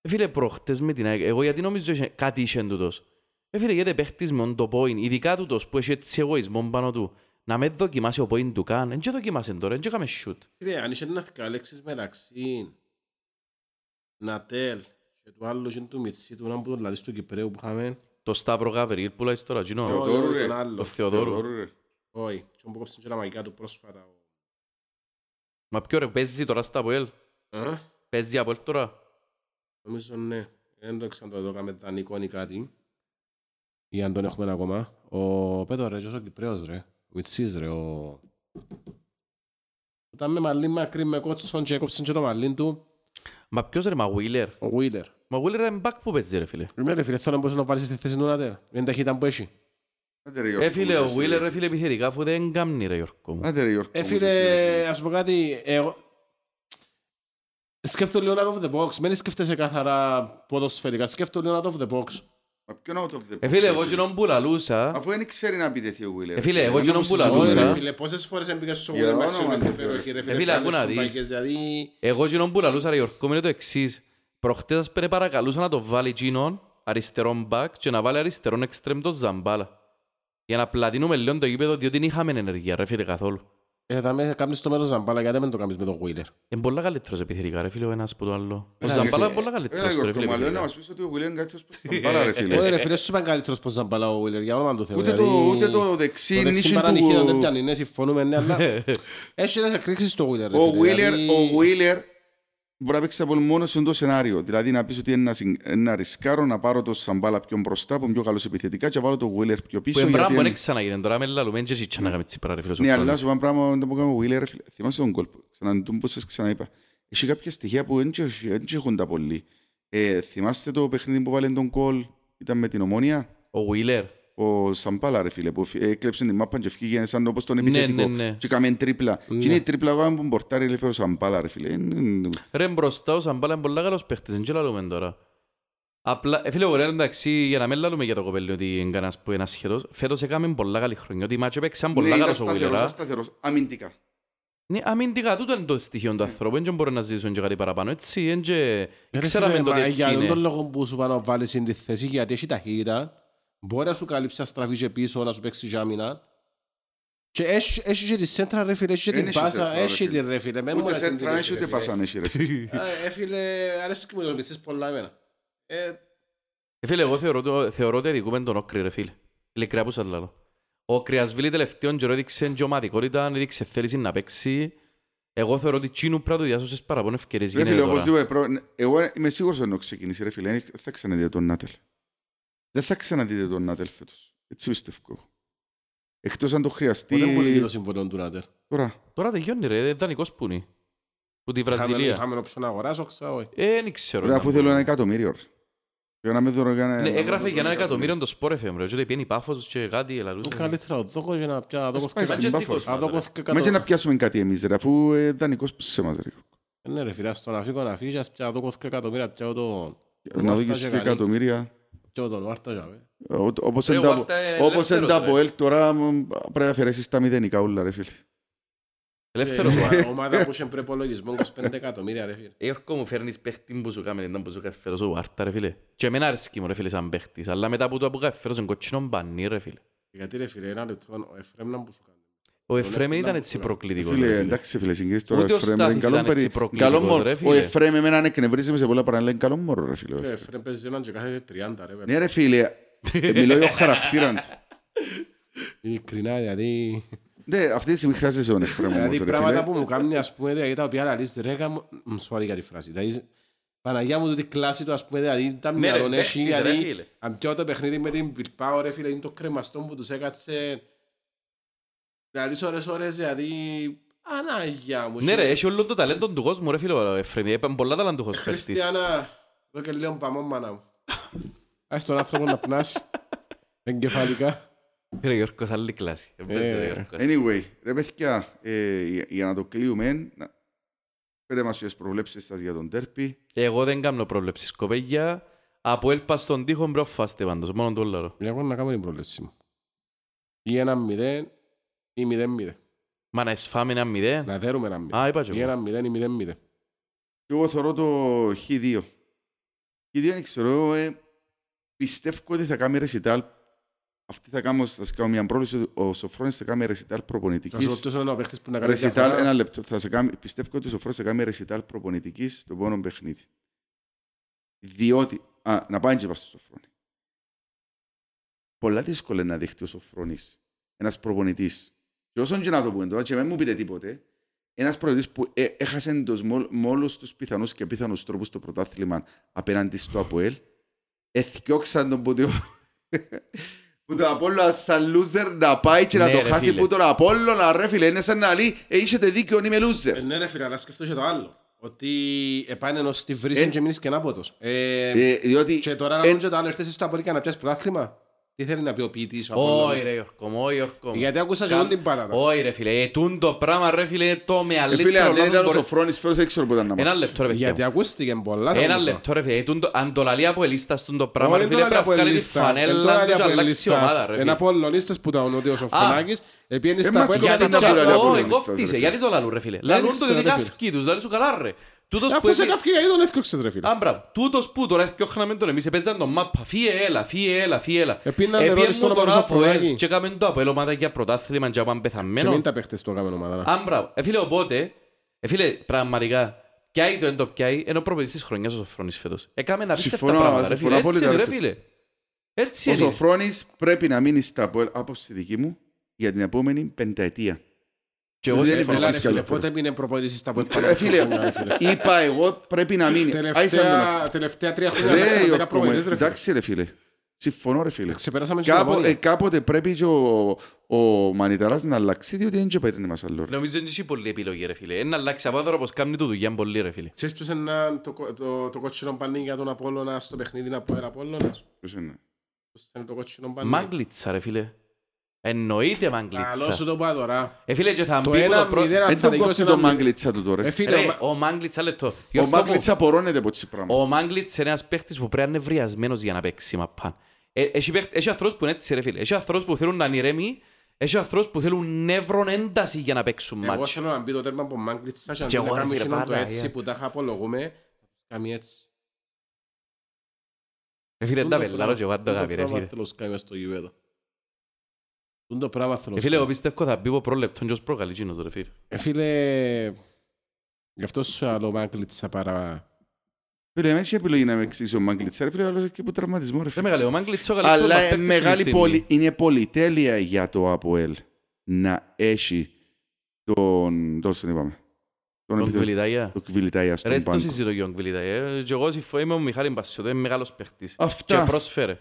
Speaker 1: ε, Φίλε, προχτές με την ΑΕΚ, εγώ γιατί νομίζω είχε- κάτι είχε τούτος. Ε, φίλε, γιατί παίχτης με τον το πόιν, ειδικά τούτος που έχει έτσι εγωισμό πάνω του, να με δοκιμάσει ο πόιν του καν, εν και δοκιμάσαι τώρα, εν και κάμε shoot.
Speaker 3: Φίλε, αν είσαι να θυκαλέξεις μεταξύ Νατέλ και του άλλου και του Μιτσί, του έναν που τον λαλείς του Κυπρέου που είχαμε.
Speaker 1: Το Σταύρο Γαβριήλ που λες τώρα, Τζινό.
Speaker 2: Θεοδόρου,
Speaker 3: Όχι, όχι,
Speaker 2: ρε.
Speaker 3: τον
Speaker 1: Το
Speaker 3: άλλο.
Speaker 1: Θεοδόρου.
Speaker 2: Θεοδόρου, Ε, ρε.
Speaker 3: Όχι, και που κόψαν και τα μαγικά του πρόσφατα. ο-
Speaker 1: Μα ποιο ρε, παίζει τώρα στα Αποέλ.
Speaker 3: Α,
Speaker 1: Παίζει Αποέλ τώρα.
Speaker 3: Νομίζω ναι. Δεν το ξέρω εδώ κάμε τα Νικόν ή κάτι. Ή αν τον έχουμε ακόμα. Ο Πέτρο ρε, ο Κυπρέος ρε. Ο Ιτσής ρε. Ο... Όταν με μαλλί μακρύ με κότσον και έκοψαν και το μαλλί του.
Speaker 1: Μα ποιος ρε, μα Wheeler.
Speaker 3: Ο Γουίλερ.
Speaker 1: Μα Μα ο Γουίλερ είναι μπακ που παίζει ρε φίλε.
Speaker 3: Ναι, ρε φίλε, θέλω να μπορούσε να βάλεις στη θέση του Νατέρ. Είναι η ταχύτητα που έχει.
Speaker 2: Άντε ρε, Γιώργο
Speaker 1: Ε, φίλε, ο
Speaker 2: μου,
Speaker 1: Γουίλερ ρε φίλε επιθερικά αφού δεν κάνει ρε Γιώργο μου.
Speaker 2: Άντε ρε, Γιώργο
Speaker 3: Ε,
Speaker 2: μου,
Speaker 3: φίλε, ας πω κάτι, εγώ... Σκέφτομαι λίγο out of the box. Μην σκέφτεσαι καθαρά ποδοσφαιρικά. Σκέφτομαι λίγο out of the box.
Speaker 2: Μα ποιον out of the
Speaker 1: Ε,
Speaker 2: box,
Speaker 1: φίλε,
Speaker 2: ρε,
Speaker 1: εγώ κοινόν που λαλούσα,
Speaker 2: Αφού δεν ξέρει να επιτεθεί ο Γουίλερ.
Speaker 1: Ε, φίλε, εγώ ε.
Speaker 2: να
Speaker 1: γίνω
Speaker 2: μου Ε,
Speaker 1: που
Speaker 2: συζητούμε,
Speaker 1: λαλούσα.
Speaker 2: ρε.
Speaker 3: φίλε, πόσες φορές έμπηκες στο
Speaker 2: Για
Speaker 3: Google
Speaker 2: όνομα
Speaker 3: Maps μες στην
Speaker 2: του Θεού.
Speaker 3: περιοχή, ρε φίλε.
Speaker 1: Ε, φίλε,
Speaker 3: φτάνεις
Speaker 1: άκου να
Speaker 3: στους
Speaker 1: δεις.
Speaker 3: μπάκες, Δηλαδή,
Speaker 1: εγώ κοινόν που λαλούσα ρε Γιώργο μου είναι το εξής. Προχτές ας πέρε παρακαλούσα να το βάλει κοινόν αριστερόν μπακ και να βάλει αριστερόν εξτρέμ το Ζαμπάλα. Για να πλατείνουμε λίγο το γήπεδο διότι δεν είχαμε ενεργεία ρε φίλε καθόλου.
Speaker 3: Ε, θα με κάνεις το μέρος Ζαμπάλα, γιατί δεν το κάνεις με τον Γουίλερ.
Speaker 1: Είναι πολλά καλύτερος επιθερικά ρε φίλε ο ένας που το άλλο. Ο
Speaker 3: Έλα,
Speaker 1: Ζαμπάλα
Speaker 3: ρε,
Speaker 1: είναι πολλά
Speaker 2: Έλα,
Speaker 1: καλύτερος
Speaker 2: Ε, Γιώργο
Speaker 1: ρε
Speaker 2: μου, αλλά να
Speaker 1: φίλε. Ε,
Speaker 2: μας πεις ότι ο Γουίλερ είναι κάποιος που στον πάρα, ρε, φίλε.
Speaker 3: Ωραία, ρε φίλε, σου είπαν καλύτερος πως Ζαμπάλα ο Γουίλερ, για όνομα του Θεού.
Speaker 2: Ναι. Ούτε το-
Speaker 3: δηλαδή,
Speaker 2: ούτε το δεξί
Speaker 3: το δεξί
Speaker 2: νύχι
Speaker 3: παρανυχείο
Speaker 2: του-
Speaker 3: δεν πιάνει, ναι, συμφωνούμε, ναι, αλλά έχει ένας εκρήξεις στο Γουίλερ. ρε
Speaker 2: Ο
Speaker 3: φίλε,
Speaker 2: Γουίλερ,
Speaker 3: δηλαδή-
Speaker 2: ο Γουίλερ μπορεί να παίξεις από μόνο σε αυτό το σενάριο. Δηλαδή να πεις ότι είναι να, συν- ε, να ρισκάρω να πάρω το Σαμπάλα πιο μπροστά, που είναι πιο καλός επιθετικά και να βάλω το Γουίλερ πιο
Speaker 1: Που
Speaker 2: πίσω.
Speaker 1: είναι πράγμα
Speaker 2: γιατί
Speaker 1: που δεν
Speaker 2: είναι-
Speaker 1: ξαναγίνεται. Τώρα με λαλούμε και έτσι να κάνουμε τσίπρα ρε φίλε.
Speaker 2: Ναι,
Speaker 1: στον
Speaker 2: αλλά
Speaker 1: χρόνο.
Speaker 2: σου είπα πράγμα που κάνουμε ο Γουίλερ. ρε φίλε. Θυμάσαι τον κόλπο. Ξαναντούν που σας ξαναείπα. Έχει κάποια στοιχεία που δεν τσ- δεν τσέχουν τα πολύ. Ε, θυμάστε το παιχνίδι που βάλε τον κόλ, ήταν με την Ομόνια.
Speaker 1: Ο Γουίλερ.
Speaker 2: ο Σαμπάλα ρε φίλε που φυ- έκλεψε την μάπα και φύγε σαν όπως τον
Speaker 1: Ναι,
Speaker 2: επιθετικό
Speaker 1: ναι, ναι.
Speaker 2: και κάμε τρίπλα και είναι η τρίπλα εγώ που μπορτάρει ελεύθερο Σαμπάλα ρε φίλε Είναι- είναι-
Speaker 1: Ρε μπροστά ο Σαμπάλα είναι πολλά καλός παίχτης, δεν και λαλούμε τώρα. Απλά, ε, φίλε, ωραία, εντάξει, για να μην λαλούμε για το κοπέλι ότι είναι κανένας που είναι ασχετός, φέτος έκαμε πολλά καλή χρονιά, ότι οι μάτσοι παίξαν
Speaker 2: Ναι,
Speaker 1: πολλά
Speaker 2: ήταν
Speaker 1: καλός ο
Speaker 2: σταθερός,
Speaker 1: Γουίλερα.
Speaker 2: σταθερός, αμυντικά
Speaker 1: Ναι, αμυντικά, τούτο είναι το στοιχείο του ανθρώπου, δεν μπορούν να ζήσουν και κάτι παραπάνω, έτσι, δεν και...
Speaker 3: Ε, Ρε
Speaker 1: Ξέραμε
Speaker 3: φίλε,
Speaker 1: το ότι
Speaker 3: μα
Speaker 1: έτσι
Speaker 3: Για τον
Speaker 1: είναι.
Speaker 3: λόγο που σου πάνω βάλεις στην τη θέση, γιατί έχει ταχύτητα, μπορεί να σου καλύψει να στραβεί και πίσω, να σου παίξει για άμυνα. Και έχει, έχεις και τη σέντρα ρε φίλε, έχεις και
Speaker 2: Δεν
Speaker 3: την
Speaker 2: έχει
Speaker 3: πάσα,
Speaker 2: σέντρα, ρε
Speaker 3: έχεις
Speaker 2: φίλε.
Speaker 3: τη ρε φίλε. Μην μου
Speaker 2: ούτε
Speaker 3: λες την
Speaker 2: σέντρα
Speaker 3: τη
Speaker 2: έχεις
Speaker 3: ρε
Speaker 2: ούτε
Speaker 3: φίλε.
Speaker 2: πασάν έχεις ρε φίλε
Speaker 3: Ε, ε, φίλε, αρέσκει μου το πιστεύεις πολλά εμένα. Ε,
Speaker 1: Ε, Φίλε, εγώ θεωρώ, το- θεωρώ ότι αδικούμε τον Όκρη, ρε φίλε. Ειλικρά που σας λέω. Ο Κρυασβίλη τελευταίον καιρό έδειξε και ομαδικότητα, έδειξε θέληση να παίξει. Εγώ θεωρώ ότι τσίνου πρέπει να του διάσωσες παραπάνω ευκαιρίες
Speaker 2: Ρε
Speaker 1: γίνεται
Speaker 2: φίλε
Speaker 1: τώρα.
Speaker 2: οπωσδήποτε προ- εγώ είμαι σίγουρος ότι να ξεκινήσει ρε φίλε δεν θα ξαναδείτε τον Νάτελ δεν θα ξαναδείτε τον Νάτελ φέτος έτσι πιστεύω εκτός αν το χρειαστεί
Speaker 3: Πότε μπορεί το συμβολό του Νάτερ.
Speaker 2: τώρα
Speaker 1: Τώρα τελειώνει ρε, δεν δανεικός που είναι. Που τη
Speaker 3: Είχαμε-
Speaker 1: Βραζιλία.
Speaker 3: Είχαμε όψιο να αγοράσω, ξέρω. όχι.
Speaker 1: Ε, δεν ξέρω.
Speaker 2: ρε,
Speaker 1: να
Speaker 2: αφού
Speaker 1: πω.
Speaker 2: θέλω ένα εκατομμύριο ρε. Για να με δωρω- για να-
Speaker 1: Ναι,
Speaker 2: να
Speaker 1: έγραφε
Speaker 2: με
Speaker 1: για ένα
Speaker 2: δωρω-
Speaker 1: εκατομμύριο το Sport FM, ρε. Και ότι πιένει πάφος και κάτι, ελαλούς.
Speaker 3: Καλύτερα ο δόκος για να πια δόκος
Speaker 2: Ε, πάει
Speaker 3: και
Speaker 1: Μα και
Speaker 2: στην Πάφος.
Speaker 1: δίχως μας,
Speaker 3: να δόκος
Speaker 1: ρε. Ε,
Speaker 3: και
Speaker 2: Μα και να
Speaker 3: κάτω.
Speaker 2: πιάσουμε κάτι εμείς ρε, αφού ε, δανεικός ψέμα ρε.
Speaker 3: Ναι ρε φίλε, ας τον αφήκω να φύγεις, ας πια δόκος και εκατομμύρια, πια τον-
Speaker 2: να
Speaker 3: Μάρτα
Speaker 2: δω και
Speaker 3: και καλή.
Speaker 2: εκατομμύρια.
Speaker 3: πια τον Μάρτα, για μέ.
Speaker 2: Ε, ό- Όπως
Speaker 1: Ρε,
Speaker 2: εν
Speaker 1: ο
Speaker 2: τα-
Speaker 1: Μάρτα είναι
Speaker 2: όπως εν τα
Speaker 1: ελεύθερος,
Speaker 2: από ελ τώρα μ, πρέπει να αφαιρέσεις τα μηδενικά όλα ρε φίλε.
Speaker 1: Ελεύθερος.
Speaker 3: Ε, ομα- Ομάδα που είχε προπολογισμό 25 εκατομμύρια, ρε φίλε.
Speaker 1: Ε, Γιώργο μου φέρνεις παίχτη που σου κάμε, δεν ήταν που σου καφέρος ο Βάρτα, ρε φίλε. Και εμένα αρέσκει μου, ρε φίλε, σαν παίχτης. Αλλά μετά που το που καφέρος είναι κοτσινό μπανί, ρε φίλε.
Speaker 3: Γιατί ρε φίλε, ένα λεπτό, ο Εφραίμ να που σου κάνει.
Speaker 1: Ο Εφραίμ
Speaker 3: Λεύτε
Speaker 1: ήταν
Speaker 3: να
Speaker 1: έτσι
Speaker 3: μπούρα.
Speaker 1: προκλητικός, ρε
Speaker 2: Ε, Φίλε
Speaker 1: φίλε.
Speaker 2: εντάξει φίλε συγκρίσεις τώρα
Speaker 1: Ούτε ο
Speaker 2: Εφραίμ,
Speaker 1: Στάθης
Speaker 2: είναι καλό
Speaker 1: ήταν
Speaker 2: περί-
Speaker 1: έτσι προκλητικός,
Speaker 2: καλό μόρο.
Speaker 1: ρε,
Speaker 2: Ο
Speaker 1: φίλε.
Speaker 2: Εφραίμ εμένα εκνευρίζει με σε πολλά παρά, αλλά είναι καλό μόρο ρε φίλε.
Speaker 3: Ο Εφραίμ παίζει έναν και κάθε 30 ρε
Speaker 2: Ναι
Speaker 3: παιδί.
Speaker 2: ρε φίλε ε, μιλώ για χαρακτήραν του.
Speaker 3: Ειλικρινά, δηλαδή...
Speaker 2: Ναι αυτή τη στιγμή χρειάζεσαι τον Εφραίμ όμως,
Speaker 3: Δηλαδή
Speaker 2: ρε,
Speaker 3: πράγματα
Speaker 2: φίλε.
Speaker 3: που μου κάνουν, ας πούμε, δηλαδή τα οποία αναλύσεις, ρε γαμ- Μ, sorry για τη φράση. Δηλαδή, Παναγιά μου, τούτη κλάση του, ας πούμε, δηλαδή τα
Speaker 1: Ναι, ρε,
Speaker 3: μυαλόν έχει,
Speaker 1: παίχτης, ρε,
Speaker 3: δηλαδή,
Speaker 1: φίλε.
Speaker 3: αν πιω το παιχνίδι με την Bilbao, ρε φίλε, είναι το κρεμαστό που τους έκατσε, δηλαδή, σωρές, ώρες, δηλαδή, Ανάγια μου.
Speaker 1: Ναι
Speaker 3: και-
Speaker 1: ρε, έχει όλο το ταλέντο του κόσμου, ρε φίλε, ο Εφραίμ. Είπαν πολλά ταλαντούχος παίχτης.
Speaker 3: Χριστιανά, εδώ και λίγο παμό μάνα μου. Ας τον άνθρωπο να πνάσει. Εγκεφαλικά.
Speaker 1: Ρε Γιώργος, άλλη κλάση. Έπαιζε,
Speaker 2: Ε,
Speaker 1: ρε, Γιώργος.
Speaker 2: Anyway, ρε παιδιά, ε, για- για να το κλείουμε, να- πέτε μας ποιες προβλέψεις σας για τον τέρπι.
Speaker 1: Εγώ δεν κάνω πρόβλεψη σκοπέγια. Από έλπα στον τοίχο μπρο φάστε πάντως, μόνο το λαρό.
Speaker 3: Εγώ να κάνω την πρόλεψη μου. Ή ένα μηδέν ή μηδέν μηδέν.
Speaker 1: Μα να εσφάμε ένα μηδέν.
Speaker 3: Να δέρουμε ένα μηδέν.
Speaker 1: Α, είπα
Speaker 3: Ή
Speaker 1: και εγώ.
Speaker 3: ένα μηδέν ή μηδέν μηδέν.
Speaker 2: Και εγώ θεωρώ το Χ2. Χ2 δεν ξέρω, ε, πιστεύω ότι θα κάνει ρεσιτάλ. Αυτή θα κάνω, θα σας κάνω μια πρόληψη, ο Σοφρόνης θα κάνει ρεσιτάλ
Speaker 3: Να σου
Speaker 2: προπονητικής.
Speaker 3: ρωτήσω έναν παίχτης που να κάνει
Speaker 2: Ρεσιτάλ,
Speaker 3: διαφορά.
Speaker 2: ένα λεπτό. Θα σε κάνει, πιστεύω ότι ο Σοφρόνης θα κάνει ρεσιτάλ προπονητικής στο πόνο παιχνίδι. Διότι, α, να πάμε και πας στο Σοφρόνη. Πολλά δύσκολα είναι να δείχνει ο Σοφρόνης, ένας προπονητής. Και όσον και να το πούμε τώρα, και μην μου πείτε τίποτε, ένας προπονητή που ε, έχασε τους μολ- με όλου τους πιθανούς και πιθανούς τρόπους το πρωτάθλημα απέναντι στο Αποέλ, εθιώξαν τον Ποτιό. που τον Απόλλωνα σαν loser να πάει και να
Speaker 1: Ναι,
Speaker 2: το
Speaker 1: ρε
Speaker 2: χάσει
Speaker 1: φίλε.
Speaker 2: που τον Απόλλωνα ρε φίλε είναι σαν να λέει «Ε, είσετε δίκιο είμαι
Speaker 3: Ε,
Speaker 2: loser
Speaker 3: Ναι ρε φίλε, αλλά σκεφτώ και το άλλο. Ότι επάνε ενός στη βρύση
Speaker 2: Ε.
Speaker 3: και μείνεις και ανάποδος. Ε,
Speaker 2: Ε, διότι
Speaker 3: και τώρα να
Speaker 2: ε.
Speaker 3: μην και όταν έρθες στο Απολίκα να πιάσεις πρωτάθλημα, τι θέλει να πει ο ποιητής, ο Απόλλωνας.
Speaker 1: Όχι ρε Γιώργο μου, όχι Γιώργο μου.
Speaker 3: Γιατί άκουσα και
Speaker 1: Κα-
Speaker 3: όλη την παράτα.
Speaker 1: Όχι ρε φίλε, ε, τούν το πράγμα ρε φίλε είναι το με
Speaker 2: ε, φίλε, αν δεν ήταν ο
Speaker 1: αλήθεια.
Speaker 2: Σοφρόνης φέρος δεν ξέρω πού ήταν να μας.
Speaker 1: Ένα λεπτό ρε παιδιά.
Speaker 3: Γιατί ακούστηκε πολλά.
Speaker 1: Ένα
Speaker 3: τραγούδια.
Speaker 1: λεπτό ρε φίλε, τούν το- αν το λαλεί από ελίστας τούν το πράγμα
Speaker 3: Όχι,
Speaker 1: ρε
Speaker 3: δεν
Speaker 1: φίλε
Speaker 3: τώρα
Speaker 1: πρέπει να
Speaker 3: από
Speaker 1: βγάλει τη
Speaker 3: ελίστας. Δεν
Speaker 1: φανέλα
Speaker 3: τώρα
Speaker 1: του και
Speaker 3: από
Speaker 1: αλλάξει η ομάδα
Speaker 3: ελίστας.
Speaker 1: ρε
Speaker 3: Ένα
Speaker 1: φίλε.
Speaker 3: από ολονίστες που ήταν ο Νότιος ο Φωνάκης. Επίενε
Speaker 2: Ε,
Speaker 3: στα
Speaker 2: μας
Speaker 3: από
Speaker 2: γιατί τα
Speaker 3: έκανα τα
Speaker 2: πήρε
Speaker 3: πολλά.
Speaker 2: λαλεί από
Speaker 1: Όχι,
Speaker 2: Απόλλωνιστας,
Speaker 1: κόφτησε,
Speaker 2: ρε
Speaker 1: γιατί το λαλούν ρε φίλε. Λαλούν το
Speaker 3: ξέρω,
Speaker 1: διότι
Speaker 3: ρε φίλε.
Speaker 1: καυκεί τους, λαλούν σου καλά ρε. Τούτος που
Speaker 3: Αφού σε
Speaker 1: έχει-
Speaker 3: καυκία είδον έθιωξες ρε φίλε.
Speaker 1: Α, μπράβο. Τούτος που τώρα έφτιαχναμε τον εμείς, έπαιζαν τον μάπα. Φύε έλα, φύε έλα, φύε έλα. Ε,
Speaker 3: Επίναν
Speaker 1: Επίεν
Speaker 3: Ε, ρόλο
Speaker 1: μου
Speaker 3: στον
Speaker 1: το
Speaker 3: Απόλλωνα
Speaker 1: Ραφαέλ
Speaker 3: Φωνάκη.
Speaker 1: ε, Και έκαμε το Απόλλωνα ομάδα για πρωτάθλημα και άπαν
Speaker 3: Και
Speaker 1: πεθαμένο.
Speaker 3: μην τα παίχτες το έκαμε ομάδα. να.
Speaker 1: Α, μπράβο. Ε, φίλε, οπότε, ε, φίλε, πραγματικά, πιάει το εν το πιάει, ενώ ο προπονητής της χρονιάς ο Σοφρόνης φέτος. Έκαμε να πίστευτα
Speaker 2: Συμφωνώ,
Speaker 1: πράγματα, ρε φίλε.
Speaker 2: συμφωνώ
Speaker 1: Έτσι είναι,
Speaker 2: απόλυτα,
Speaker 1: ρε
Speaker 2: ρε
Speaker 1: φίλε. Έτσι
Speaker 2: Ο
Speaker 1: είναι.
Speaker 2: Σοφρόνης πρέπει να μείνει στα Αποέλ, άποψη δική μου, για την επόμενη πενταετία.
Speaker 1: Και εγώ
Speaker 2: δεν
Speaker 3: Ε,
Speaker 1: συμφωνώ.
Speaker 2: είναι
Speaker 3: Έλα, ρε
Speaker 2: φυσικά
Speaker 3: φίλε,
Speaker 2: το πρώτο.
Speaker 3: πότε μείνε προπονητής στα από
Speaker 2: Ε, Φίλε,
Speaker 3: χρόνια, ρε φίλε.
Speaker 2: είπα εγώ πρέπει να μείνει. Άισε να τον
Speaker 3: Τελευταία- Τελευταία τρία χρόνια
Speaker 2: Ρε,
Speaker 3: αλλάξαμε
Speaker 2: Ιωκό
Speaker 3: δέκα
Speaker 2: μου,
Speaker 3: προπονητές, ρε φίλε.
Speaker 2: Εντάξει ρε φίλε. Συμφωνώ ρε φίλε.
Speaker 3: Ξεπεράσαμε τους
Speaker 2: Κάπο-
Speaker 3: Ιαπωνία.
Speaker 2: ε, Κάποτε πρέπει και ο, ο Μανιταράς να αλλάξει διότι δεν και παίρνει μας άλλο. ρε.
Speaker 1: Νομίζω δεν έχει πολλή επιλογή, ρε φίλε. Ένα αλλάξει από άνθρωπος κάνει του δουλειά πολύ, ρε φίλε.
Speaker 3: Ξέρεις ποιος είναι το, κο- το, το κότσινο πανί για τον Απόλλωνα στο παιχνίδι από τον Απόλλωνας.
Speaker 2: Ποιος είναι.
Speaker 3: Ποιος είναι το κότσινο πανί.
Speaker 1: Μάγκλιτσα, ρε φίλε. Εννοείται
Speaker 3: Καλό σου
Speaker 1: Μάγκλιτσα.
Speaker 3: το πάω τώρα.
Speaker 1: Ε, φίλε, και θα
Speaker 3: Το
Speaker 1: μπει που το
Speaker 3: 1-0
Speaker 1: πρώτο-
Speaker 2: Δεν
Speaker 3: θα
Speaker 2: Ε, τον
Speaker 3: δικαιώσει
Speaker 2: κόφτει
Speaker 3: ένα
Speaker 2: το
Speaker 3: μηδέν.
Speaker 2: Μάγκλητσα του τώρα.
Speaker 3: Ε, φίλε,
Speaker 1: Ρε,
Speaker 3: ο-
Speaker 1: ο Μάγκλιτσα, λεπτό.
Speaker 2: Ο
Speaker 1: Γιώργο μου,
Speaker 2: Μάγκλητσα απορώνεται από τις πράγματα.
Speaker 1: Ο Μάγκλιτς είναι ένας παίχτης που πρέπει να είναι βριασμένος για να παίξει μαπάν. Ε, Έχει παίχ- έχει ανθρώπους που είναι έτσι ρε φίλε. Έχει ανθρώπους που θέλουν να είναι ηρέμοι. Έχει ανθρώπους που θέλουν νεύρον ένταση για να παίξουν
Speaker 3: Εγώ
Speaker 1: μάτς.
Speaker 3: θέλω να μπει το τέρμα από Μάγκλητσα και αν
Speaker 1: Και
Speaker 3: δεν
Speaker 1: εγώ, ρε
Speaker 3: κάνουμε
Speaker 1: φίλε,
Speaker 3: εκείνον το
Speaker 1: πάρα, ε.
Speaker 3: έτσι που τα είχα απολογούμε, κάνει έτσι.
Speaker 1: Ε, Φίλε,
Speaker 3: Τούτο
Speaker 1: τα πελάρω και εγώ
Speaker 3: πράγμα-
Speaker 1: αν το κάνει ρε
Speaker 3: τούτο πράγμα
Speaker 1: φίλε.
Speaker 3: θέλω να σκάμε στο γηπέδο. Τούτο πράγμα θέλω να
Speaker 1: Ε, Φίλε, εγώ
Speaker 3: σκάμε.
Speaker 1: πιστεύω θα μπει από πρόλεπτον και ως προκαλεί εκείνος, ρε φίλε.
Speaker 3: Ε, Φίλε, γι' αυτός σου άλλο Μάγκλητσα παρά...
Speaker 2: Φίλε, δεν έχει επιλογή να με εξηγήσει ο Μάγκλητσα. ρε Φίλε, άλλος έχει που τραυματισμό ρε
Speaker 1: Ρε
Speaker 2: φίλε.
Speaker 1: μεγάλε, ο Μάγκλιτς ο καλύτερος
Speaker 2: Αλλά
Speaker 1: μας
Speaker 2: ε,
Speaker 1: παίχτης
Speaker 2: μεγάλη
Speaker 1: στην
Speaker 2: πόλη,
Speaker 1: στιγμή.
Speaker 2: είναι πολυτέλεια για το ΑΠΟΕΛ να έχει τον... Τώρα τον είπαμε. Τον
Speaker 1: Τον
Speaker 2: επιθετικό.
Speaker 1: Κβιλιτάγια.
Speaker 2: Τον Κβιλιτάια
Speaker 1: Ρε,
Speaker 2: στον
Speaker 1: έτσι το
Speaker 2: πάγκο.
Speaker 1: συζητώ και τον Κβιλιτάγια. Ε, Και εγώ συμφωνώ με τον Μιχάλη Μπασιωτό, είναι μεγάλος παίχτης. Και
Speaker 2: Αυτά.
Speaker 1: πρόσφερε.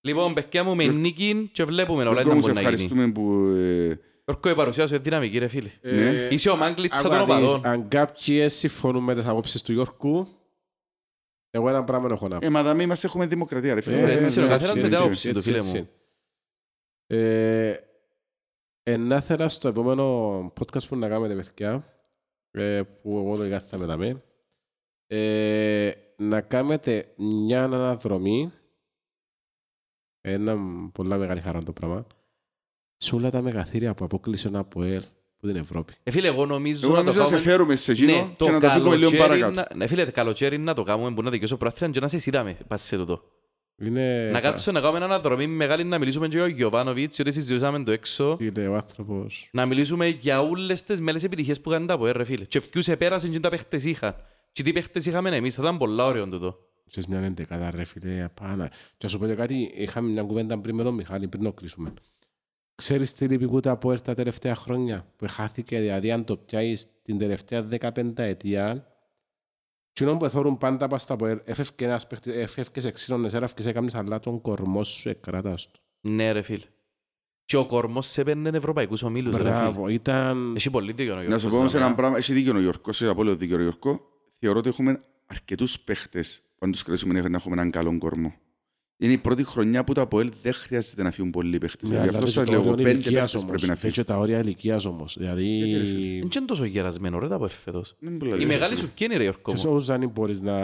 Speaker 1: Λοιπόν, παιδιά μου, με
Speaker 2: Γιώργο-
Speaker 1: νίκη και βλέπουμε όλα
Speaker 2: Γιώργο
Speaker 1: ήταν
Speaker 2: μου, σε
Speaker 1: μπορεί να γίνει.
Speaker 2: ευχαριστούμε που... ε,
Speaker 1: Γιώργο, η παρουσία σου είναι δυναμική ρε φίλε.
Speaker 2: Ναι.
Speaker 3: Ε,
Speaker 1: Είσαι ο Μάγκλητσα
Speaker 3: Άκου
Speaker 1: των
Speaker 3: να δεις,
Speaker 1: οπαδών.
Speaker 3: Αν κάποιοι συμφωνούν με τις απόψεις του Γιώργου, εγώ ένα πράγμα έχω να πω.
Speaker 2: Ε, μα δαμέ μας έχουμε δημοκρατία, ρε φίλε.
Speaker 1: Ε,
Speaker 2: Πρέπει να
Speaker 1: έτσι, ο καθένας
Speaker 2: συζητήσουμε.
Speaker 1: με την άποψη. του,
Speaker 3: έτσι,
Speaker 1: φίλε
Speaker 3: έτσι.
Speaker 1: μου.
Speaker 3: Ε, Ενά θέλω στο επόμενο podcast που να κάνετε, παιδιά, ε, που εγώ το εγκάθαμε δαμέ, ε, να κάνετε μια αναδρομή, ένα πολλά μεγάλη χαρά το πράγμα, σε όλα τα μεγαθύρια που αποκλείσαν από ελ που την Ευρώπη.
Speaker 1: Ε, φίλε, εγώ νομίζω
Speaker 2: Εγώ
Speaker 1: να το
Speaker 2: νομίζω να σε
Speaker 1: κάνουμε-
Speaker 2: φέρουμε σε εκείνο
Speaker 1: Ναι, το
Speaker 2: και να τα φύγουμε λίγο
Speaker 1: καλοκαίρι
Speaker 2: παρακάτω.
Speaker 1: να- Ναι, φίλε, το καλοκαίρι να το κάνουμε που να δικαιώσω πράθυρα και να σε συντάμε. Πας σε τούτο.
Speaker 2: Ε,
Speaker 3: Είναι
Speaker 1: Να κάτσουμε να κάνουμε έναν αναδρομή μεγάλη να μιλήσουμε και για τον Γιωβάνοβιτς, διότι συζητούσαμε το έξω.
Speaker 3: Είναι ο άνθρωπος.
Speaker 1: Να μιλήσουμε για όλες τις μέλες επιτυχίες που κάνουν από ρε φίλε. Και ποιους επέρασαν και τα παίχτες είχαν. Και τι παίχτες είχαμε εμείς, θα ήταν πολλά ωραίο τούτο.
Speaker 3: Ξέρεις μια εντεκάδα ρε φίλε, απάνα. Και να σου πω και κάτι, είχαμε μια κουβέντα πριν με τον Μιχάλη, πριν το κλείσουμε. Ξέρεις τι λείπει που τα από τα τελευταία χρόνια, που χάθηκε, δηλαδή αν το πιάσεις την τελευταία 15 ετία, κοινό που εθώρουν πάντα πας τα από έφευκε ένας παίχτης, έφευκες εξήνωνες, έφευκες έκαμες, αλλά τον κορμός σου εκράτας του.
Speaker 1: Ναι ρε φίλε. Και ο κορμός σε παίρνει ευρωπαϊκούς ομίλους ρε φίλε.
Speaker 3: Μπράβο, ήταν...
Speaker 1: Έχει πολύ δίκιο ο
Speaker 2: Να σου
Speaker 1: Γιώργος
Speaker 2: πω όμως
Speaker 1: Ζαμαρά.
Speaker 2: ένα πράγμα. Έχει δίκιο ο Γιώργος, έχει απόλυτο δίκιο ο Γιώργος. Θεωρώ ότι έχουμε αρκετούς παίχτες που αν τους κρατήσουμε να έχουμε έναν καλό κορμό. Είναι η πρώτη χρονιά που το ΑΠΟΕΛ δεν χρειάζεται να φύγουν πολλοί παίχτες.
Speaker 3: Ναι,
Speaker 2: Γι'
Speaker 3: αλλά
Speaker 2: αυτό
Speaker 3: δεν
Speaker 2: σας
Speaker 3: και
Speaker 2: λέω,
Speaker 3: τα
Speaker 2: εγώ,
Speaker 3: όρια
Speaker 2: πέντε
Speaker 3: ηλικίας
Speaker 2: παίχτες
Speaker 3: όμως.
Speaker 2: πρέπει να
Speaker 3: Δεν
Speaker 2: φύγουν.
Speaker 3: και τα όρια ηλικίας όμως. Δηλαδή...
Speaker 2: Γιατί, ρε φίλε.
Speaker 1: Είναι και τόσο γερασμένο ρε τα πόερ φέτος.
Speaker 2: Δεν μου λέει,
Speaker 1: Η
Speaker 2: ρε,
Speaker 1: μεγάλη
Speaker 2: φίλε.
Speaker 1: σου ποια είναι ρε Γιώργο
Speaker 3: Ξέρεις
Speaker 1: μου.
Speaker 3: όσους δεν μπορείς να,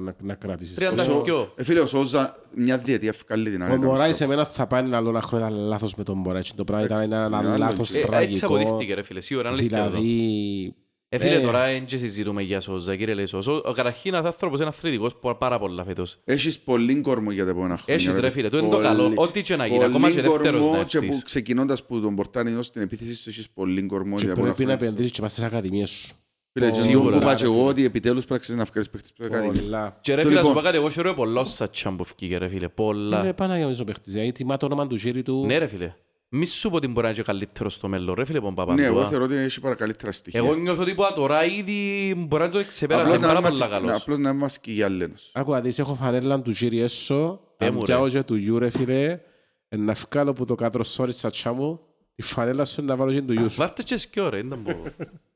Speaker 3: να, να κρατήσεις.
Speaker 1: Τριάντα
Speaker 3: Πόσο-
Speaker 2: Όσο-
Speaker 1: δυο.
Speaker 2: Ε, Φίλε, ο Σόζα μια διετία βγάλει την
Speaker 3: Ο
Speaker 2: ανέτα.
Speaker 3: Μωράης σε μένα θα πάει άλλο ένα χρόνο ήταν λάθος με τον Μωράης. Το πράγμα ήταν
Speaker 2: Εντάξει, είναι
Speaker 3: ένα
Speaker 2: άλλο
Speaker 3: λάθος
Speaker 2: εκεί.
Speaker 1: Ε, Έτσι
Speaker 3: τραγικό.
Speaker 1: αποδείχτηκε ρε φίλε, σίγουρα είναι αλήθεια. εδώ.
Speaker 3: Δηλαδή...
Speaker 1: Ε, φίλε,
Speaker 2: ναι.
Speaker 3: ε.
Speaker 1: τώρα δεν συζητούμε για Σόζα, κύριε Λεσός. Ο- ο- Καταρχήν, ένας άνθρωπος είναι αθλητικός που- πάρα πολλά φέτος.
Speaker 2: Έχεις πολύ κορμό για τα επόμενα χρόνια.
Speaker 1: Έχεις, ρε φίλε, το είναι το
Speaker 2: Πολύ-
Speaker 1: καλό. Ό,τι και να γίνει, ακόμα και
Speaker 2: πολύ
Speaker 1: δεύτερος
Speaker 2: κορμό
Speaker 1: να
Speaker 2: και που
Speaker 1: έρθεις.
Speaker 2: ξεκινώντας που τον πορτάνι ως την επίθεση σου έχεις πολύ κορμό
Speaker 3: Και
Speaker 2: για τα
Speaker 3: πρέπει να
Speaker 2: επόμενα χρόνια.
Speaker 3: επενδύσεις και πας στις ακαδημίες σου.
Speaker 2: Φίλε,
Speaker 1: Πολλά,
Speaker 2: και που
Speaker 1: ρε,
Speaker 2: είπα και
Speaker 3: φίλε.
Speaker 2: εγώ ότι επιτέλους πρέπει να ξέρεις να βγάλεις παίχτες που έκανες.
Speaker 3: Πολλά.
Speaker 1: Και ρε
Speaker 2: Το
Speaker 1: φίλε, να σου
Speaker 2: λοιπόν.
Speaker 1: πω κάτι, εγώ χαιρεύω πολλά σατσάν που φκήκε, ρε φίλε, πολλά.
Speaker 3: Είναι πάνω Ε, για μισό παίχτης. Δηλαδή τιμά το όνομα του χέρι του.
Speaker 1: Ναι ρε φίλε, μη σου πω ότι μπορεί να είναι και καλύτερος στο μέλλον, ρε φίλε, Παπα
Speaker 2: Ναι, εγώ
Speaker 1: Παπανδρέα.
Speaker 2: θεωρώ ότι έχει παρακαλύτερα στοιχεία.
Speaker 1: Εγώ νιώθω ότι που τώρα ήδη μπορεί να το ξεπέρασε,
Speaker 2: Απλώς
Speaker 1: είναι
Speaker 2: να
Speaker 1: πάρα
Speaker 2: μας-
Speaker 1: πολλά καλός.
Speaker 2: Απλώς να μας και για άλλους.
Speaker 3: Άκου να δεις, έχω φανέλα του χέρι έσω.
Speaker 1: Ε,
Speaker 3: Αν
Speaker 1: μου, ρε.
Speaker 3: πιάω και του γιού ρε φίλε. ε, Να βγάλω που το κάτρο σόρι σατσά μου. Τη φανέλα σου να βάλω και του γιού σου.
Speaker 1: Βάρτε και σκιό ρε, δεν τα μπορώ.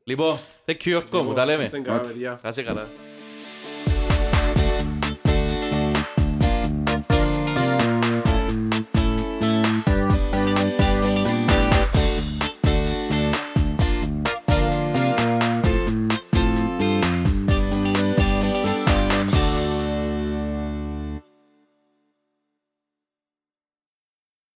Speaker 3: Λοιπόν, thank you, Γιώργο μου, τα λέμε.
Speaker 2: Λοιπόν,
Speaker 1: Στην καλά, παιδιά.
Speaker 3: Θα είσαι καλά.